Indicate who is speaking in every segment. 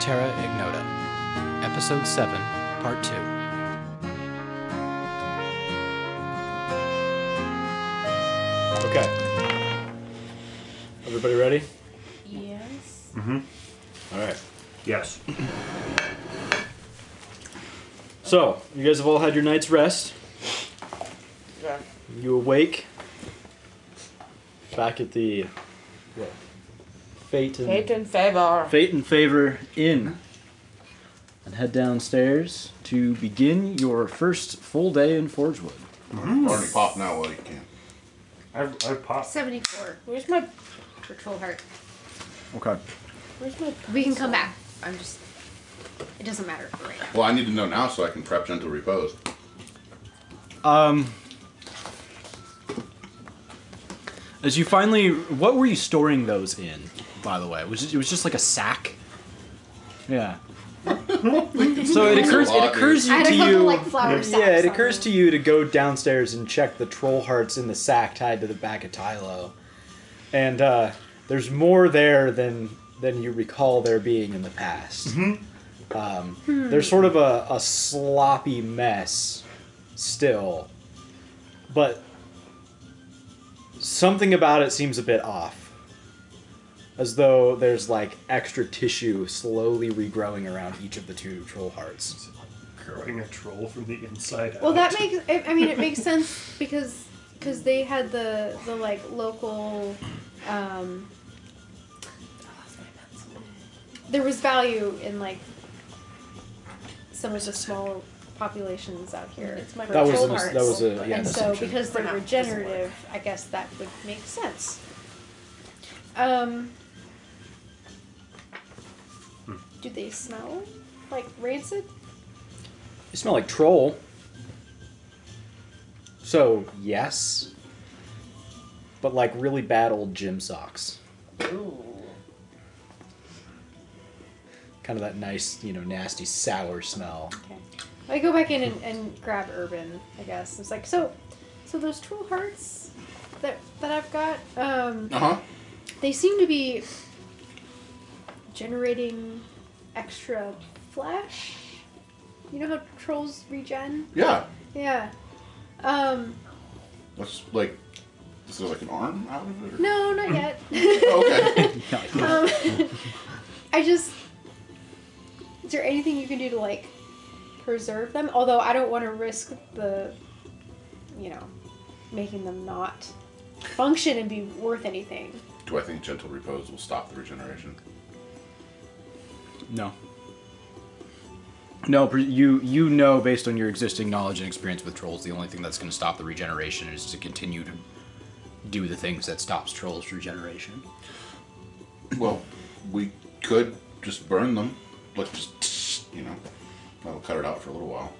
Speaker 1: Terra Ignota, Episode 7, Part 2.
Speaker 2: Okay. Everybody ready?
Speaker 3: Yes.
Speaker 2: All right.
Speaker 4: Yes.
Speaker 2: So, you guys have all had your night's rest. You awake back at the what? Fate and
Speaker 3: Fate in favor.
Speaker 2: Fate and Favor Inn and head downstairs to begin your first full day in Forgewood.
Speaker 5: Already pop now while you can.
Speaker 4: I've, I've popped.
Speaker 6: 74
Speaker 3: Where's my
Speaker 6: for 12 heart.
Speaker 5: Okay.
Speaker 3: where's my
Speaker 6: We can come back. I'm just. It doesn't matter right now.
Speaker 5: Well, I need to know now so I can prep gentle repose.
Speaker 2: Um, as you finally, what were you storing those in? By the way, was it, it was just like a sack? Yeah. so it occurs. It occurs
Speaker 6: I had a
Speaker 2: to
Speaker 6: couple
Speaker 2: you.
Speaker 6: like flower sacks.
Speaker 2: yeah, it
Speaker 6: on
Speaker 2: occurs
Speaker 6: me.
Speaker 2: to you to go downstairs and check the troll hearts in the sack tied to the back of Tylo, and uh, there's more there than than you recall there being in the past. Um, There's sort of a, a sloppy mess still, but something about it seems a bit off. As though there's like extra tissue slowly regrowing around each of the two troll hearts.
Speaker 4: Growing a troll from the inside
Speaker 6: Well,
Speaker 4: out.
Speaker 6: that makes. I I mean, it makes sense because because they had the the like local. Um, there was value in like some of the small populations out here.
Speaker 3: It's my
Speaker 6: for
Speaker 2: That was
Speaker 6: troll
Speaker 2: an ass- that
Speaker 6: hearts.
Speaker 2: was a- yeah,
Speaker 6: and so
Speaker 2: assumption.
Speaker 6: because they're
Speaker 3: For now, it doesn't work.
Speaker 6: regenerative, I guess that would make sense. Um, do they smell like rancid?
Speaker 2: You smell like troll. So, yes. But like really bad old gym socks. Kind of that nice, you know, nasty sour smell.
Speaker 6: Okay. I go back in and, and grab Urban, I guess. It's like, so so those troll hearts that that I've got, um,
Speaker 5: Uh huh.
Speaker 6: they seem to be generating extra flesh. You know how trolls regen?
Speaker 5: Yeah.
Speaker 6: Yeah. Um,
Speaker 5: What's like? Is there like an arm out of it? Or?
Speaker 6: no, not yet.
Speaker 5: Oh, okay.
Speaker 6: um, I just. Is there anything you can do to like preserve them? Although I don't want to risk the, you know, making them not function and be worth anything.
Speaker 5: Do I think gentle repose will stop the regeneration?
Speaker 2: No. No, pr- you you know based on your existing knowledge and experience with trolls, the only thing that's going to stop the regeneration is to continue to do the things that stops trolls regeneration.
Speaker 5: Well, we could just burn them. Like just you know, that'll cut it out for a little while.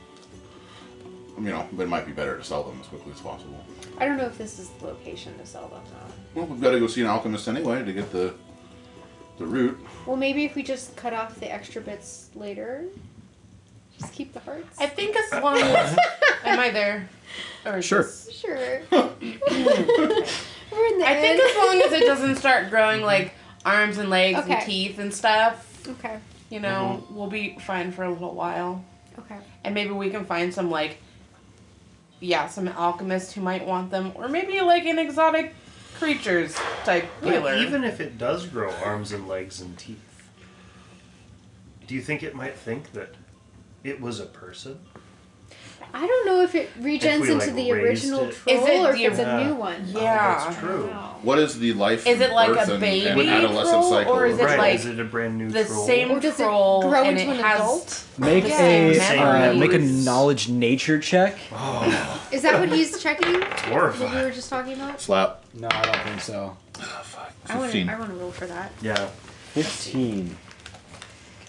Speaker 5: You know, but it might be better to sell them as quickly as possible.
Speaker 6: I don't know if this is the location to sell them though.
Speaker 5: Well, we've got to go see an alchemist anyway to get the the root.
Speaker 6: Well, maybe if we just cut off the extra bits later, just keep the hearts.
Speaker 3: I think as long as am I there? Or is
Speaker 2: Sure.
Speaker 3: this-
Speaker 6: sure. We're in the
Speaker 3: I think
Speaker 6: end.
Speaker 3: as long as it doesn't start growing like arms and legs and
Speaker 6: Okay.
Speaker 3: teeth and stuff,
Speaker 6: Okay.
Speaker 3: you know,
Speaker 4: Mm-hmm.
Speaker 3: we'll be fine for a little while.
Speaker 6: Okay.
Speaker 3: And maybe we can find some like yeah, some alchemist who might want them, or maybe like an exotic creatures type
Speaker 4: But
Speaker 3: dealer.
Speaker 4: even if it does grow arms and legs and teeth, do you think it might think that it was a person?
Speaker 6: I don't know if it regens
Speaker 4: If we,
Speaker 6: into
Speaker 4: like,
Speaker 6: the
Speaker 4: raised
Speaker 6: original
Speaker 4: it.
Speaker 6: troll
Speaker 3: Is it
Speaker 6: or if
Speaker 3: the-
Speaker 6: it's a
Speaker 4: Yeah.
Speaker 6: new one.
Speaker 4: Oh,
Speaker 3: Yeah.
Speaker 4: that's true.
Speaker 5: What is the life?
Speaker 3: Is it like
Speaker 5: birth
Speaker 3: a
Speaker 5: and- and
Speaker 3: baby
Speaker 5: adolescent
Speaker 3: troll,
Speaker 5: cycle
Speaker 3: or is it
Speaker 5: right.
Speaker 4: right?
Speaker 3: like
Speaker 4: is it a brand new
Speaker 3: the
Speaker 4: troll?
Speaker 3: same
Speaker 6: Or does it
Speaker 3: troll
Speaker 6: grow
Speaker 3: and
Speaker 6: into
Speaker 3: it
Speaker 6: an
Speaker 3: has
Speaker 6: adult?
Speaker 2: Make
Speaker 3: the
Speaker 2: a
Speaker 3: same
Speaker 2: uh,
Speaker 4: memories.
Speaker 2: make a knowledge nature check.
Speaker 6: Is that what he's checking? That you
Speaker 4: Horrifying.
Speaker 6: were just talking about?
Speaker 5: slap?
Speaker 2: No, I don't think so.
Speaker 6: I want to.
Speaker 5: 15.
Speaker 6: I want to roll for that.
Speaker 4: Yeah.
Speaker 2: 15.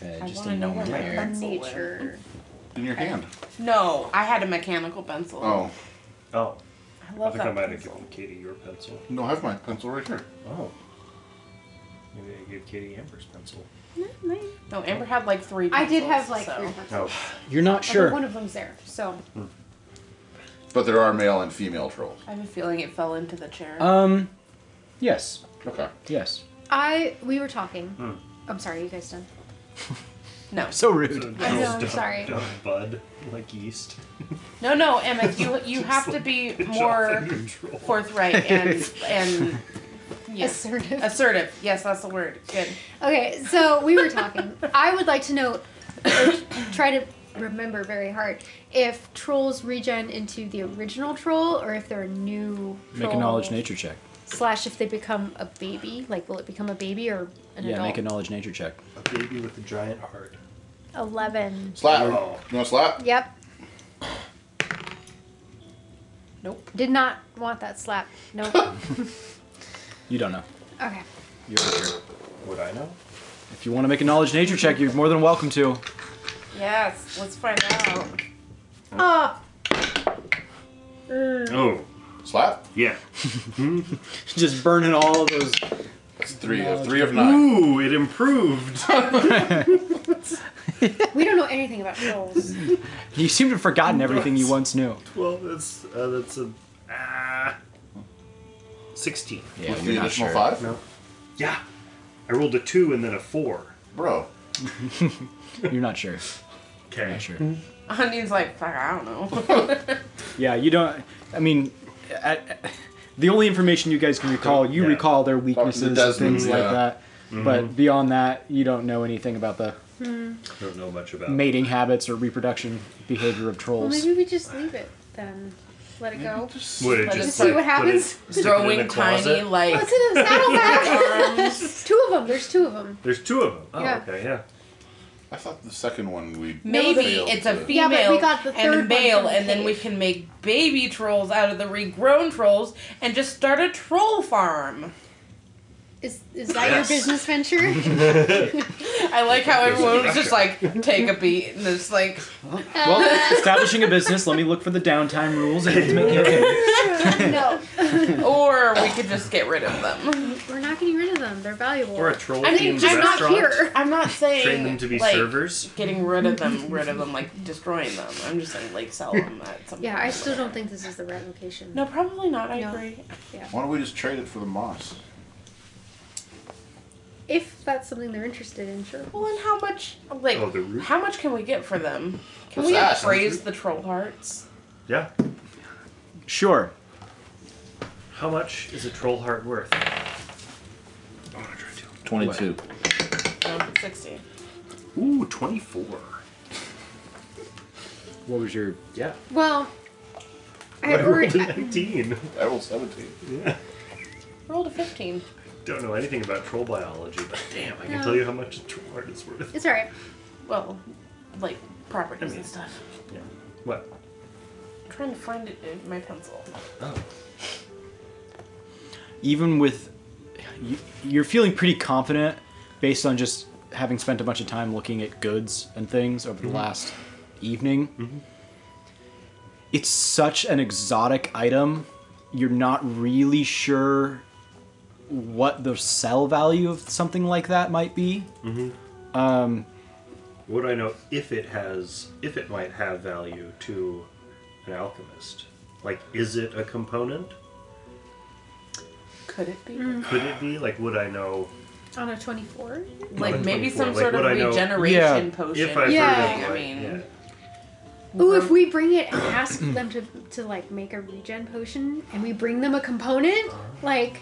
Speaker 2: Okay,
Speaker 3: I
Speaker 2: just
Speaker 3: wanna
Speaker 2: a
Speaker 3: know
Speaker 2: moment
Speaker 3: where my
Speaker 2: there.
Speaker 3: buttons-
Speaker 6: Nature.
Speaker 5: In your hand.
Speaker 3: No, I had a mechanical pencil.
Speaker 5: Oh.
Speaker 4: Oh,
Speaker 3: I
Speaker 4: I
Speaker 3: love
Speaker 4: think I
Speaker 3: that
Speaker 4: might have
Speaker 3: pencil.
Speaker 4: given Katie your pencil.
Speaker 5: No, I have my pencil right here.
Speaker 4: Oh. Maybe I gave Katie Amber's pencil.
Speaker 3: No, Amber had like three.
Speaker 6: I did
Speaker 3: pencils,
Speaker 6: have like
Speaker 3: so.
Speaker 6: three pencils.
Speaker 4: Oh. Hmm.
Speaker 2: You're not
Speaker 6: Although
Speaker 2: sure.
Speaker 6: One of them's there. So
Speaker 5: But there are male and female trolls.
Speaker 6: Uh,
Speaker 3: I have a feeling it fell into the chair.
Speaker 2: Um, yes,
Speaker 5: Okay.
Speaker 2: yes.
Speaker 6: I we were talking.
Speaker 4: Hmm.
Speaker 6: I'm sorry, you guys done.
Speaker 3: No.
Speaker 7: So rude.
Speaker 6: I know, I'm
Speaker 4: Dumb-
Speaker 6: sorry.
Speaker 4: dumb bud, like yeast.
Speaker 3: No, no, Emmett, you you have to be more forthright and and yes.
Speaker 6: Assertive.
Speaker 3: assertive. Yes, that's the word. Good.
Speaker 6: Okay, so we were talking. I would like to know, or try to remember very hard, if trolls regen into the original troll or if they're a new.
Speaker 2: Make a
Speaker 6: troll.
Speaker 2: knowledge nature check.
Speaker 6: Slash, if they become a baby, like will it become a baby or an
Speaker 2: yeah,
Speaker 6: adult?
Speaker 2: make a knowledge nature check.
Speaker 4: A baby with a giant heart.
Speaker 6: Eleven.
Speaker 5: Slap.
Speaker 4: Oh.
Speaker 5: You want to slap?
Speaker 6: Yep.
Speaker 3: Nope.
Speaker 6: Did not want that slap. Nope.
Speaker 2: You don't know.
Speaker 6: okay.
Speaker 2: You're unsure.
Speaker 4: Would I know?
Speaker 2: If you want to make a knowledge nature check, you're more than welcome to.
Speaker 3: Yes, let's find out.
Speaker 6: Oh,
Speaker 4: Oh,
Speaker 5: Slap.
Speaker 4: yeah.
Speaker 2: Just burning all of those.
Speaker 5: That's three of three of nine.
Speaker 4: Ooh, it improved.
Speaker 6: we don't know anything about trolls.
Speaker 2: You seem to have forgotten everything you once knew.
Speaker 4: well, that's uh, that's a ah, sixteen.
Speaker 2: Yeah,
Speaker 5: With
Speaker 2: you're
Speaker 5: the
Speaker 2: not
Speaker 5: additional
Speaker 2: sure.
Speaker 5: five,
Speaker 4: No. Yeah, I rolled a two and then a four.
Speaker 5: bro.
Speaker 2: You're not sure.
Speaker 4: Okay.
Speaker 2: Not sure.
Speaker 3: Onion's like, fuck, I don't know.
Speaker 2: Yeah, you don't. I mean, I, I- the only information you guys can recall, you
Speaker 4: Yeah.
Speaker 2: recall their weaknesses and
Speaker 5: Desmond,
Speaker 2: things
Speaker 5: yeah.
Speaker 2: like that. But beyond that, you don't know anything about the
Speaker 4: Don't know much about.
Speaker 2: mating habits or reproduction behavior of
Speaker 6: well,
Speaker 2: trolls.
Speaker 6: maybe we just leave it then. Let it go.
Speaker 4: Would it
Speaker 3: Let
Speaker 4: just
Speaker 3: us
Speaker 6: see
Speaker 4: like,
Speaker 6: what
Speaker 4: put it-
Speaker 6: happens.
Speaker 4: stick it in a
Speaker 3: Throwing tiny
Speaker 4: closet?
Speaker 6: Oh,
Speaker 3: like
Speaker 6: it's in the saddlebag.
Speaker 3: arms.
Speaker 6: two of them. There's two of them.
Speaker 4: There's two of them. Oh,
Speaker 6: Yeah.
Speaker 4: okay, yeah.
Speaker 5: I thought the second one we
Speaker 3: Maybe
Speaker 5: failed
Speaker 3: it's a
Speaker 5: to-
Speaker 6: Yeah,
Speaker 3: female
Speaker 6: but we got the
Speaker 3: and
Speaker 6: third
Speaker 3: a
Speaker 6: one
Speaker 3: male,
Speaker 6: from the
Speaker 3: and then we
Speaker 6: cave.
Speaker 3: can make baby trolls out of the regrown trolls and just start a troll farm.
Speaker 6: Is is that
Speaker 4: Yes.
Speaker 6: your business venture?
Speaker 3: I like how everyone was just like take a beat and just like
Speaker 2: Well, establishing a business, let me look for the downtime rules and it's making okay.
Speaker 6: no,
Speaker 3: or we could just get rid of them.
Speaker 6: we're not getting rid of them. They're valuable.
Speaker 4: Or a troll
Speaker 6: I mean,
Speaker 4: themed
Speaker 6: I'm
Speaker 4: restaurant.
Speaker 6: not here.
Speaker 3: I'm not saying
Speaker 4: Train them to be
Speaker 3: like,
Speaker 4: servers.
Speaker 3: Getting rid of them, rid of them, like destroying them. I'm just saying like sell them at some
Speaker 6: Yeah,
Speaker 3: point.
Speaker 6: I still don't think this is the right location.
Speaker 3: No, probably not. I
Speaker 6: No.
Speaker 3: agree.
Speaker 5: Why don't we just trade it for the moss?
Speaker 6: If that's something they're interested in, sure.
Speaker 3: Well, and how much like
Speaker 4: Oh, the root?
Speaker 3: how much can we get for them? Can
Speaker 5: What's
Speaker 3: we
Speaker 5: that?
Speaker 3: appraise the troll hearts?
Speaker 4: Yeah.
Speaker 2: Sure.
Speaker 4: How much is a troll heart worth?
Speaker 5: Twenty-two.
Speaker 3: No, sixty.
Speaker 4: Ooh, 24.
Speaker 2: What was your?
Speaker 4: Yeah.
Speaker 6: Well,
Speaker 4: I
Speaker 6: I
Speaker 4: rolled
Speaker 6: already.
Speaker 4: a 19.
Speaker 5: I rolled seventeen.
Speaker 4: Yeah.
Speaker 3: Roll to fifteen.
Speaker 4: Don't know anything about troll biology, but damn, I can
Speaker 6: No.
Speaker 4: tell you how much a troll heart is worth.
Speaker 6: It's alright.
Speaker 3: Well, like properties and stuff.
Speaker 4: Yeah. What?
Speaker 3: I'm trying to find it in my pencil.
Speaker 4: Oh.
Speaker 2: Even with, you, you're feeling pretty confident based on just having spent a bunch of time looking at goods and things over the last evening. It's such an exotic item. You're not really sure what the sell value of something like that might be.
Speaker 4: Would I know if it has, if it might have value to an alchemist? Like, is it a component?
Speaker 3: Could it be?
Speaker 4: Could it be? Like, would I know
Speaker 6: On a 24?
Speaker 3: Like
Speaker 4: Eleven
Speaker 3: maybe
Speaker 4: twenty-four.
Speaker 3: some
Speaker 4: Like,
Speaker 3: sort of
Speaker 4: would I know-
Speaker 3: regeneration
Speaker 2: Yeah.
Speaker 3: potion.
Speaker 4: if I've
Speaker 6: Yeah.
Speaker 4: heard of
Speaker 3: I
Speaker 4: like,
Speaker 3: mean,
Speaker 4: yeah.
Speaker 6: Ooh, if we bring it and ask them to, to like make a regen potion and we bring them a component, like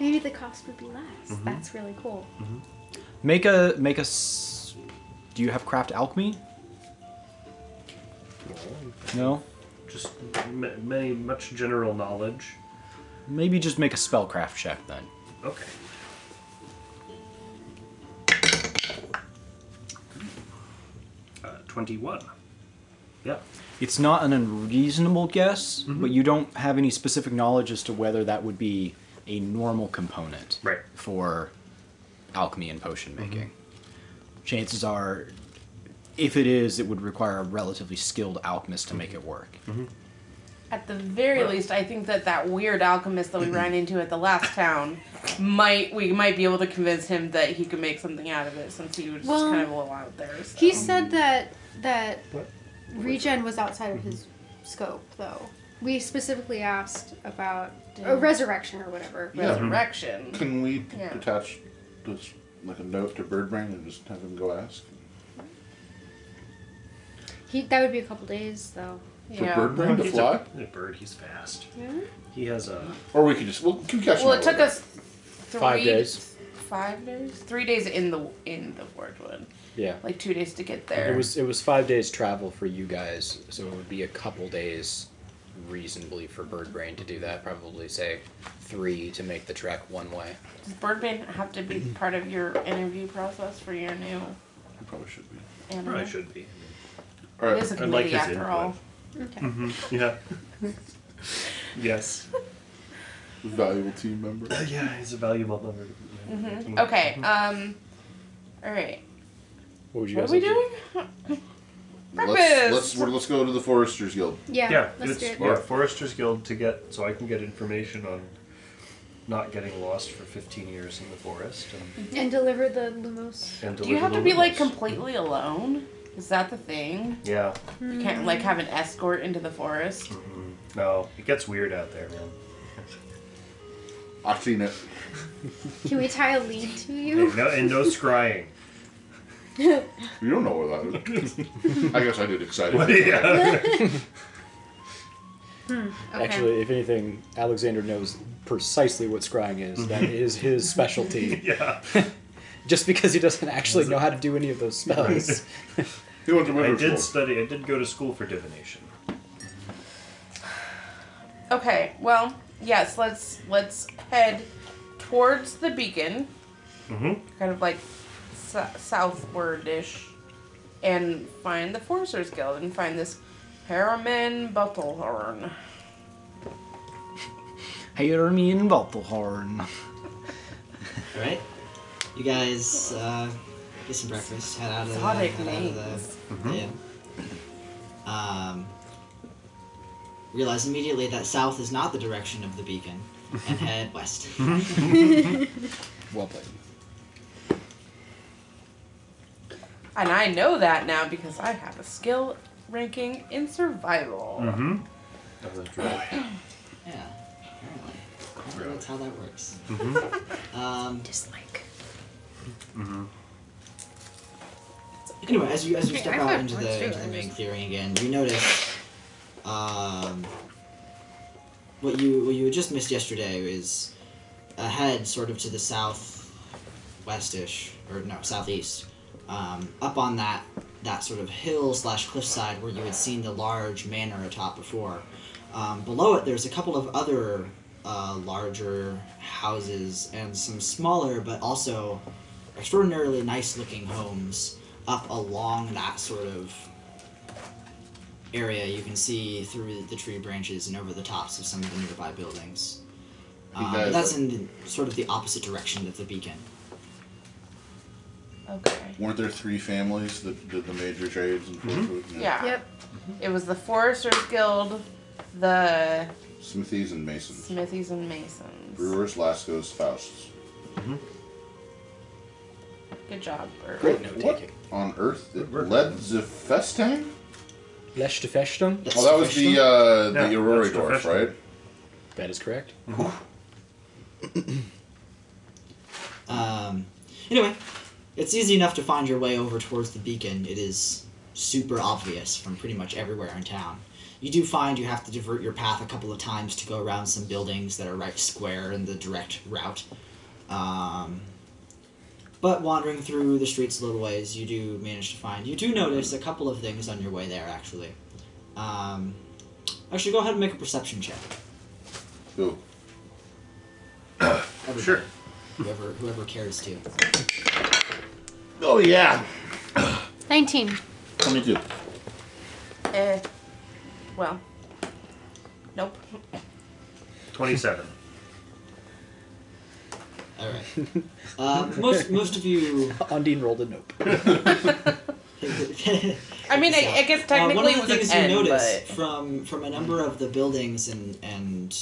Speaker 6: maybe the cost would be less.
Speaker 4: Mm-hmm.
Speaker 6: That's really cool.
Speaker 2: Make a make a. s- Do you have craft alchemy? No.
Speaker 4: just ma many much general knowledge?
Speaker 2: Maybe just make a spellcraft check then.
Speaker 4: Okay. Uh, 21. Yeah.
Speaker 2: It's not an unreasonable guess, but you don't have any specific knowledge as to whether that would be a normal component
Speaker 4: Right.
Speaker 2: for alchemy and potion making. Chances are, if it is, it would require a relatively skilled alchemist to make it work.
Speaker 3: at the very
Speaker 4: Well-
Speaker 3: least, I think that that weird alchemist that we ran into at the last town might we might be able to convince him that he could make something out of it since he was just
Speaker 6: Well,
Speaker 3: kind of a little out there. So.
Speaker 6: He said that that
Speaker 4: What?
Speaker 6: regen was outside of his scope, though. we specifically asked about a resurrection or whatever.
Speaker 5: Yeah.
Speaker 3: Resurrection.
Speaker 5: Can we
Speaker 3: Yeah.
Speaker 5: attach this like a note to Birdbrain and just have him go ask?
Speaker 6: He that would be a couple days though.
Speaker 5: For
Speaker 3: Yeah.
Speaker 5: Birdbrain to
Speaker 4: He's
Speaker 5: fly?
Speaker 4: a, a bird. He's fast.
Speaker 6: Yeah.
Speaker 4: He has a.
Speaker 5: Or we could just we'll, we can catch
Speaker 3: Well,
Speaker 5: him
Speaker 3: it took
Speaker 5: later.
Speaker 3: us three,
Speaker 2: Five days.
Speaker 3: Five days, three days in the in the Forgewood,
Speaker 2: Yeah.
Speaker 3: like two days to get there.
Speaker 2: It was it was five days travel for you guys, so it would be a couple days, reasonably for Bird Brain to do that. Probably say three to make the trek one way.
Speaker 3: Does Birdman have to be part of your interview process for your new
Speaker 5: He probably should be.
Speaker 3: animal?
Speaker 4: Probably should be.
Speaker 5: All
Speaker 3: It is
Speaker 5: right.
Speaker 3: a
Speaker 4: I'd like
Speaker 3: committee
Speaker 4: his
Speaker 3: after
Speaker 4: input.
Speaker 3: all.
Speaker 6: Okay.
Speaker 4: Mm. Yeah. yes.
Speaker 5: Valuable team member.
Speaker 4: Uh, Yeah, he's a valuable member.
Speaker 3: hmm Okay. Um. All right.
Speaker 2: What would Mm-hmm. you
Speaker 3: What
Speaker 2: guys
Speaker 3: are we
Speaker 2: like to-
Speaker 3: doing? Breakfast!
Speaker 5: Let's let's we're, let's go to the Foresters Guild.
Speaker 6: Yeah.
Speaker 4: Yeah,
Speaker 6: let's
Speaker 4: it's
Speaker 6: do it.
Speaker 4: yeah, Foresters Guild to get so I can get information on not getting lost for 15 years in the forest and,
Speaker 6: And deliver the Lumos.
Speaker 3: Mm-hmm.
Speaker 4: and
Speaker 3: Do you have to
Speaker 4: deliver
Speaker 3: be like
Speaker 4: lumos.
Speaker 3: completely alone? Is that the thing?
Speaker 4: Yeah,
Speaker 3: You can't like have an escort into the forest.
Speaker 2: Mm.
Speaker 4: no, it gets weird out there, man.
Speaker 5: I've seen it.
Speaker 6: Can we tie a lead to
Speaker 4: And
Speaker 6: you?
Speaker 4: no, and no scrying.
Speaker 5: You don't know what that is. I guess I did excited.
Speaker 4: yeah.
Speaker 3: Okay.
Speaker 2: Actually, if anything, Alexander knows precisely what scrying is. That is his specialty.
Speaker 4: yeah.
Speaker 2: Just because he doesn't actually know how to do any of those spells.
Speaker 5: He went to
Speaker 4: I
Speaker 5: winter
Speaker 4: did
Speaker 5: school.
Speaker 4: study. I did go to school for divination.
Speaker 3: Okay. Well, yes. Let's let's head towards the beacon,
Speaker 2: Mm-hmm.
Speaker 4: Mhm.
Speaker 3: kind of like s- southward-ish, and find the Forcers Guild and find this Harriman Buttlehorn.
Speaker 1: Hear me in Valtelhorn.
Speaker 8: Alright. You guys uh, get some breakfast, head out of the,
Speaker 3: Exotic
Speaker 8: head out of
Speaker 3: names.
Speaker 8: the inn. Um, realize immediately that south is not the direction of the beacon and head west.
Speaker 2: Well played.
Speaker 3: And I know that now because I have a skill ranking in survival.
Speaker 4: Mm-hmm.
Speaker 8: yeah, apparently. Apparently That's how that works. Um,
Speaker 6: Dislike.
Speaker 8: Anyway, as you as you
Speaker 3: Okay,
Speaker 8: step
Speaker 3: I've
Speaker 8: out
Speaker 3: got
Speaker 8: into
Speaker 3: one
Speaker 8: the,
Speaker 3: too,
Speaker 8: into the
Speaker 3: I
Speaker 8: main
Speaker 3: just-
Speaker 8: clearing again, you notice um, what you what you had just missed yesterday is a head sort of to the south westish or no southeast um, up on that that sort of hill slash cliffside where you had seen the large manor atop before. Um, below it, there's a couple of other uh, larger houses and some smaller, but also extraordinarily nice looking homes up along that sort of area you can see through the tree branches and over the tops of some of the nearby buildings.
Speaker 5: You
Speaker 8: Um,
Speaker 5: guys-
Speaker 8: that's in the, sort of the opposite direction of the beacon.
Speaker 3: Okay.
Speaker 5: Weren't there three families that did the major trades in Forestwood?
Speaker 3: Yeah.
Speaker 6: Yep.
Speaker 3: It was the Foresters Guild, the
Speaker 5: Smithies and Masons.
Speaker 3: Smithies and Masons.
Speaker 5: Brewers, Lascos, Fausts.
Speaker 3: Good job, Bert.
Speaker 5: Great.
Speaker 2: note
Speaker 5: what
Speaker 2: taking.
Speaker 5: on earth? It
Speaker 4: Good work.
Speaker 5: led Zepfestang?
Speaker 2: Lesh to Festum?
Speaker 8: That's
Speaker 5: Oh, that was the uh,
Speaker 4: Yeah,
Speaker 5: the Aurora
Speaker 4: that's
Speaker 5: Dwarf,
Speaker 4: Zepfestang.
Speaker 5: right?
Speaker 2: That is correct.
Speaker 8: Um, anyway, it's easy enough to find your way over towards the beacon. It is super obvious from pretty much everywhere in town. You do find you have to divert your path a couple of times to go around some buildings that are right square in the direct route. Um, but wandering through the streets a little ways, you do manage to find. You do notice a couple of things on your way there, actually. Um, actually, go ahead and make a perception check.
Speaker 5: Ooh.
Speaker 8: Everybody.
Speaker 5: Sure.
Speaker 8: Whoever, whoever cares to.
Speaker 5: Oh yeah.
Speaker 6: Nineteen.
Speaker 5: Twenty-two.
Speaker 3: Eh. Well. Nope.
Speaker 4: Twenty-seven.
Speaker 8: All right. Uh, most most of you.
Speaker 4: Mm-hmm.
Speaker 2: Undine rolled a nope.
Speaker 3: I mean, I, I guess technically
Speaker 8: uh, one of
Speaker 3: it was
Speaker 8: the things
Speaker 3: an
Speaker 8: you
Speaker 3: N,
Speaker 8: notice
Speaker 3: but
Speaker 8: from from a number of the buildings and and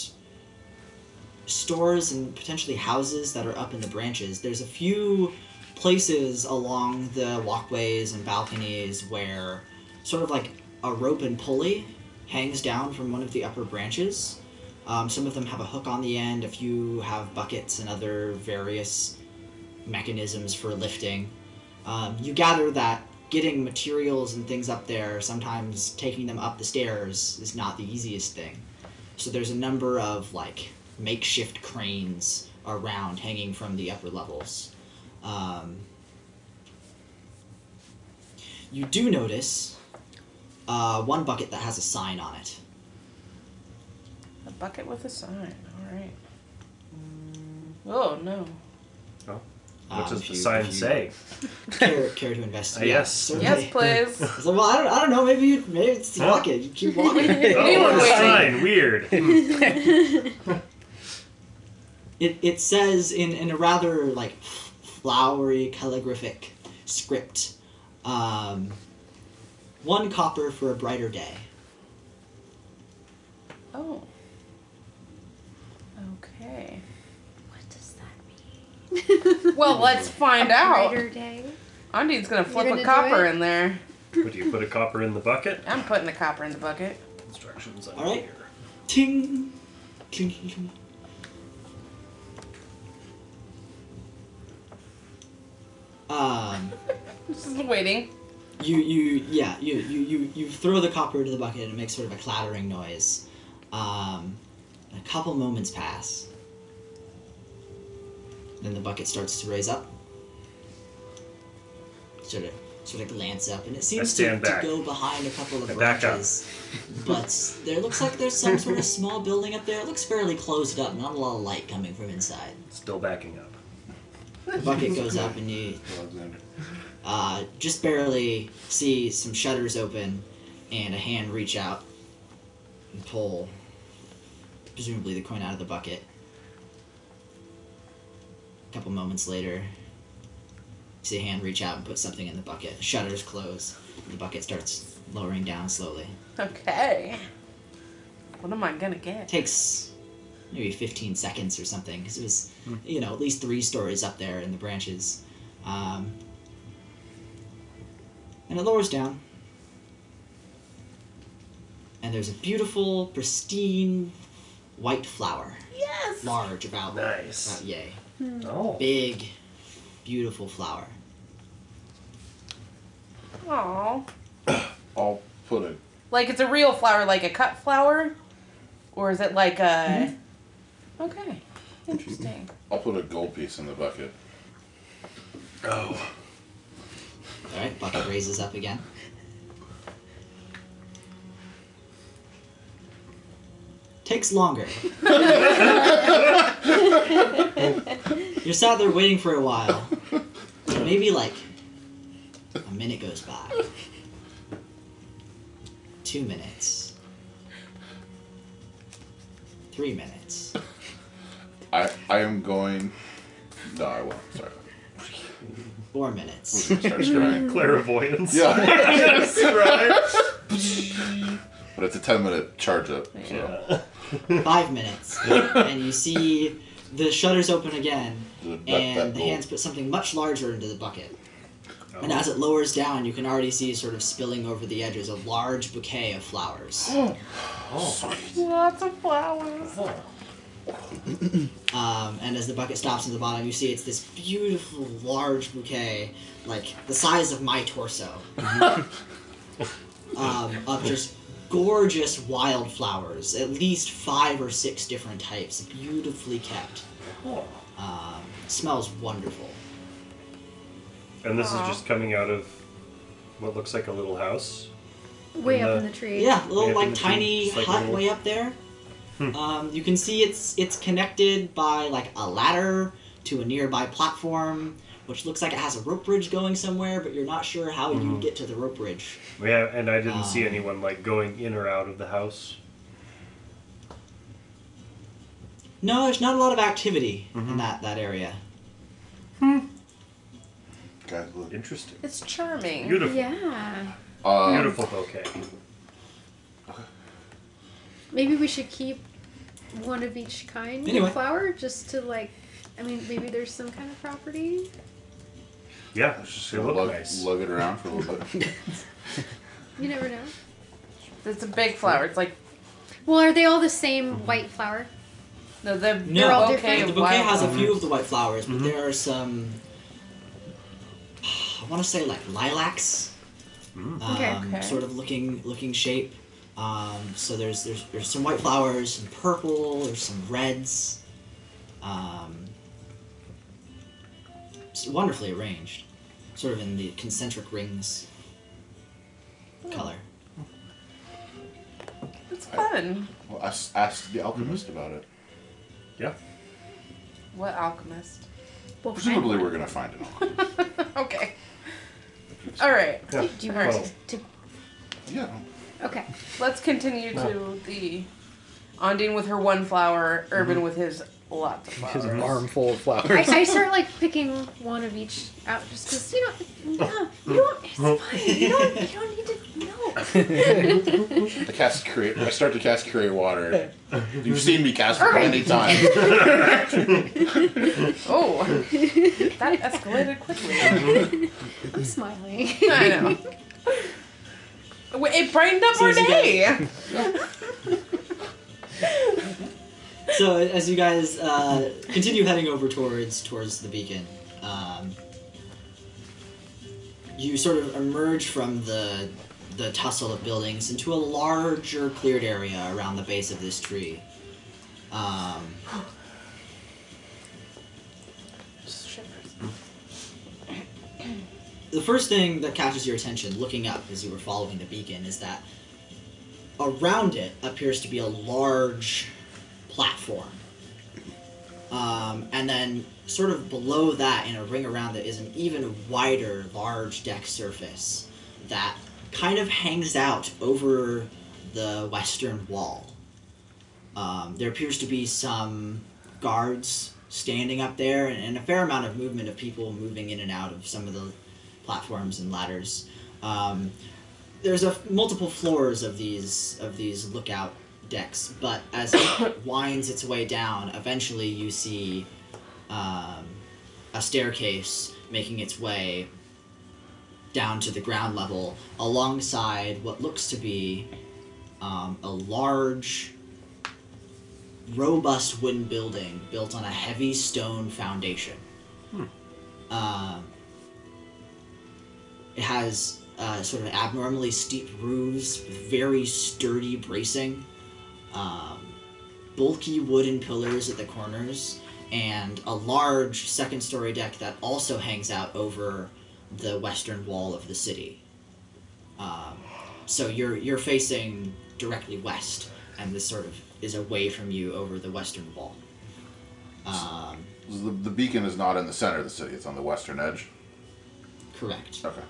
Speaker 8: stores and potentially houses that are up in the branches. There's a few places along the walkways and balconies where sort of like a rope and pulley hangs down from one of the upper branches. Um, some of them have a hook on the end, a few have buckets and other various mechanisms for lifting. Um, you gather that getting materials and things up there, sometimes taking them up the stairs, is not the easiest thing. So there's a number of like makeshift cranes around hanging from the upper levels. Um, you do notice uh, one bucket that has a sign on it.
Speaker 3: A bucket with a sign. All right. Oh no.
Speaker 4: What
Speaker 8: Um,
Speaker 4: does
Speaker 8: if
Speaker 4: the
Speaker 8: you-
Speaker 4: sign
Speaker 8: if you
Speaker 4: say?
Speaker 8: Care, care to investigate?
Speaker 4: yes.
Speaker 3: Yes, please.
Speaker 8: So, well, I don't, I don't know. Maybe you, maybe it's the
Speaker 4: Huh?
Speaker 8: bucket. You keep walking.
Speaker 4: Oh,
Speaker 3: Anyone
Speaker 4: the
Speaker 3: waiting?
Speaker 4: sign. Weird.
Speaker 8: It, it says in, in a rather like flowery calligraphic script um, one copper for a brighter day
Speaker 3: Oh. Okay.
Speaker 6: What does that
Speaker 3: Well, let's find out.
Speaker 6: Brighter day.
Speaker 3: Undine's gonna flip
Speaker 6: gonna
Speaker 3: a
Speaker 6: do
Speaker 3: copper
Speaker 6: it?
Speaker 3: in there.
Speaker 4: Would you put a copper in the bucket?
Speaker 3: I'm putting the copper in the bucket.
Speaker 4: Instructions on
Speaker 8: All right.
Speaker 4: here.
Speaker 8: ting Cling, cling, cling. um
Speaker 3: This is waiting.
Speaker 8: you you yeah you, you you you throw the copper into the bucket and it makes sort of a clattering noise um, a couple moments pass then the bucket starts to raise up sort of sort of glance up and it seems to,
Speaker 4: stand
Speaker 8: to
Speaker 4: back.
Speaker 8: go behind a couple of
Speaker 4: I back up.
Speaker 8: branches but there looks like there's some sort of small building up there it looks fairly closed up not a lot of light coming from inside
Speaker 4: Still backing up.
Speaker 8: the bucket goes up and you
Speaker 5: Alexander.
Speaker 8: uh, just barely see some shutters open and a hand reach out and pull presumably the coin out of the bucket a couple moments later see a hand reach out and put something in the bucket shutters close the bucket starts lowering down slowly
Speaker 3: Okay. What am I gonna get?
Speaker 8: takes maybe 15 seconds or something because it was you know at least three stories up there in the branches um, and it lowers down and there's a beautiful pristine white flower
Speaker 3: Yes.
Speaker 8: large about
Speaker 4: Nice.
Speaker 8: about yay
Speaker 4: Oh.
Speaker 8: big beautiful flower
Speaker 3: Aww.
Speaker 5: I'll put a
Speaker 3: Like it's a real flower, like a cut flower, or is it like a? Okay. Interesting.
Speaker 5: I'll put a gold piece in the bucket.
Speaker 4: Oh.
Speaker 8: all right bucket raises up again takes longer You're sat there waiting for a while. Maybe like a minute goes by. Two minutes. Three minutes.
Speaker 5: I I am going. No, I won't. Sorry.
Speaker 8: Four minutes.
Speaker 5: Ooh, Starts crying.
Speaker 4: Clairvoyance.
Speaker 5: Yeah,
Speaker 4: right.
Speaker 5: but it's a ten minute charge up. So.
Speaker 4: Yeah.
Speaker 8: Five minutes. And you see the shutters open again,
Speaker 5: The- that- that
Speaker 8: and the
Speaker 5: gold.
Speaker 8: hands put something much larger into the bucket. And as it lowers down, you can already see sort of spilling over the edges a large bouquet of flowers.
Speaker 4: Oh.
Speaker 3: Lots of flowers.
Speaker 8: Um, and as the bucket stops in the bottom, you see it's this beautiful, large bouquet, like the size of my torso, um, of just gorgeous wildflowers, at least five or six different types, beautifully kept.
Speaker 4: Oh.
Speaker 8: Um, smells wonderful.
Speaker 4: And this
Speaker 3: Aw.
Speaker 4: is just coming out of what looks like a little house.
Speaker 6: Way
Speaker 4: And,
Speaker 6: up
Speaker 4: uh,
Speaker 6: in the tree.
Speaker 8: Yeah, little
Speaker 4: Yeah,
Speaker 8: like
Speaker 4: it's
Speaker 8: tiny
Speaker 4: like a
Speaker 8: hut
Speaker 4: little-
Speaker 8: way up there.
Speaker 6: Hmm.
Speaker 8: Um, you can see it's it's connected by like a ladder to a nearby platform, which looks like it has a rope bridge going somewhere, but you're not sure how
Speaker 6: Mm-hmm.
Speaker 8: you get to the rope bridge.
Speaker 4: Yeah, and I didn't see
Speaker 8: Um.
Speaker 4: anyone like going in or out of the house.
Speaker 8: No, there's not a lot of activity
Speaker 6: Mm-hmm.
Speaker 8: in that, that area.
Speaker 5: Guys, look.
Speaker 4: Interesting.
Speaker 3: It's charming.
Speaker 4: Beautiful.
Speaker 6: Yeah.
Speaker 5: Um,
Speaker 4: Beautiful bouquet.
Speaker 6: Maybe we should keep one of each kind
Speaker 8: Anyway.
Speaker 6: of flower just to like. I mean, maybe there's some kind of property.
Speaker 4: Yeah,
Speaker 5: Just
Speaker 4: they
Speaker 5: gonna
Speaker 4: look
Speaker 5: lug,
Speaker 4: nice.
Speaker 5: lug it around for a little bit.
Speaker 6: You never know.
Speaker 3: It's a big flower. It's like
Speaker 6: Well, are they all the same white flower?
Speaker 3: no, the
Speaker 8: No,
Speaker 6: all
Speaker 3: bouquet
Speaker 6: different.
Speaker 3: of
Speaker 8: the bouquet
Speaker 3: wild
Speaker 8: has a
Speaker 3: flowers.
Speaker 8: few of the white flowers, but there are some. I want to say like lilacs,
Speaker 6: Okay.
Speaker 8: um,
Speaker 3: Okay.
Speaker 8: sort of looking looking shape. Um, so there's there's there's some white flowers, some purple, there's some reds. Um, it's wonderfully arranged, sort of in the concentric rings
Speaker 6: Hmm.
Speaker 8: color.
Speaker 3: It's fun.
Speaker 5: Well, I s- asked the alchemist about it.
Speaker 4: Yeah.
Speaker 3: What alchemist?
Speaker 6: Well,
Speaker 5: Presumably, we're gonna find an alchemist.
Speaker 3: okay. All right.
Speaker 4: Yeah.
Speaker 6: Do you
Speaker 4: Well,
Speaker 6: want to?
Speaker 5: yeah.
Speaker 6: Okay.
Speaker 3: Let's continue to the Ondine with her one flower, Urban with his lots of
Speaker 2: His
Speaker 3: flowers.
Speaker 2: armful of
Speaker 6: I,
Speaker 2: flowers.
Speaker 6: I start like picking one of each out just because you don't. No, you don't. It's fine. You don't. You don't need to know.
Speaker 5: I cast create. I start to cast create water. You've seen me cast water many times.
Speaker 3: Oh, that escalated quickly.
Speaker 6: I'm smiling.
Speaker 3: I know. W- It brightened up
Speaker 8: So
Speaker 3: our
Speaker 8: is it
Speaker 3: day.
Speaker 8: so as you guys uh, continue heading over towards towards the beacon, um, you sort of emerge from the the tussle of buildings into a larger cleared area around the base of this tree. Um, the first thing that catches your attention looking up as you were following the beacon is that around it appears to be a large platform. Um, and then, sort of below that, in a ring around it, is an even wider, large deck surface that kind of hangs out over the western wall. Um, there appears to be some guards standing up there, and, and a fair amount of movement of people moving in and out of some of the platforms and ladders. Um, there's a f- multiple floors of these of these lookout decks, but as it winds its way down, eventually you see um, a staircase making its way down to the ground level, alongside what looks to be um, a large, robust wooden building built on a heavy stone foundation. Um, it has uh, sort of abnormally steep roofs, very sturdy bracing, um, bulky wooden pillars at the corners, and a large second story deck that also hangs out over the western wall of the city. Um, so you're you're facing directly west, and this sort of is away from you over the western wall. Um,
Speaker 5: The, the beacon is not in the center of the city. It's on the western edge.
Speaker 8: correct.
Speaker 5: Okay.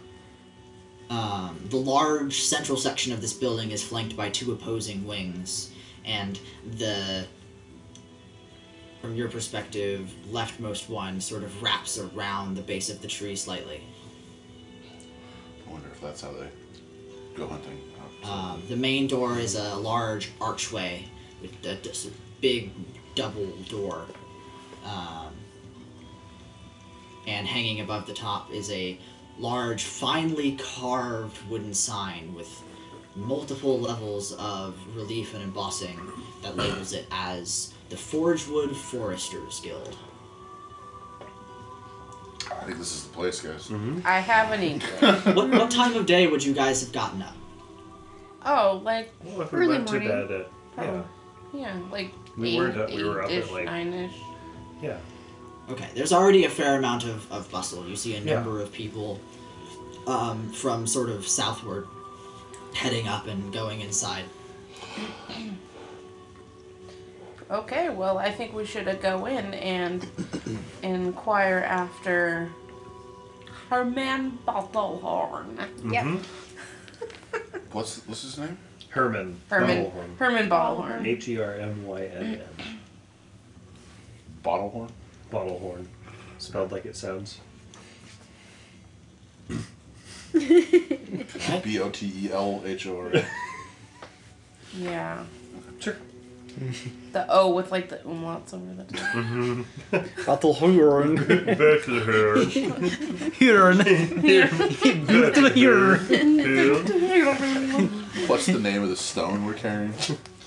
Speaker 8: Um, the large central section of this building is flanked by two opposing wings, and the, from your perspective, leftmost one sort of wraps around the base of the tree slightly.
Speaker 5: I wonder if that's how they go hunting.
Speaker 4: Uh,
Speaker 8: Um, the main door is a large archway with a, just a big double door. Um, and hanging above the top is a large, finely carved wooden sign with multiple levels of relief and embossing that labels it as the Forgewood Foresters Guild.
Speaker 5: I think this is the place, guys.
Speaker 4: mm-hmm.
Speaker 3: I have an ink.
Speaker 8: What, what time of day would you guys have gotten up?
Speaker 3: Oh, like
Speaker 4: Well, if we
Speaker 6: Early
Speaker 4: went
Speaker 6: morning.
Speaker 4: to bed at yeah,
Speaker 6: Probably.
Speaker 3: yeah, like
Speaker 4: We
Speaker 3: eight,
Speaker 4: weren't up- we were up at,
Speaker 3: eight-ish,
Speaker 4: like-
Speaker 3: nine-ish.
Speaker 4: yeah,
Speaker 8: Okay, there's already a fair amount of, of bustle. You see a
Speaker 4: Yeah.
Speaker 8: number of people um, from sort of southward heading up and going inside.
Speaker 3: Okay, well, I think we should uh, go in and inquire after her man Bottlehorn.
Speaker 6: Yep.
Speaker 5: What's what's his name?
Speaker 4: Herman.
Speaker 3: Herman
Speaker 4: Bottlehorn.
Speaker 3: Herman Bottlehorn.
Speaker 4: H e r m y n n.
Speaker 5: Bottlehorn.
Speaker 4: Bottlehorn, spelled like it sounds.
Speaker 5: B o t e l h o r.
Speaker 3: Yeah.
Speaker 4: Sure.
Speaker 3: The O with like the umlauts over the top.
Speaker 2: Bottlehorn.
Speaker 4: Bethlehem.
Speaker 1: Here, here, here.
Speaker 5: What's the name of the stone we're carrying?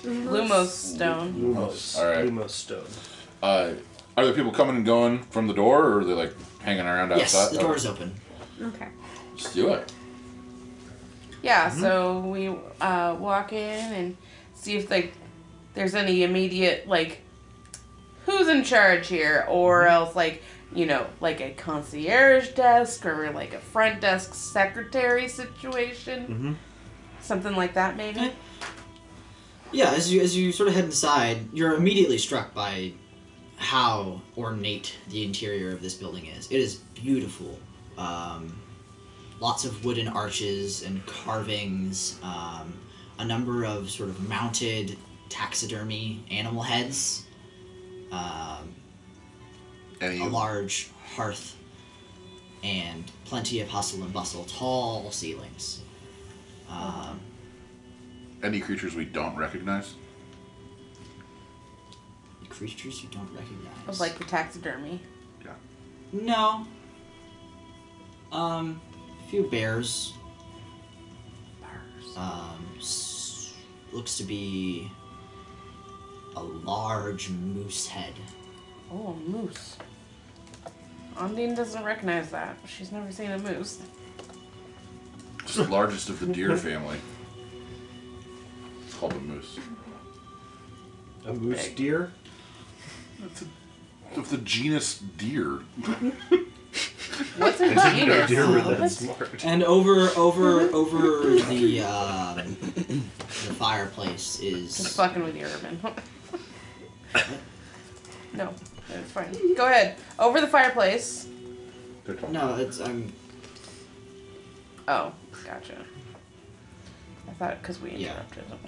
Speaker 3: Lumos stone.
Speaker 4: Lumos.
Speaker 5: All right.
Speaker 4: Lumos stone.
Speaker 5: Uh, are there people coming and going from the door, or are they like hanging around outside?
Speaker 8: Yes, the door is open.
Speaker 6: Okay.
Speaker 5: Let's do it.
Speaker 3: Yeah,
Speaker 4: Mm-hmm.
Speaker 3: so we uh, walk in and see if like there's any immediate like who's in charge here,
Speaker 4: Mm-hmm.
Speaker 3: or else like you know like a concierge desk or like a front desk secretary situation,
Speaker 4: Mm-hmm.
Speaker 3: something like that maybe.
Speaker 8: Yeah, as you as you sort of head inside, you're immediately struck by how ornate the interior of this building is. It is beautiful. Um, lots of wooden arches and carvings, um, a number of sort of mounted taxidermy animal heads, um,
Speaker 5: Any
Speaker 8: a large hearth, and plenty of hustle and bustle. Tall ceilings. Um,
Speaker 5: any creatures we don't recognize?
Speaker 8: creatures you don't recognize.
Speaker 3: Of like the taxidermy.
Speaker 5: Yeah.
Speaker 8: No. Um, a few bears. Bears. Um, s- looks to be a large moose head.
Speaker 3: Oh, a moose. Ondine doesn't recognize that. She's never seen a moose.
Speaker 5: Just the largest of the deer family. It's called a moose.
Speaker 4: A moose deer?
Speaker 5: Of the genus deer.
Speaker 3: What's a
Speaker 4: Isn't no
Speaker 3: genus?
Speaker 4: deer were that
Speaker 3: What's-
Speaker 4: smart.
Speaker 8: And over, over, over the um, the fireplace
Speaker 3: Just
Speaker 8: is
Speaker 3: fucking with you, Urban. no, it's fine. Go ahead. Over the fireplace.
Speaker 5: They're talking.
Speaker 8: no. It's I'm
Speaker 3: Oh, gotcha. I thought because we
Speaker 8: Yeah.
Speaker 3: interrupted him.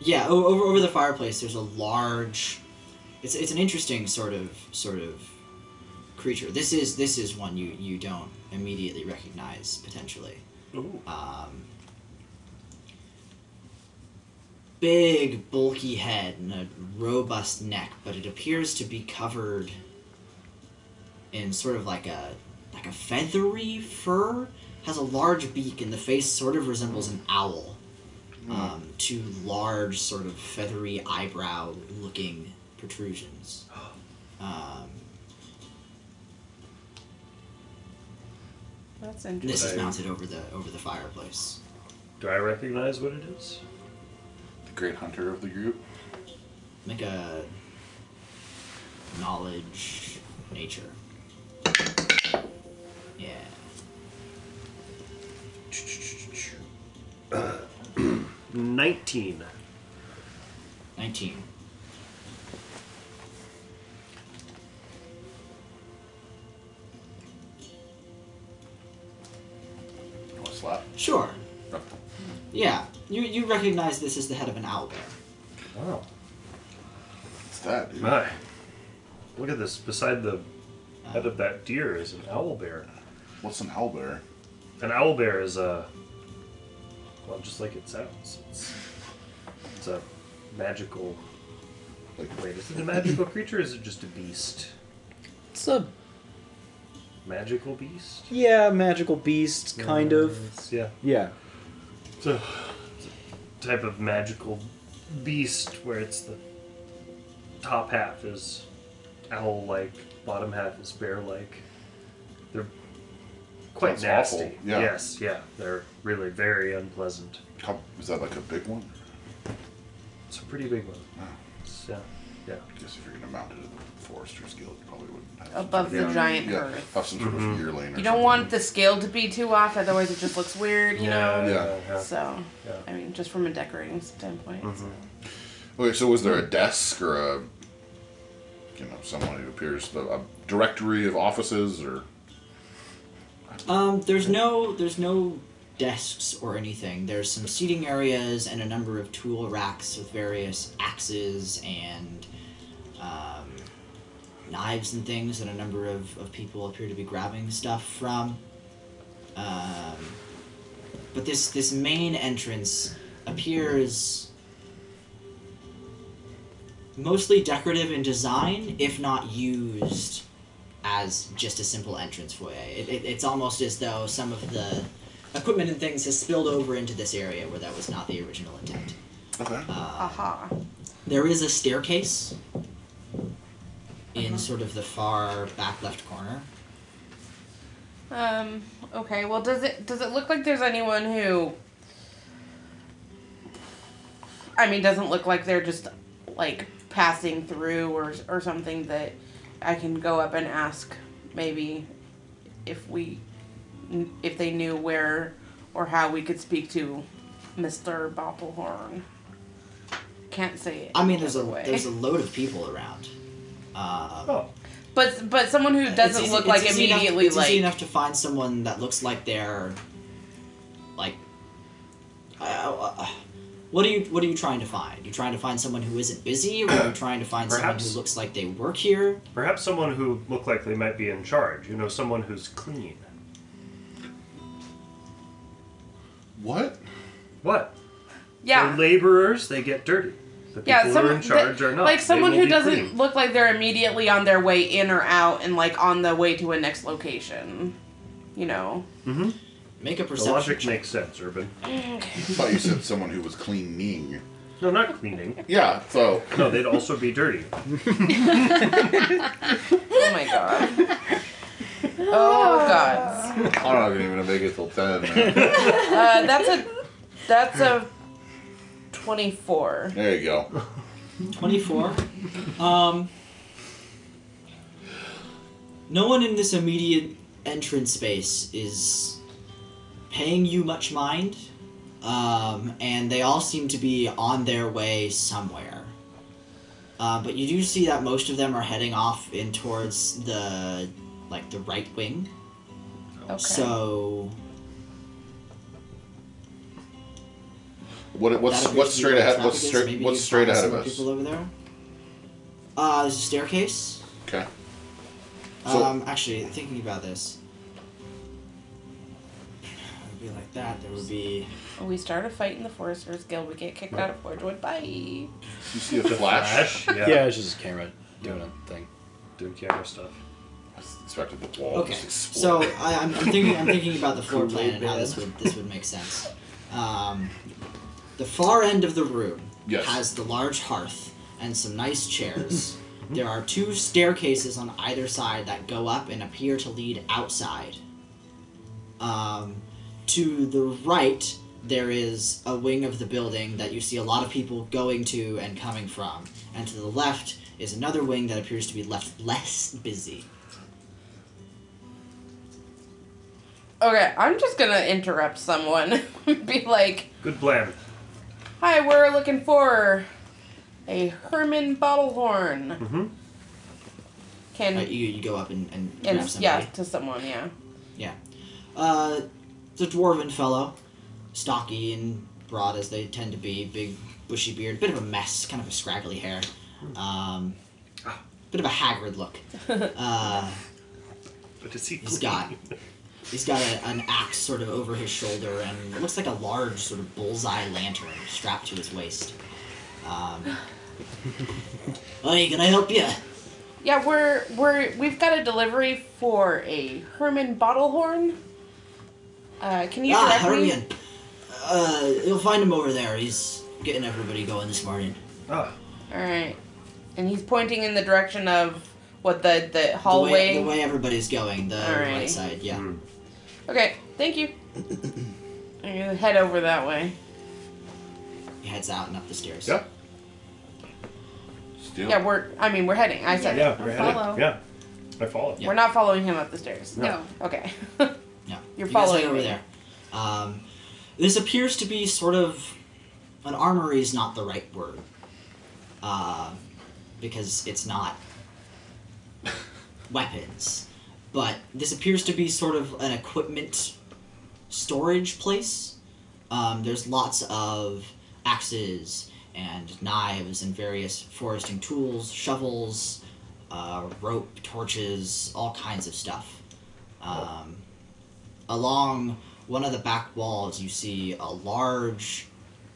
Speaker 8: Yeah, o- over over the fireplace, there's a large. It's it's an interesting sort of sort of creature. This is this is one you you don't immediately recognize potentially. Um, big bulky head and a robust neck, but it appears to be covered in sort of like a like a feathery fur. Has a large beak, and the face sort of resembles an owl um, two large, sort of feathery eyebrow looking protrusions. Um,
Speaker 3: That's
Speaker 8: and this
Speaker 3: interesting.
Speaker 4: Right.
Speaker 8: is mounted over the over the fireplace.
Speaker 4: Do I recognize what it is?
Speaker 5: The great hunter of the group.
Speaker 8: Make a knowledge nature. Yeah.
Speaker 4: Nineteen.
Speaker 8: 19.
Speaker 5: Oh, slap.
Speaker 8: Sure.
Speaker 5: Rough.
Speaker 8: Yeah. You you recognize this as the head of an owl bear.
Speaker 4: Wow.
Speaker 5: It's that, dude.
Speaker 4: My. Look at this. Beside the head of that deer is an owl bear.
Speaker 5: What's an owlbear?
Speaker 4: An owl bear is a well, just like it sounds. It's, it's a magical.
Speaker 5: Like,
Speaker 4: Wait, is it a magical creature? or Is it just a beast?
Speaker 2: It's a
Speaker 4: Magical beast?
Speaker 2: yeah, magical beast kind of.
Speaker 4: It's- yeah.
Speaker 2: Yeah.
Speaker 4: It's a, it's a type of magical beast where it's the top half is owl-like, bottom half is bear-like. They're quite
Speaker 5: Sounds
Speaker 4: nasty.
Speaker 5: awful, yeah.
Speaker 4: Yes, yeah, they're really very unpleasant.
Speaker 5: how, is that like a big one?
Speaker 4: It's a pretty big one.
Speaker 5: No.
Speaker 4: It's, yeah, yeah.
Speaker 5: I guess if you're gonna mount it at the Forester's Guild, you probably wouldn't have. some
Speaker 3: Above
Speaker 5: sort
Speaker 3: the
Speaker 5: of-
Speaker 3: giant
Speaker 5: yeah,
Speaker 3: earth.
Speaker 5: have some sort of yearling or
Speaker 3: You
Speaker 5: something.
Speaker 3: don't want the scale to be too off, otherwise it just looks weird, you
Speaker 4: yeah,
Speaker 3: know?
Speaker 5: Yeah.
Speaker 4: uh, yeah.
Speaker 3: So,
Speaker 4: Yeah. Mm-hmm.
Speaker 3: I mean, just from a decorating standpoint. it's-
Speaker 5: Okay, so was there a desk or a, you know, someone who appears the, a directory of offices or?
Speaker 8: Um, there's no there's no desks or anything. There's some seating areas and a number of tool racks with various axes and um, knives and things that a number of, of people appear to be grabbing stuff from. Um, but this this main entrance appears mostly decorative in design, if not used as just a simple entrance foyer. It, it, it's almost as though some of the equipment and things has spilled over into this area where that was not the original intent.
Speaker 5: Okay.
Speaker 3: Aha.
Speaker 8: There is a staircase in sort of the far back left corner.
Speaker 3: Um. Okay. Well, does it does it look like there's anyone who? I mean, doesn't look like they're just like passing through or or something that I can go up and ask maybe if we if they knew where or how we could speak to Mister Bopplehorn. Can't say it.
Speaker 8: I mean, there's a
Speaker 3: another way.
Speaker 8: there's a load of people around. Uh,
Speaker 4: Oh,
Speaker 3: but but someone who
Speaker 8: It's
Speaker 3: doesn't
Speaker 8: easy-
Speaker 3: look
Speaker 8: it's
Speaker 3: like
Speaker 8: easy enough-
Speaker 3: immediately
Speaker 8: it's
Speaker 3: like
Speaker 8: easy enough to find someone that looks like they're like uh, uh, what are you what are you trying to find you trying to find someone who isn't busy or are you trying to find someone
Speaker 4: Perhaps.
Speaker 8: who looks like they work here
Speaker 4: perhaps someone who looked like they might be in charge. You know, someone who's clean.
Speaker 5: What?
Speaker 4: What?
Speaker 3: yeah
Speaker 4: They're laborers. They get dirty. The people
Speaker 3: yeah,
Speaker 4: who
Speaker 3: some,
Speaker 4: are in charge
Speaker 3: that-
Speaker 4: are not.
Speaker 3: Like
Speaker 4: They
Speaker 3: someone
Speaker 4: will
Speaker 3: who
Speaker 4: be
Speaker 3: doesn't
Speaker 4: clean.
Speaker 3: look like they're immediately on their way in or out and like on the way to a next location. You know.
Speaker 8: make a
Speaker 4: The
Speaker 8: perception
Speaker 4: logic
Speaker 8: check.
Speaker 4: makes sense, Urban.
Speaker 5: I thought you said someone who was cleaning.
Speaker 4: No, not cleaning.
Speaker 5: Yeah, so
Speaker 4: No, they'd also be dirty.
Speaker 3: Oh my god. oh god.
Speaker 5: I'm not even gonna make it till ten. man.
Speaker 3: Uh, that's a that's a twenty-four.
Speaker 5: there you go.
Speaker 8: 24. Um, no one in this immediate entrance space is paying you much mind, um, and they all seem to be on their way somewhere. Uh, but you do see that most of them are heading off in towards the like the right wing.
Speaker 3: Okay.
Speaker 8: So
Speaker 5: What, what's
Speaker 8: That appears
Speaker 5: what's
Speaker 8: to be
Speaker 5: straight
Speaker 8: where the
Speaker 5: ahead?
Speaker 8: traffic
Speaker 5: What's
Speaker 8: is.
Speaker 5: straight?
Speaker 8: Maybe
Speaker 5: What's
Speaker 8: you
Speaker 5: straight
Speaker 8: find
Speaker 5: ahead
Speaker 8: some
Speaker 5: of
Speaker 8: more
Speaker 5: us?
Speaker 8: People over there. Uh, there's a staircase.
Speaker 5: Okay. So-
Speaker 8: Um, actually, thinking about this, it would be like that. There would be.
Speaker 3: we start a fight in the Foresters Guild. We get kicked out of Forgewood. Bye.
Speaker 5: You see a
Speaker 4: The
Speaker 5: flash?
Speaker 4: flash. Yeah.
Speaker 2: Yeah, it's just a camera doing a thing.
Speaker 4: Doing camera stuff.
Speaker 5: I expected the wall
Speaker 8: Okay,
Speaker 5: just explode.
Speaker 8: so I, I'm, I'm thinking. I'm thinking about the floor
Speaker 2: Kool-Aid
Speaker 8: plan and how this
Speaker 2: Man.
Speaker 8: would this would make sense. Um, the far end of the room
Speaker 5: Yes.
Speaker 8: has the large hearth and some nice chairs. there are two staircases on either side that go up and appear to lead outside. Um, to the right, there is a wing of the building that you see a lot of people going to and coming from. And to the left is another wing that appears to be left less busy.
Speaker 3: Okay, I'm just gonna interrupt someone. Be like,
Speaker 4: Good plan.
Speaker 3: Hi, we're looking for a Herman Bottlehorn.
Speaker 4: Mhm.
Speaker 3: Can
Speaker 8: Uh, Mm-hmm. you, you go up and, and,
Speaker 3: Mm. and
Speaker 8: grab somebody.
Speaker 3: yeah to someone, yeah.
Speaker 8: Yeah. Uh, the dwarven fellow, stocky and broad as they tend to be, big bushy beard, bit of a mess, kind of a scraggly hair, um, bit of a haggard look. Uh,
Speaker 4: But is he
Speaker 8: he's
Speaker 4: clean?
Speaker 8: got he's got a, an axe sort of over his shoulder, and it looks like a large sort of bullseye lantern strapped to his waist. Um, hey, can I help you?
Speaker 3: Yeah, we're we're we've got a delivery for a Herman Bottlehorn. Uh, can you
Speaker 8: ah,
Speaker 3: direct
Speaker 8: hurry
Speaker 3: me?
Speaker 8: in. Uh, you'll find him over there. He's getting everybody going this morning.
Speaker 4: Ah,
Speaker 3: All right, and he's pointing in the direction of what the the
Speaker 8: The
Speaker 3: hallway.
Speaker 8: way, the way everybody's going, the
Speaker 3: Alright.
Speaker 8: right side, yeah.
Speaker 4: Mm.
Speaker 3: Okay, thank you. I'm gonna head over that way.
Speaker 8: He heads out and up the stairs.
Speaker 4: yeah.
Speaker 5: Still.
Speaker 3: Yeah, we're. I mean, we're heading. I said it.
Speaker 4: Yeah. We're headed.
Speaker 6: follow.
Speaker 4: Yeah. I follow.
Speaker 8: Yeah.
Speaker 3: We're not following him up the stairs.
Speaker 6: No.
Speaker 3: Okay.
Speaker 8: Yeah.
Speaker 3: You're
Speaker 8: You guys
Speaker 3: following
Speaker 8: head over
Speaker 3: me.
Speaker 8: there. Um, this appears to be sort of an armory is not the right word. Uh, because it's not weapons. But this appears to be sort of an equipment storage place. Um, there's lots of axes and knives and various foresting tools, shovels, uh, rope, torches, all kinds of stuff. Um, along one of the back walls, you see a large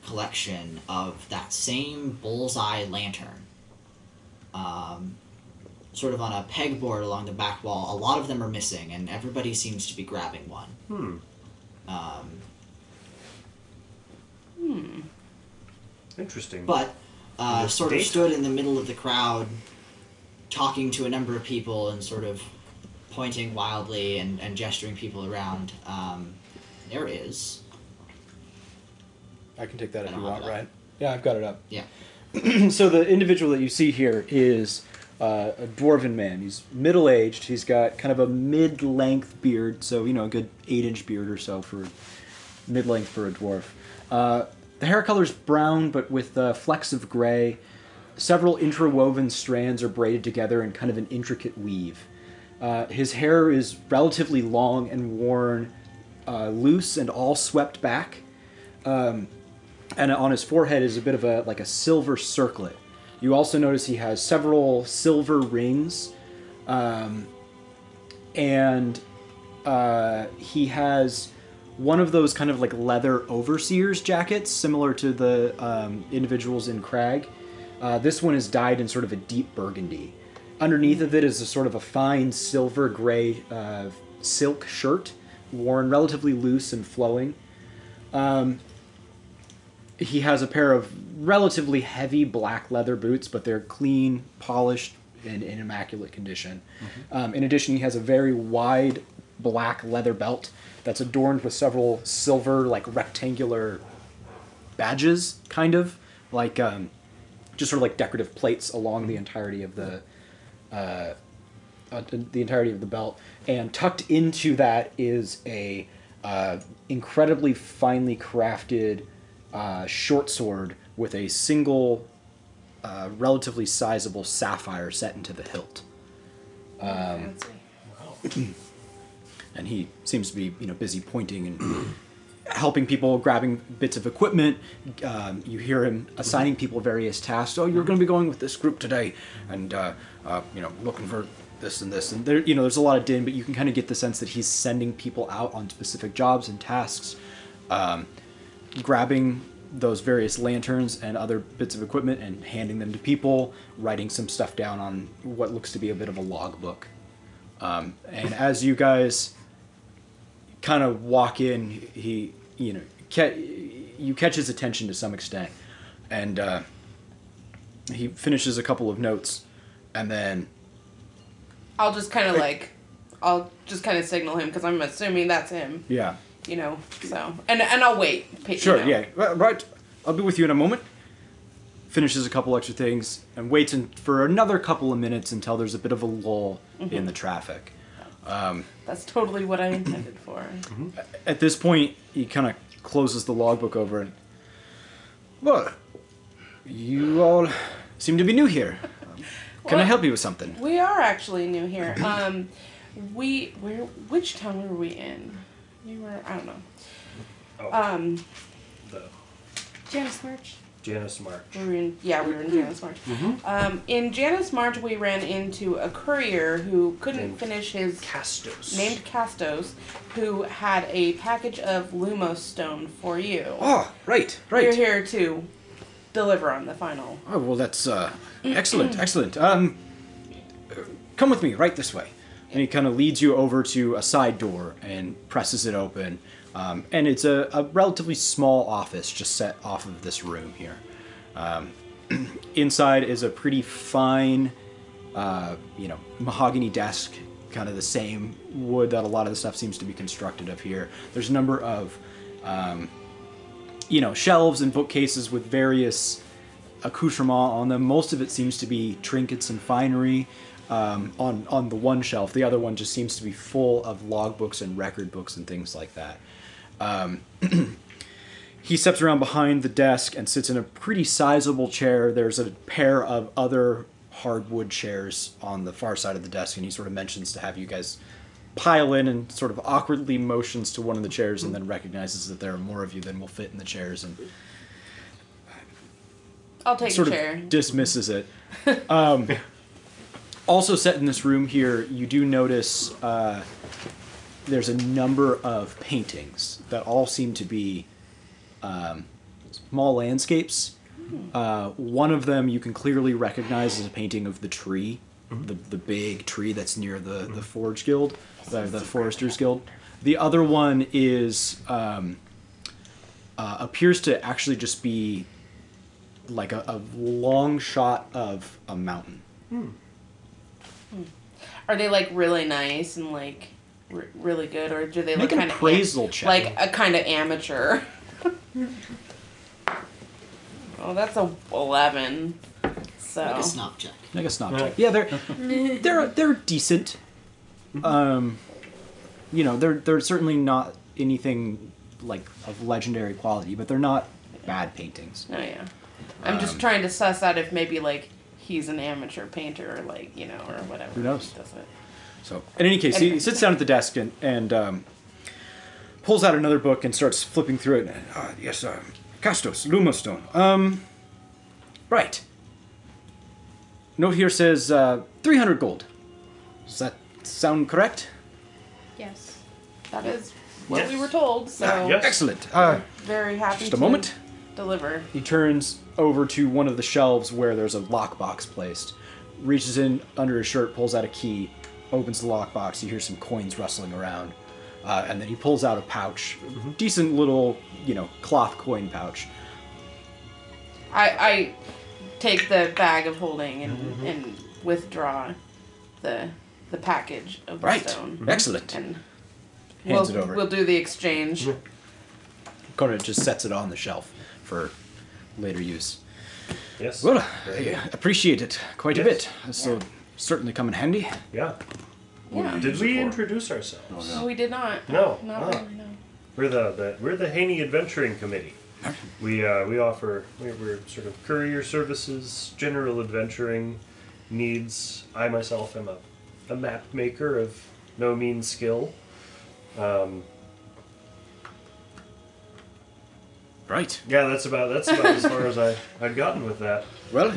Speaker 8: collection of that same bullseye lantern. Um, sort of on a pegboard along the back wall. A lot of them are missing, and everybody seems to be grabbing one.
Speaker 4: Hmm.
Speaker 8: Um,
Speaker 4: Interesting.
Speaker 8: but uh,
Speaker 4: Is it
Speaker 8: sort of
Speaker 4: date?
Speaker 8: stood in the middle of the crowd, talking to a number of people and sort of pointing wildly and, and gesturing people around. Um, there is.
Speaker 2: I can take that if
Speaker 8: I
Speaker 2: you
Speaker 8: don't have
Speaker 2: want,
Speaker 8: it up.
Speaker 2: right? Yeah, I've got it up.
Speaker 8: Yeah.
Speaker 2: so the individual that you see here is uh, a dwarven man. He's middle aged. He's got kind of a mid length beard, so you know a good eight inch beard or so for mid length for a dwarf. Uh, the hair color's brown, but with uh, flecks of gray. Several interwoven strands are braided together in kind of an intricate weave. Uh, his hair is relatively long and worn, uh, loose and all swept back and on his forehead is a bit of a like a silver circlet. You also notice he has several silver rings, um, and uh, he has one of those kind of like leather overseer's jackets, similar to the um, individuals in Crag. Uh, this one is dyed in sort of a deep burgundy. Underneath of it is a sort of a fine silver gray uh, silk shirt, worn relatively loose and flowing he has a pair of relatively heavy black leather boots, but they're clean, polished, and in immaculate condition. Um, in addition, he has a very wide black leather belt that's adorned with several silver, like rectangular badges, kind of like um, just sort of like decorative plates along the entirety of the uh, the entirety of the belt, and tucked into that is a uh, incredibly finely crafted uh, short sword with a single, uh, relatively sizable sapphire set into the hilt.
Speaker 3: Fancy.
Speaker 2: And he seems to be, you know, busy pointing and helping people, grabbing bits of equipment. Um, you hear him assigning people various tasks. Oh, you're going to be going with this group today, and uh, uh, you know, looking for this and this. And there, you know, there's a lot of din, but you can kind of get the sense that he's sending people out on specific jobs and tasks. um, grabbing those various lanterns and other bits of equipment and handing them to people, writing some stuff down on what looks to be a bit of a logbook. Um, and as you guys kind of walk in, he, you know, ca- you catch his attention to some extent, and uh, he finishes a couple of notes, and then
Speaker 3: I'll just kind of like, I'll just kind of signal him because I'm assuming that's him.
Speaker 2: yeah,
Speaker 3: You know. So and and I'll wait. pa- you
Speaker 2: Sure,
Speaker 3: know.
Speaker 2: yeah. Ri- Right. I'll be with you in a moment. Finishes a couple extra things and waits in, for another couple of minutes until there's a bit of a lull in the traffic.
Speaker 3: That's totally what I intended for.
Speaker 2: Mm-hmm. At this point, he kind of closes the logbook over and. Well, you all seem to be new here. Can I
Speaker 3: Well-
Speaker 2: help you with something?
Speaker 3: We are actually new here. Um, we where which town were we in? We were I don't know.
Speaker 4: oh,
Speaker 3: Um,
Speaker 4: the
Speaker 6: Janice March.
Speaker 4: Janus March.
Speaker 8: Mm.
Speaker 3: we were in yeah we were in Janus March.
Speaker 2: Mm-hmm.
Speaker 3: Um, in Janus March we ran into a courier who couldn't
Speaker 4: Named
Speaker 3: finish his
Speaker 4: Castos.
Speaker 3: named Castos, who had a package of Lumos stone for you.
Speaker 2: Oh, right,
Speaker 3: You're
Speaker 2: right.
Speaker 3: here to deliver on the final.
Speaker 2: Oh, well, that's uh, excellent, excellent. Um, uh, come with me, right this way. And he kind of leads you over to a side door and presses it open. Um, and it's a, a relatively small office just set off of this room here. Um, inside is a pretty fine, uh, you know, mahogany desk, kind of the same wood that a lot of the stuff seems to be constructed of here. There's a number of, um, you know, shelves and bookcases with various accoutrement on them. Most of it seems to be trinkets and finery um, on on the one shelf. The other one just seems to be full of logbooks and record books and things like that. Um, he steps around behind the desk and sits in a pretty sizable chair. There's a pair of other hardwood chairs on the far side of the desk, and he sort of mentions to have you guys pile in and sort of awkwardly motions to one of the chairs and then recognizes that there are more of you than will fit in the chairs and
Speaker 3: I'll take
Speaker 2: sort
Speaker 3: a chair.
Speaker 2: of dismisses it. Um, also, set in this room here, you do notice uh, there's a number of paintings that all seem to be um, small
Speaker 3: Hmm.
Speaker 2: landscapes. Uh, one of them you can clearly recognize as a painting of the tree the, the big tree that's near the, the Forge Guild, the, the Foresters Guild. The other one is um, uh, appears to actually just be like a, a long shot of a mountain.
Speaker 3: Are they like really nice and like r- really good, or do they
Speaker 2: Make
Speaker 3: like
Speaker 2: an
Speaker 3: kind of
Speaker 2: appraisal check.
Speaker 3: like a kind of amateur? oh, that's a eleven. So
Speaker 8: Like a snop check.
Speaker 2: I guess not. Jack. Yeah, they're they're they're decent. Um, you know, they're they're certainly not anything like of legendary quality, but they're not bad paintings.
Speaker 3: Oh yeah. I'm
Speaker 2: Um.
Speaker 3: just trying to suss out if maybe like he's an amateur painter or like, you know, or whatever.
Speaker 2: Who knows?
Speaker 3: Does it.
Speaker 2: So, in any case, he
Speaker 3: Anyway.
Speaker 2: sits down at the desk and and um, pulls out another book and starts flipping through it. Uh, yes, uh, Castos, Lumostone. Um, right. Note here says uh, 300 gold. Does that sound correct?
Speaker 6: Yes.
Speaker 3: That is what
Speaker 4: Yes. Ah,
Speaker 3: we were told, so
Speaker 4: Yes.
Speaker 2: Excellent. Uh,
Speaker 3: very happy
Speaker 2: Just a
Speaker 3: to
Speaker 2: moment.
Speaker 3: deliver.
Speaker 2: He turns over to one of the shelves where there's a lockbox placed, reaches in under his shirt, pulls out a key, opens the lockbox. You hear some coins rustling around, uh, and then he pulls out a pouch, decent little, you know, cloth coin pouch.
Speaker 3: I I take the bag of holding and,
Speaker 4: Mm-hmm.
Speaker 3: and withdraw the the package of the
Speaker 2: Right.
Speaker 3: stone. Mm-hmm.
Speaker 2: Excellent.
Speaker 3: And
Speaker 2: Hands
Speaker 3: we'll,
Speaker 2: it over.
Speaker 3: we'll do the exchange.
Speaker 2: Conan just sets it on the shelf for later use.
Speaker 4: Yes.
Speaker 2: Well, I appreciate it quite
Speaker 4: Yes.
Speaker 2: a bit. So certainly come in handy.
Speaker 4: Yeah.
Speaker 3: Yeah.
Speaker 4: Did
Speaker 5: Use
Speaker 4: we
Speaker 5: it for-
Speaker 4: introduce ourselves?
Speaker 3: No, we did not.
Speaker 4: No.
Speaker 3: Not
Speaker 4: Ah.
Speaker 3: really, no.
Speaker 4: We're the, the we're the Haney Adventuring Committee. We uh, we offer we, we're sort of courier services, general adventuring needs. I myself am a, a map maker of no mean skill. Um,
Speaker 2: Right.
Speaker 4: yeah, that's about that's about as far as I I'd gotten with that.
Speaker 2: Well,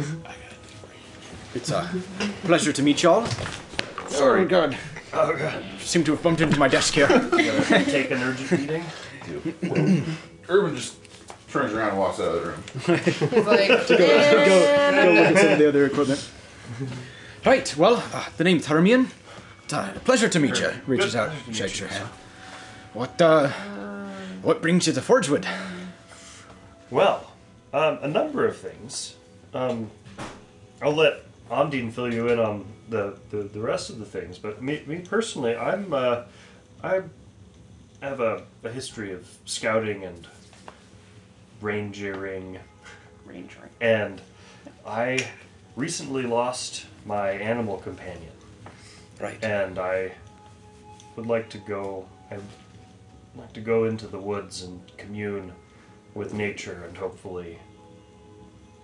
Speaker 2: it's a pleasure to meet y'all. Sorry, God.
Speaker 4: Oh god,
Speaker 2: Seem to have bumped into my desk here.
Speaker 4: take an urgent meeting.
Speaker 5: Urban just turns around and walks out of the room.
Speaker 3: He's like,
Speaker 2: go, go look at some of the other equipment. Right, well, uh, the name's Hermian. It's a pleasure to meet you. Reaches out, shakes your hand. What, uh, what brings you to Forgewood?
Speaker 4: Well, um, a number of things. Um, I'll let Amdine fill you in on the, the, the rest of the things, but me, me personally, I'm uh, I have a, a history of scouting and rangering,
Speaker 3: Ranger.
Speaker 4: and I recently lost my animal companion,
Speaker 2: Right.
Speaker 4: and I would like to go. I'd like to go into the woods and commune with nature and hopefully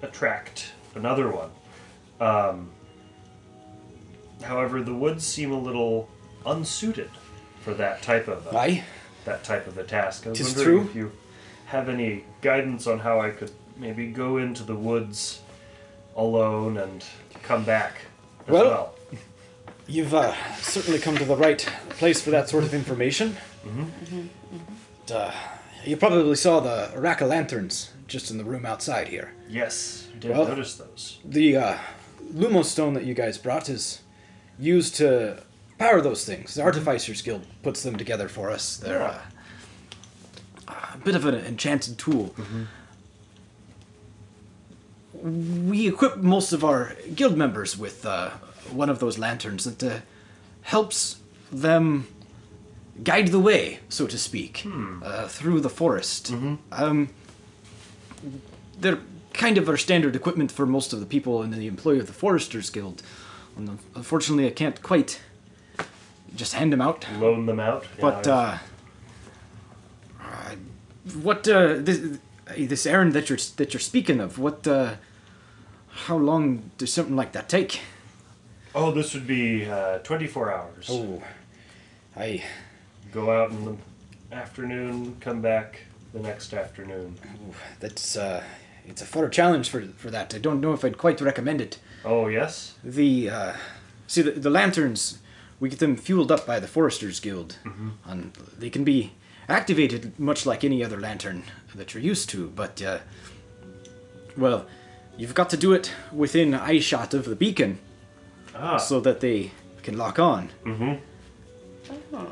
Speaker 4: attract another one. Um, however, the woods seem a little unsuited for that type of uh,
Speaker 2: Aye.
Speaker 4: that type of a task. I was
Speaker 2: Tis
Speaker 4: wondering
Speaker 2: true.
Speaker 4: if you have any guidance on how I could maybe go into the woods alone and come back as well.
Speaker 2: Well- You've uh, certainly come to the right place for that sort of information. And, uh, you probably saw the rack of lanterns just in the room outside here.
Speaker 4: Yes, I did
Speaker 2: Well-
Speaker 4: notice those.
Speaker 2: the uh, Lumo stone that you guys brought is used to power those things. The Artificers Guild puts them together for us. They're uh, a bit of an enchanted tool. We equip most of our guild members with uh, one of those lanterns that uh, helps them guide the way, so to speak, uh, through the forest. Um, they're kind of our standard equipment for most of the people in the employ of the Foresters Guild. Un- Unfortunately, I can't quite just hand them out.
Speaker 4: Loan them out. Yeah,
Speaker 2: But
Speaker 4: I-
Speaker 2: uh, uh, what uh, this, this errand that you're that you're speaking of? What? Uh, how long does something like that take?
Speaker 4: oh, this would be uh, 24 hours.
Speaker 2: Oh, I
Speaker 4: Go out in the afternoon, come back the next afternoon.
Speaker 2: that's uh, it's a far challenge for for that. I don't know if I'd quite recommend it.
Speaker 4: Oh, yes?
Speaker 2: the uh, see the, the lanterns we get them fueled up by the foresters guild and they can be activated much like any other lantern that you're used to but uh, well you've got to do it within eyeshot of the beacon
Speaker 4: Ah.
Speaker 2: so that they can lock on.
Speaker 4: Mhm.
Speaker 3: Oh.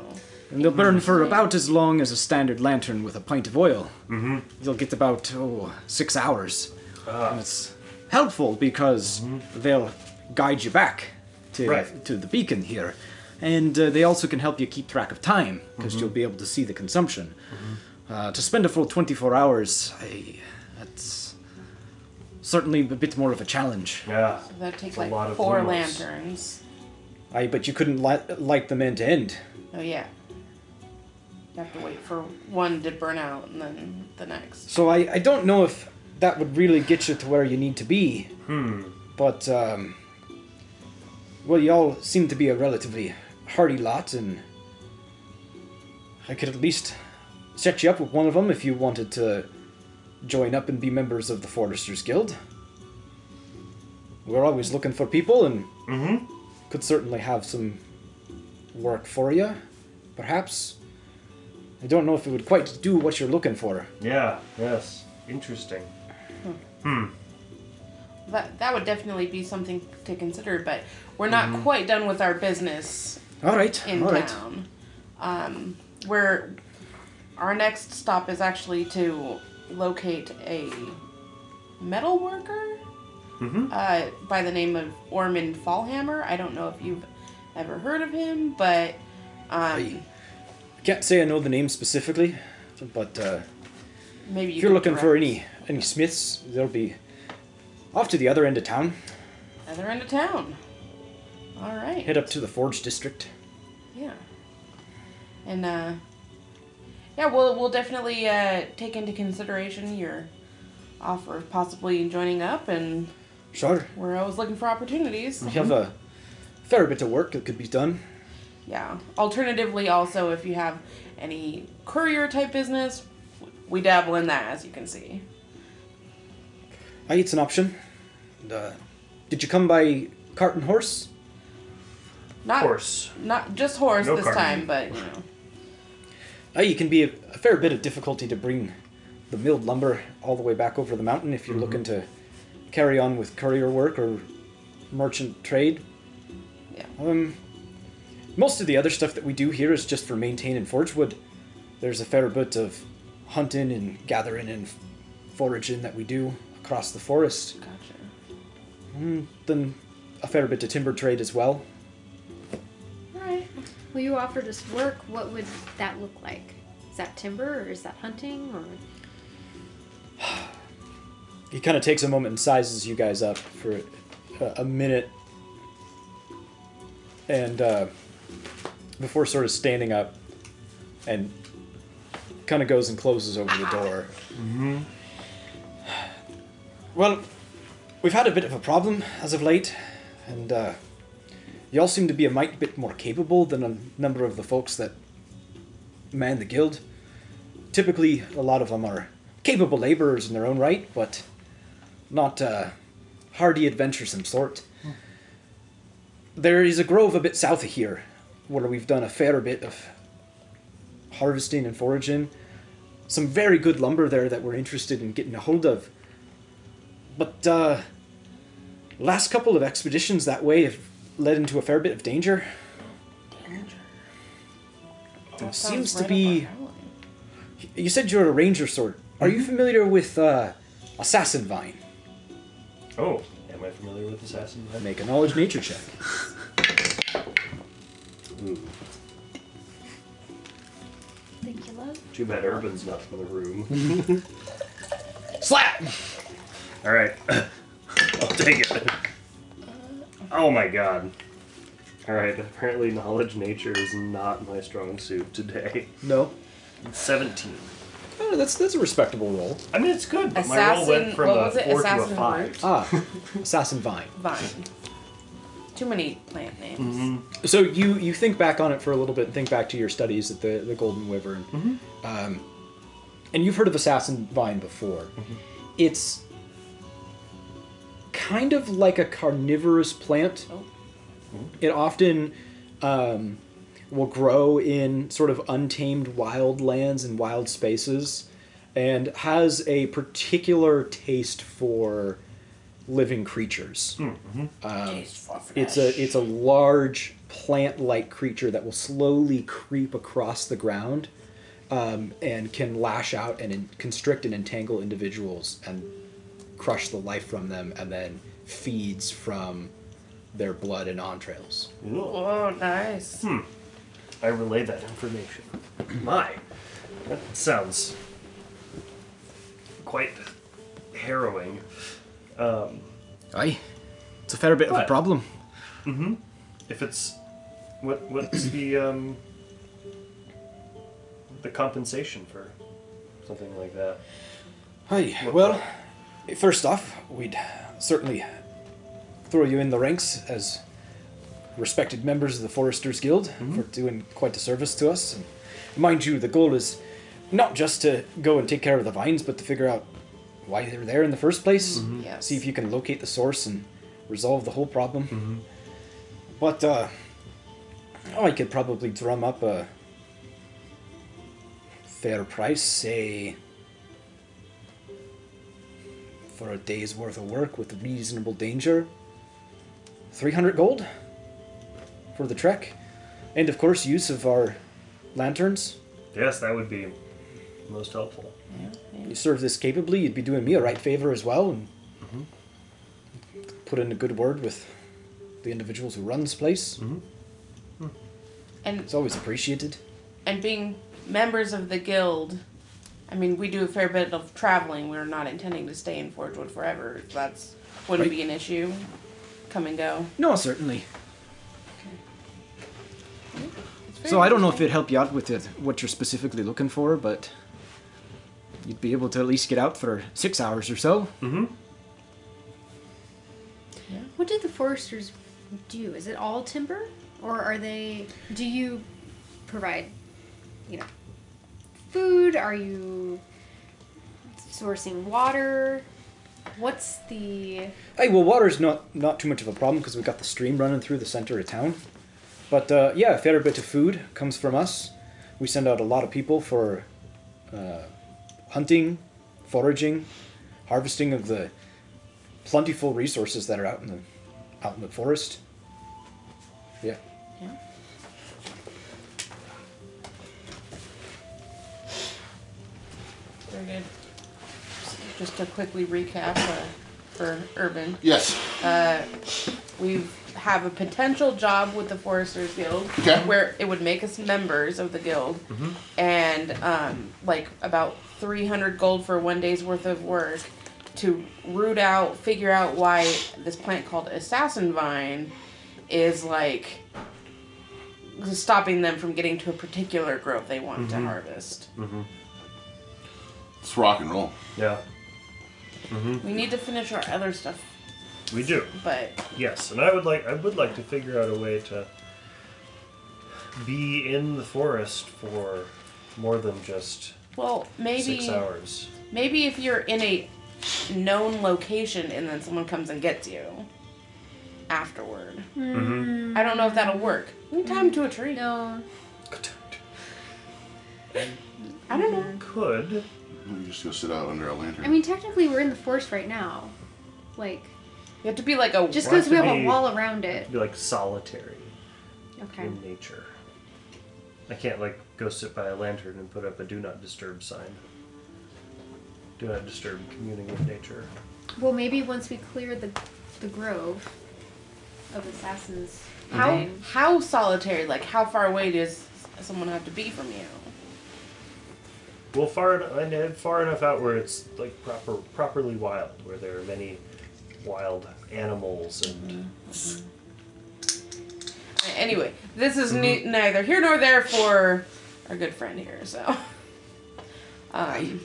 Speaker 2: And they'll burn for about as long as a standard lantern with a pint of oil.
Speaker 4: Mhm.
Speaker 2: They'll get about, oh, six hours. And
Speaker 4: Ah.
Speaker 2: it's helpful because they'll guide you back to,
Speaker 4: Right.
Speaker 2: to the beacon here. And uh, they also can help you keep track of time because you'll be able to see the consumption. Uh, to spend a full 24 hours, I, that's certainly a bit more of a challenge.
Speaker 4: Yeah.
Speaker 3: That'd take
Speaker 4: a
Speaker 3: like
Speaker 4: lot of
Speaker 3: four
Speaker 4: windows.
Speaker 3: lanterns.
Speaker 2: I, but you couldn't li- light them end to end.
Speaker 3: Oh yeah. You have to wait for one to burn out and then the next.
Speaker 2: So I, I don't know if that would really get you to where you need to be,
Speaker 4: Hmm.
Speaker 2: but um, well, y'all seem to be a relatively hardy lot, and I could at least set you up with one of them if you wanted to join up and be members of the Foresters Guild. We're always looking for people, and
Speaker 4: Mhm.
Speaker 2: could certainly have some work for you, perhaps. I don't know if it would quite do what you're looking for.
Speaker 4: Yeah. Yes. Interesting.
Speaker 3: That that would definitely be something to consider, but we're not quite done with our business
Speaker 2: All right,
Speaker 3: in
Speaker 2: Mm-hmm. all right.
Speaker 3: town. Um, we're our next stop is actually to locate a metal worker
Speaker 2: Mm-hmm.
Speaker 4: Mhm.
Speaker 3: uh, by the name of Ormond Fallhammer. I don't know if you've ever heard of him, but um,
Speaker 2: Can't say I know the name specifically, but uh,
Speaker 3: maybe you
Speaker 2: if you're
Speaker 3: could
Speaker 2: looking for
Speaker 3: direct-
Speaker 2: any any smiths, they'll be off to the other end of town.
Speaker 3: other end of town. All right.
Speaker 2: Head up to the Forge District.
Speaker 3: Yeah. And uh yeah, we'll we'll definitely uh take into consideration your offer of possibly joining up and
Speaker 2: Sure,
Speaker 3: we're always looking for opportunities.
Speaker 2: we have a fair bit of work that could be done.
Speaker 3: Yeah. Alternatively also if you have any courier type business, w- we dabble in that as you can see.
Speaker 2: I it's an option. And, uh, did you come by cart and horse?
Speaker 3: Not
Speaker 4: Horse.
Speaker 3: not just horse
Speaker 4: No
Speaker 3: this
Speaker 4: cart.
Speaker 3: time, but you know.
Speaker 2: Aye, it can be a, a fair bit of difficulty to bring the milled lumber all the way back over the mountain if you're looking to carry on with courier work or merchant trade.
Speaker 3: Yeah.
Speaker 2: Um, most of the other stuff that we do here is just for maintain and forge wood. There's a fair bit of hunting and gathering and foraging that we do across the forest.
Speaker 3: Gotcha.
Speaker 2: Then a fair bit of timber trade as well.
Speaker 3: Alright.
Speaker 6: Will you offer just work? What would that look like? Is that timber or is that hunting or?
Speaker 2: He kind of takes a moment and sizes you guys up for a, a minute, and uh, before sort of standing up, and kind of goes and closes over the door. Well, we've had a bit of a problem as of late, and uh, y'all seem to be a mite bit more capable than a number of the folks that man the guild. Typically, a lot of them are capable laborers in their own right, but not uh, hardy adventuresome sort. There is a grove a bit south of here where we've done a fair bit of harvesting and foraging. Some very good lumber there that we're interested in getting a hold of. But uh, last couple of expeditions that way have led into a fair bit of danger.
Speaker 3: Danger.
Speaker 2: It
Speaker 3: That
Speaker 2: seems
Speaker 3: sounds
Speaker 2: to
Speaker 3: right up
Speaker 2: be.
Speaker 3: our alley.
Speaker 2: You said you're a ranger sword. Are you familiar with uh, Assassin Vine?
Speaker 4: Oh. Am I familiar with assassin? Vine?
Speaker 2: Make a knowledge nature check.
Speaker 4: Ooh.
Speaker 6: Thank you, love.
Speaker 4: Too bad Urban's not in the room.
Speaker 2: Slap!
Speaker 4: All right. I'll take it. Oh my god. All right. Apparently, knowledge nature is not my strong suit today.
Speaker 2: No.
Speaker 4: Seventeen.
Speaker 2: Oh, that's that's a respectable roll.
Speaker 4: I mean, it's good. But my roll
Speaker 3: Assassin
Speaker 4: went
Speaker 3: what
Speaker 4: from
Speaker 3: was
Speaker 4: a
Speaker 3: it?
Speaker 4: four
Speaker 3: Assassin
Speaker 4: to a
Speaker 3: root?
Speaker 4: five.
Speaker 2: Ah, Assassin Vine.
Speaker 3: Vine. Too many plant names.
Speaker 2: So you you think back on it for a little bit and think back to your studies at the the Golden Wyvern, um, and you've heard of Assassin Vine before. It's kind of like a carnivorous plant.
Speaker 3: Oh.
Speaker 2: It often um, will grow in sort of untamed wild lands and wild spaces, and has a particular taste for living creatures.
Speaker 3: Taste for
Speaker 2: It's
Speaker 3: flesh.
Speaker 2: a it's a large plant-like creature that will slowly creep across the ground, um, and can lash out and en- constrict and entangle individuals and crush the life from them, and then feeds from their blood and entrails.
Speaker 3: Oh, nice.
Speaker 2: Hmm.
Speaker 4: I relay that information. My, that sounds quite harrowing.
Speaker 1: Aye. It's a fair bit of a
Speaker 4: But-
Speaker 1: problem.
Speaker 4: Mm-hmm. If it's what what's the um the compensation for something like that?
Speaker 2: Hi.
Speaker 4: What-
Speaker 2: Well, first off, we'd certainly throw you in the ranks as respected members of the Foresters Guild for doing quite a service to us. And mind you, the goal is not just to go and take care of the vines, but to figure out why they're there in the first place.
Speaker 3: Yes.
Speaker 2: See if you can locate the source and resolve the whole problem. But uh, oh, I could probably drum up a fair price, say for a day's worth of work with reasonable danger. 300 gold for the trek. And of course, use of our lanterns.
Speaker 4: Yes, that would be most helpful.
Speaker 2: You serve this capably, you'd be doing me a right favor as well. And
Speaker 1: Mm-hmm.
Speaker 2: put in a good word with the individuals who run this place.
Speaker 1: Mm.
Speaker 3: And
Speaker 2: It's always appreciated.
Speaker 3: and being members of the guild, I mean, we do a fair bit of traveling. We're not intending to stay in Forgewood forever. That's wouldn't be an issue. Come and go.
Speaker 1: No, certainly. So I don't know if it'd help you out with it, what you're specifically looking for, but you'd be able to at least get out for six hours or so.
Speaker 6: What do the foresters do? Is it all timber, or are they? Do you provide, you know, food? Are you sourcing water? What's the?
Speaker 2: Hey, well, water's not not too much of a problem because we've got the stream running through the center of town. But uh, yeah, a fair bit of food comes from us. We send out a lot of people for uh, hunting, foraging, harvesting of the plentiful resources that are out in the out in the forest. Yeah.
Speaker 3: Very good. Just to quickly recap uh, for Urban,
Speaker 5: Yes.
Speaker 3: we have a potential job with the Foresters Guild
Speaker 5: Okay.
Speaker 3: where it would make us members of the guild, and um, like about three hundred gold for one day's worth of work to root out, figure out why this plant called assassin vine is like stopping them from getting to a particular growth they want to harvest.
Speaker 5: It's rock and roll.
Speaker 4: Yeah,
Speaker 3: We need to finish our other stuff,
Speaker 4: we do.
Speaker 3: but
Speaker 4: Yes, and I would like I would like to figure out a way to be in the forest for more than just
Speaker 3: well, maybe
Speaker 4: six hours.
Speaker 3: Maybe if you're in a known location and then someone comes and gets you afterward. I don't know if that'll work. We can tie him to a tree.
Speaker 6: No,
Speaker 3: I don't know.
Speaker 4: Could
Speaker 5: You just go sit out under a lantern.
Speaker 6: I mean technically we're in the forest right now. Like
Speaker 3: You have to be like a
Speaker 6: just
Speaker 4: We'll have
Speaker 6: because we
Speaker 4: to
Speaker 6: have a
Speaker 4: be-
Speaker 6: wall around it.
Speaker 4: be like solitary
Speaker 6: Okay.
Speaker 4: in nature. I can't like go sit by a lantern and put up a do not disturb sign. Do not disturb communing with nature.
Speaker 6: Well, maybe once we clear the the grove of assassins.
Speaker 4: Mm-hmm.
Speaker 6: How?
Speaker 3: how solitary. Like how far away does someone have to be from you?
Speaker 4: Well, far en- and and far enough out where it's like proper properly wild, where there are many wild animals and
Speaker 3: A- Anyway, this is ne- neither here nor there for our good friend here. So, um,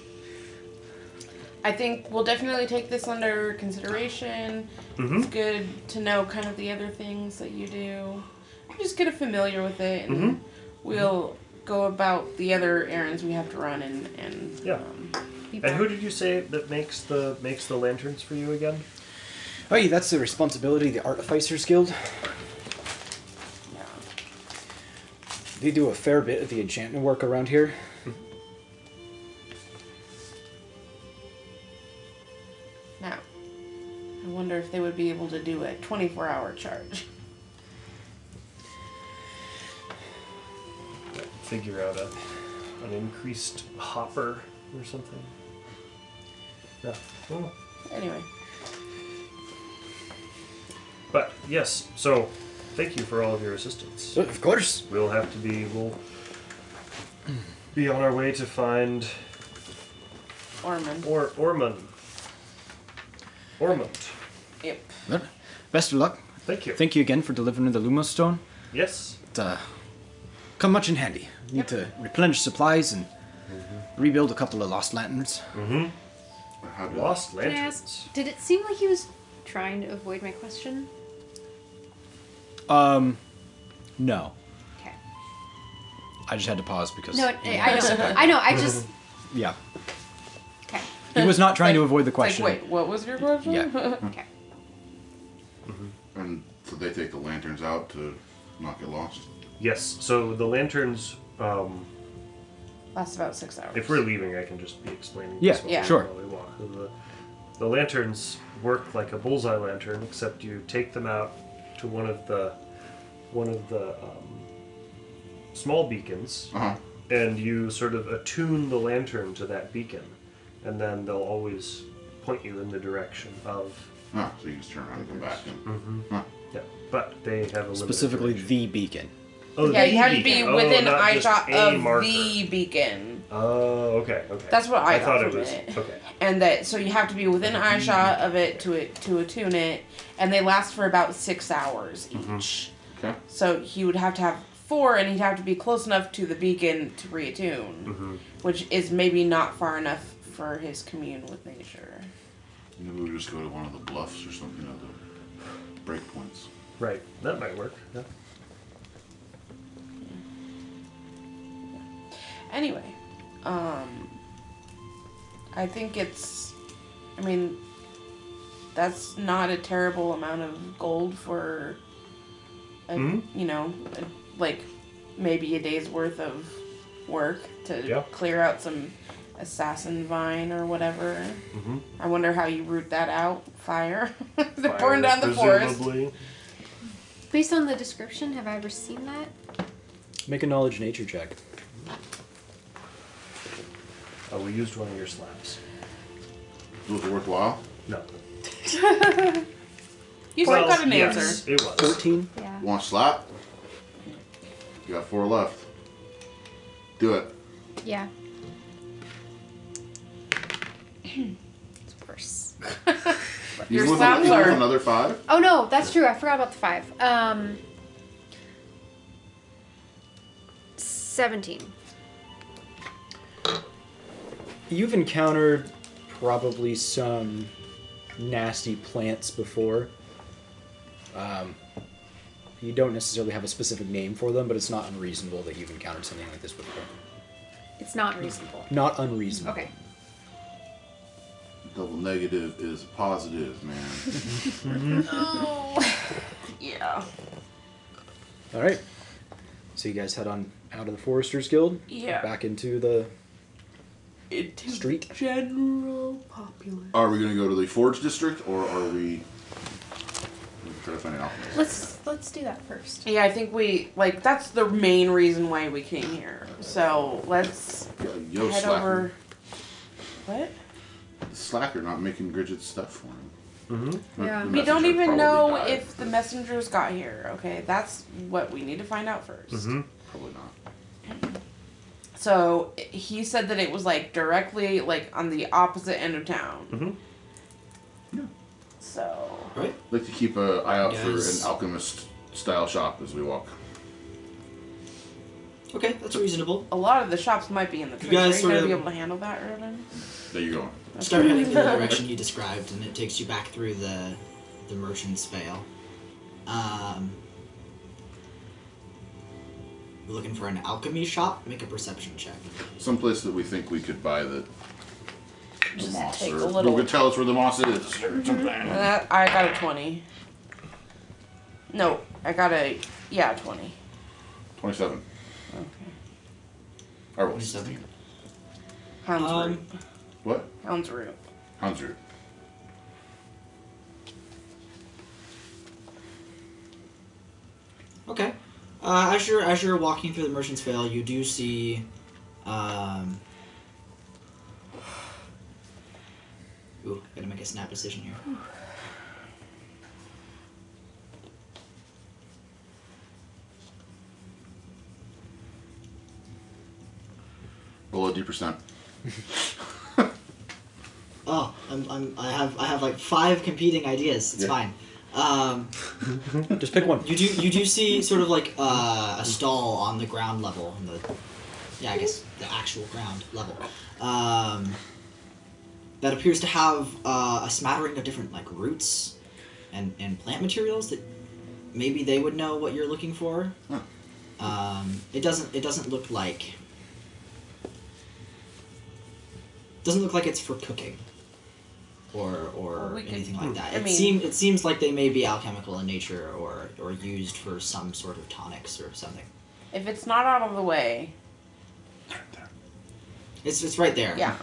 Speaker 3: I think we'll definitely take this under consideration. It's good to know kind of the other things that you do. Just get familiar with it, and we'll go about the other errands we have to run. And, and
Speaker 4: Yeah.
Speaker 3: um,
Speaker 6: be
Speaker 4: and who
Speaker 6: back?
Speaker 4: did you say that makes the makes the lanterns for you again?
Speaker 2: Hey, that's the responsibility of the Artificers Guild.
Speaker 3: yeah.
Speaker 2: They do a fair bit of the enchantment work around here.
Speaker 3: Now, I wonder if they would be able to do a 24 hour charge.
Speaker 4: Figure out a, an increased hopper or something. No. Oh.
Speaker 3: Anyway,
Speaker 4: But yes, so thank you for all of your assistance.
Speaker 2: Of course.
Speaker 4: We'll have to be we'll be on our way to find
Speaker 3: Orman.
Speaker 4: or Ormond. Ormond.
Speaker 3: Yep.
Speaker 1: Well, Best of luck.
Speaker 4: Thank you.
Speaker 1: Thank you again for delivering the Lumos Stone.
Speaker 4: yes.
Speaker 1: It uh, come much in handy. Need to replenish supplies and rebuild a couple of lost lanterns.
Speaker 5: How do
Speaker 4: Lost
Speaker 6: Can I
Speaker 4: lanterns.
Speaker 6: ask? Did it seem like he was trying to avoid my question?
Speaker 1: Um, no.
Speaker 6: Okay.
Speaker 1: I just had to pause because.
Speaker 6: No, I, I know. I know. I just.
Speaker 1: Yeah.
Speaker 6: Okay.
Speaker 1: He was not trying to avoid the
Speaker 3: It's like,
Speaker 1: question.
Speaker 3: wait, what was your question?
Speaker 1: Yeah.
Speaker 6: Okay.
Speaker 5: And so they take the lanterns out to not get lost.
Speaker 4: Yes. So the lanterns um,
Speaker 3: Lasts about six hours.
Speaker 4: If we're leaving, I can just be explaining.
Speaker 1: Yeah,
Speaker 4: this while
Speaker 3: yeah.
Speaker 4: we-
Speaker 1: sure.
Speaker 4: while we walk. The, the lanterns work like a bullseye lantern, except you take them out to one of the one of the um, small beacons,
Speaker 5: Uh huh.
Speaker 4: and you sort of attune the lantern to that beacon, and then they'll always point you in the direction of.
Speaker 5: Ah, so you just turn around and come back. And, Huh.
Speaker 4: Yeah, but they have a limited
Speaker 1: Specifically,
Speaker 4: duration.
Speaker 1: the beacon.
Speaker 4: Oh,
Speaker 3: yeah,
Speaker 4: the
Speaker 3: you have to be
Speaker 4: beacon. Oh,
Speaker 3: within
Speaker 4: not
Speaker 3: eye
Speaker 4: just
Speaker 3: shot
Speaker 4: a
Speaker 3: of
Speaker 4: marker.
Speaker 3: the beacon.
Speaker 4: Oh, okay, okay.
Speaker 3: That's what I got
Speaker 4: thought it
Speaker 3: from
Speaker 4: was.
Speaker 3: it.
Speaker 4: Okay.
Speaker 3: and that so you have to be within
Speaker 4: Mm-hmm.
Speaker 3: eye shot of it to it to attune it and they last for about six hours each
Speaker 4: Mm-hmm.
Speaker 5: Okay.
Speaker 3: so he would have to have four and he'd have to be close enough to the beacon to reattune
Speaker 4: Mm-hmm.
Speaker 3: which is maybe not far enough for his commune with nature
Speaker 5: Maybe we just go to one of the bluffs or something, or the breakpoints.
Speaker 4: Right. That might work. Yeah.
Speaker 3: anyway um i think it's i mean that's not a terrible amount of gold for a,
Speaker 4: Mhm.
Speaker 3: you know a- like maybe a day's worth of work to
Speaker 4: Yeah.
Speaker 3: clear out some assassin vine or whatever
Speaker 4: Mhm.
Speaker 3: i wonder how you root that out fire to
Speaker 4: Fire,
Speaker 3: burn down the forest
Speaker 4: presumably.
Speaker 6: Based on the description, have I ever seen that?
Speaker 2: Make a knowledge nature check.
Speaker 4: Oh, we used one of your slaps.
Speaker 5: Was it worthwhile?
Speaker 4: No.
Speaker 3: you still got an
Speaker 4: yes,
Speaker 3: answer
Speaker 4: It was.
Speaker 2: Fourteen.
Speaker 6: Yeah.
Speaker 5: One slap. You got four left. Do it.
Speaker 6: Yeah. it's worse.
Speaker 5: Even
Speaker 3: Your
Speaker 5: with,
Speaker 3: slaps
Speaker 5: even with
Speaker 3: are-
Speaker 5: another five.
Speaker 6: Oh no, that's true. I forgot about the five. Um. Seventeen.
Speaker 2: You've encountered probably some nasty plants before. Um, you don't necessarily have a specific name for them, but it's not unreasonable that you've encountered something like this before.
Speaker 6: It's not reasonable.
Speaker 2: Not unreasonable.
Speaker 6: Okay.
Speaker 5: Double negative is positive, man.
Speaker 3: yeah
Speaker 2: All right. So you guys head on out of the Foresters Guild.
Speaker 3: Yeah.
Speaker 2: Back into the
Speaker 3: into
Speaker 2: Street.
Speaker 3: general populace
Speaker 5: Are we gonna go to the Forge District or are we we're trying to find an alchemist?
Speaker 6: Let's let's do that first.
Speaker 3: Yeah, I think we like that's the main reason why we came here. So let's
Speaker 5: Yo, yo
Speaker 3: head
Speaker 5: slacker.
Speaker 3: over. What?
Speaker 5: The slacker not making Gridget's stuff for him. Mm-hmm.
Speaker 6: Yeah. We
Speaker 3: We don't even know if the messengers got here. Okay, that's what we need to find out 1st
Speaker 4: Mm-hmm.
Speaker 5: probably not.
Speaker 3: So i- he said that it was like directly like on the opposite end of town.
Speaker 4: Mhm.
Speaker 5: Yeah.
Speaker 3: So
Speaker 8: Right?
Speaker 5: Like to keep an eye out for an
Speaker 8: Yes.
Speaker 5: alchemist style shop as we walk.
Speaker 8: Okay, that's reasonable.
Speaker 3: a lot of the shops might be in the
Speaker 8: You
Speaker 3: trees. Are
Speaker 8: guys
Speaker 3: you
Speaker 8: sort
Speaker 3: gonna
Speaker 8: of-
Speaker 3: be able to handle that, Urban?
Speaker 5: There you go.
Speaker 8: Start heading in the direction you described, and it takes you back through the the merchant's veil. Um, you're looking for an alchemy shop? Make a perception check.
Speaker 5: Someplace that we think we could buy the, the
Speaker 3: Just
Speaker 5: moss,
Speaker 3: take
Speaker 5: or
Speaker 3: a little-
Speaker 5: who could tell us where the moss is, or something.
Speaker 3: And that, Uh, I got a 20. No, I got a, yeah, 20.
Speaker 5: Twenty-seven.
Speaker 3: Okay.
Speaker 5: Or what?
Speaker 8: 27.
Speaker 5: sixteen.
Speaker 3: Hound's
Speaker 8: Um,
Speaker 3: root.
Speaker 5: What?
Speaker 3: Hound's root.
Speaker 5: Hound's root.
Speaker 8: Okay. Uh, as you're as you're walking through the Merchant's Vale, you do see. Um, ooh, gotta make a snap decision here.
Speaker 5: Below D percent.
Speaker 8: Oh, I'm, I'm I have I have like five competing ideas. It's
Speaker 5: Yeah.
Speaker 8: fine. Um,
Speaker 2: Just pick one.
Speaker 8: You do you do see sort of like uh, a stall on the ground level, on the yeah, I guess the actual ground level, um, that appears to have uh, a smattering of different like roots and and plant materials that maybe they would know what you're looking for.
Speaker 5: Huh.
Speaker 8: Um, it doesn't it doesn't look like doesn't look like it's for cooking. Or, or
Speaker 3: Well, we can-
Speaker 8: anything like that.
Speaker 3: Hmm. I
Speaker 8: it
Speaker 3: mean-
Speaker 8: seem, it seems like they may be alchemical in nature or, or used for some sort of tonics or something.
Speaker 3: If it's not out of the way,
Speaker 8: It's, it's right there.
Speaker 3: yeah.